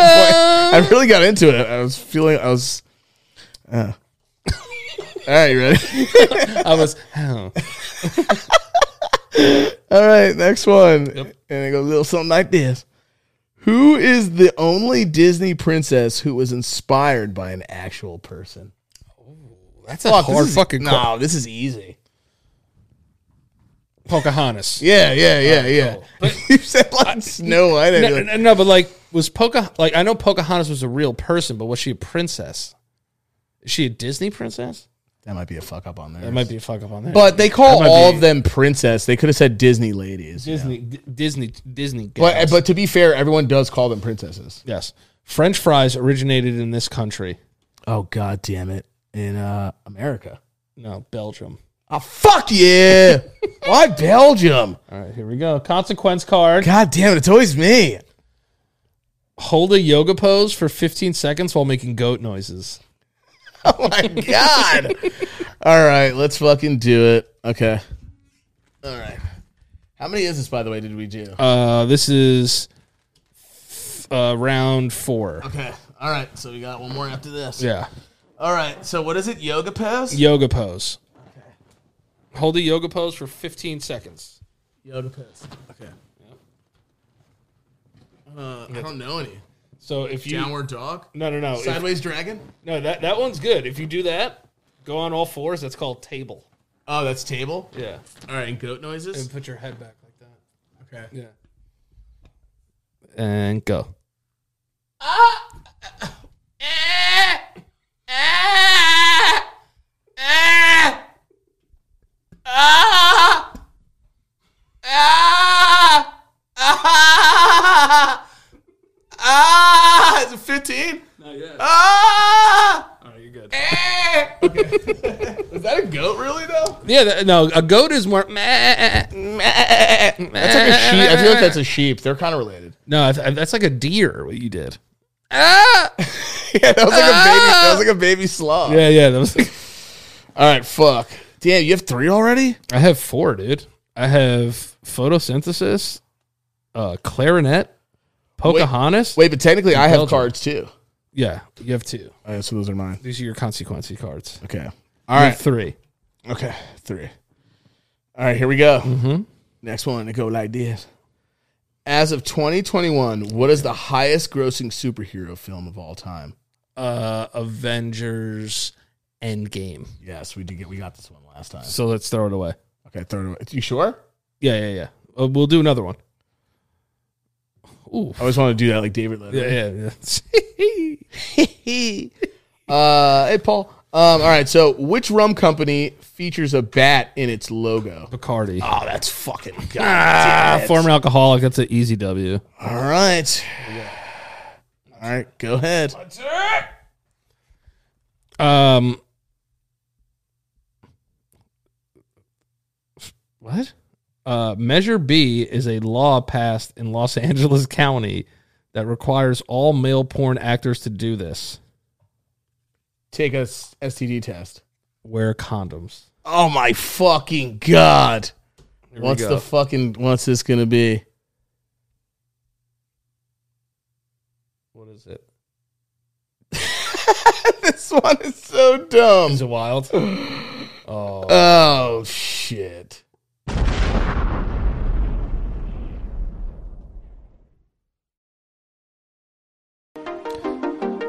Speaker 1: point. I really got into it. I was feeling I was uh. All right, you ready?
Speaker 2: I was. Oh.
Speaker 1: All right, next one. And it goes a little something like this. Who is the only Disney princess who was inspired by an actual person?
Speaker 2: That's a
Speaker 1: this
Speaker 2: hard
Speaker 1: is-
Speaker 2: fucking
Speaker 1: No,
Speaker 2: call.
Speaker 1: this is easy.
Speaker 2: Pocahontas.
Speaker 1: Yeah, yeah, yeah, yeah. you said like Snow White. I'd be
Speaker 2: No,
Speaker 1: like,
Speaker 2: no, no, but like, was Poca like? I know Pocahontas was a real person, but was she a princess? Is she a Disney princess?
Speaker 1: that might be a fuck up on there.
Speaker 2: That might be a fuck up on that.
Speaker 1: But they
Speaker 2: That
Speaker 1: call
Speaker 2: might
Speaker 1: all
Speaker 2: be-
Speaker 1: of them princess. They could have said Disney ladies. you know?
Speaker 2: Disney, D- Disney, Disney.
Speaker 1: But
Speaker 2: gals.
Speaker 1: but to be fair, everyone does call them princesses.
Speaker 2: yes, French fries originated in this country.
Speaker 1: Oh god damn it. In uh America.
Speaker 2: No, Belgium.
Speaker 1: Oh fuck yeah. Why Belgium?
Speaker 2: All right, here we go. Consequence card.
Speaker 1: God damn it, it's always me.
Speaker 2: Hold a yoga pose for 15 seconds while making goat noises.
Speaker 1: Oh my god. All right, let's fucking do it. Okay. All right. How many is this by the way did we do?
Speaker 2: Uh, this is uh, round four.
Speaker 1: Okay. All right. So we got one more after this.
Speaker 2: Yeah,
Speaker 1: All right. So what is it? Yoga pose?
Speaker 2: yoga pose. Hold a yoga pose for 15 seconds.
Speaker 1: Yoga pose. Okay. Uh, I don't know any.
Speaker 2: So if you
Speaker 1: Downward dog?
Speaker 2: no no no If-
Speaker 1: Sideways dragon?
Speaker 2: no that that one's good. If you do that, go on all fours. That's called table.
Speaker 1: Oh, that's table.
Speaker 2: Yeah,
Speaker 1: All right, and goat noises.
Speaker 2: and put your head back like that.
Speaker 1: Okay.
Speaker 2: Yeah, and go.
Speaker 1: Ah, is it fifteen? Not yet. Ah!
Speaker 2: Oh, you're good.
Speaker 1: Is that a goat, really? Though
Speaker 2: Yeah, that, no, a goat is more.
Speaker 1: that's like a sheep. I feel like that's a sheep. They're kind of related.
Speaker 2: No, I th- that's like a deer. What you did.
Speaker 1: yeah, that was like a baby. That was like a baby sloth.
Speaker 2: Yeah, yeah, that was like.
Speaker 1: Ah! All right, fuck. Damn, you have three already.
Speaker 2: I have four, dude. I have photosynthesis, uh, clarinet, Pocahontas.
Speaker 1: Wait, but technically, I have
Speaker 2: Belgium.
Speaker 1: cards too.
Speaker 2: Yeah, you have two.
Speaker 1: All right, so those are mine.
Speaker 2: These are your consequence cards.
Speaker 1: Okay.
Speaker 2: All
Speaker 1: All
Speaker 2: right,
Speaker 1: right.
Speaker 2: three.
Speaker 1: Okay, three. All right, here we go. Next one to go like this. As of 2021, what is the highest grossing superhero film of all time?
Speaker 2: Uh, Avengers Endgame.
Speaker 1: Yes, we did get we got this one last time.
Speaker 2: So let's throw it away.
Speaker 1: Okay, third one. You sure?
Speaker 2: Yeah, yeah, yeah. Uh, we'll do another one. Ooh.
Speaker 1: I always want to do that like David Letterman.
Speaker 2: Yeah, yeah, yeah.
Speaker 1: Uh, hey Paul. Um, all right, so which rum company features a bat in its logo?
Speaker 2: Bacardi.
Speaker 1: Oh, that's fucking god.
Speaker 2: Ah,
Speaker 1: damn it.
Speaker 2: former alcoholic. That's an easy W.
Speaker 1: All right. All right, go ahead.
Speaker 2: Um, what? Uh, Measure B is a law passed in Los Angeles County that requires all male porn actors to do this.
Speaker 1: Take a s- STD test.
Speaker 2: Wear condoms.
Speaker 1: Oh my fucking god.
Speaker 2: Here we
Speaker 1: What's
Speaker 2: go.
Speaker 1: the fucking what's this gonna be?
Speaker 2: what is it?
Speaker 1: this one is so dumb.
Speaker 2: Is it wild? oh,
Speaker 1: Oh shit.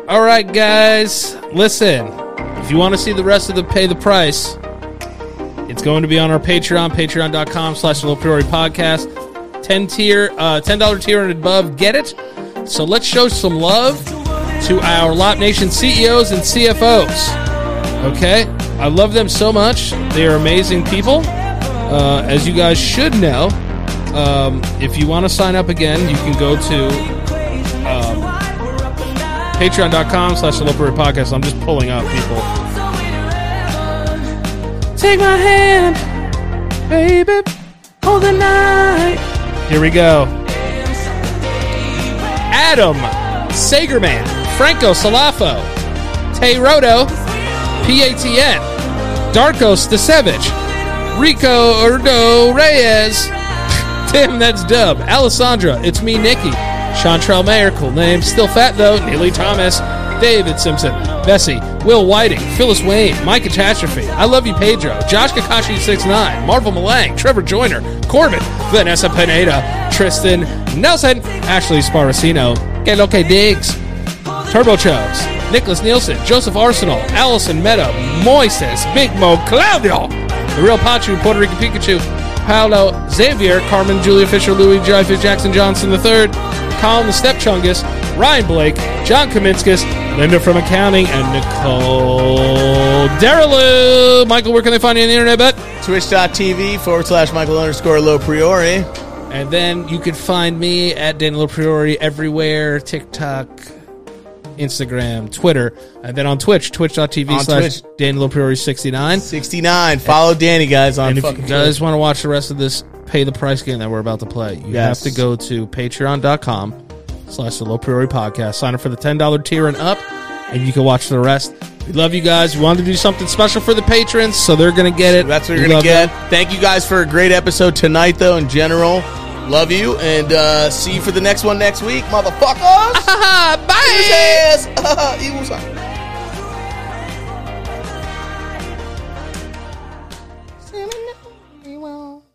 Speaker 2: All right, guys, listen. If you want to see the rest of the Pay the Price, it's going to be on our Patreon, patreon.com slash Little Priori Podcast. 10 tier, uh, $10 tier and above, get it? So let's show some love to our Lot Nation CEOs and CFOs. Okay? I love them so much. They are amazing people. Uh, as you guys should know, um, if you want to sign up again, you can go to patreon.com slash the Low Parade podcast i'm just pulling up people take my hand baby, all the night. Here we go. Adam Sagerman, Franco Salafo, Tay Roto, PATN, Darko Stasevich, Rico Erdo Reyes, Tim, that's Dub, Alessandra, it's me, Nikki, Chantrell Mayer, cool name, still fat though, Neely Thomas, David Simpson, Bessie, Will Whiting, Phyllis Wayne, My Catastrophe, I Love You Pedro, Josh Kakashi 69 Marvel Malang, Trevor Joyner, Corbin, Vanessa Pineda, Tristan Nelson, Ashley Sparacino, Que Lo Que Diggs, Turbo Chubs, Nicholas Nielsen, Joseph Arsenal, Allison Meta, Moises, Big Mo, Claudio, The Real Pachu, Puerto Rican Pikachu, Paolo Xavier, Carmen, Julia Fisher, Louis, Dreyfus, Jackson Johnson III, Colin the Step Chungus, Ryan Blake, John Kaminskis, Linda from Accounting, and Nicole Derelou. Michael, where can they find you on the internet, bet?
Speaker 1: Twitch.tv forward slash Michael underscore low priori.
Speaker 2: And then you can find me at Daniel Priori everywhere, TikTok, Instagram, Twitter, and then on Twitch, twitch.tv
Speaker 1: On
Speaker 2: slash
Speaker 1: Twitch.
Speaker 2: Daniel Priori69.
Speaker 1: 69. Follow Danny, guys, on
Speaker 2: And if
Speaker 1: fucking
Speaker 2: you guys want to watch the rest of this pay the price game that we're about to play, you
Speaker 1: Yes.
Speaker 2: have to go to patreon.com slash the low priori podcast. Sign up for the $10 tier and up, and you can watch the rest. We love you guys. We wanted to do something special for the patrons, so they're going to get it.
Speaker 1: That's what
Speaker 2: We
Speaker 1: you're going
Speaker 2: love
Speaker 1: to
Speaker 2: them.
Speaker 1: get. Thank you guys for a great episode tonight, though, in general. Love you, and uh, see you for the next one next week, motherfuckers. Bye. Eagles.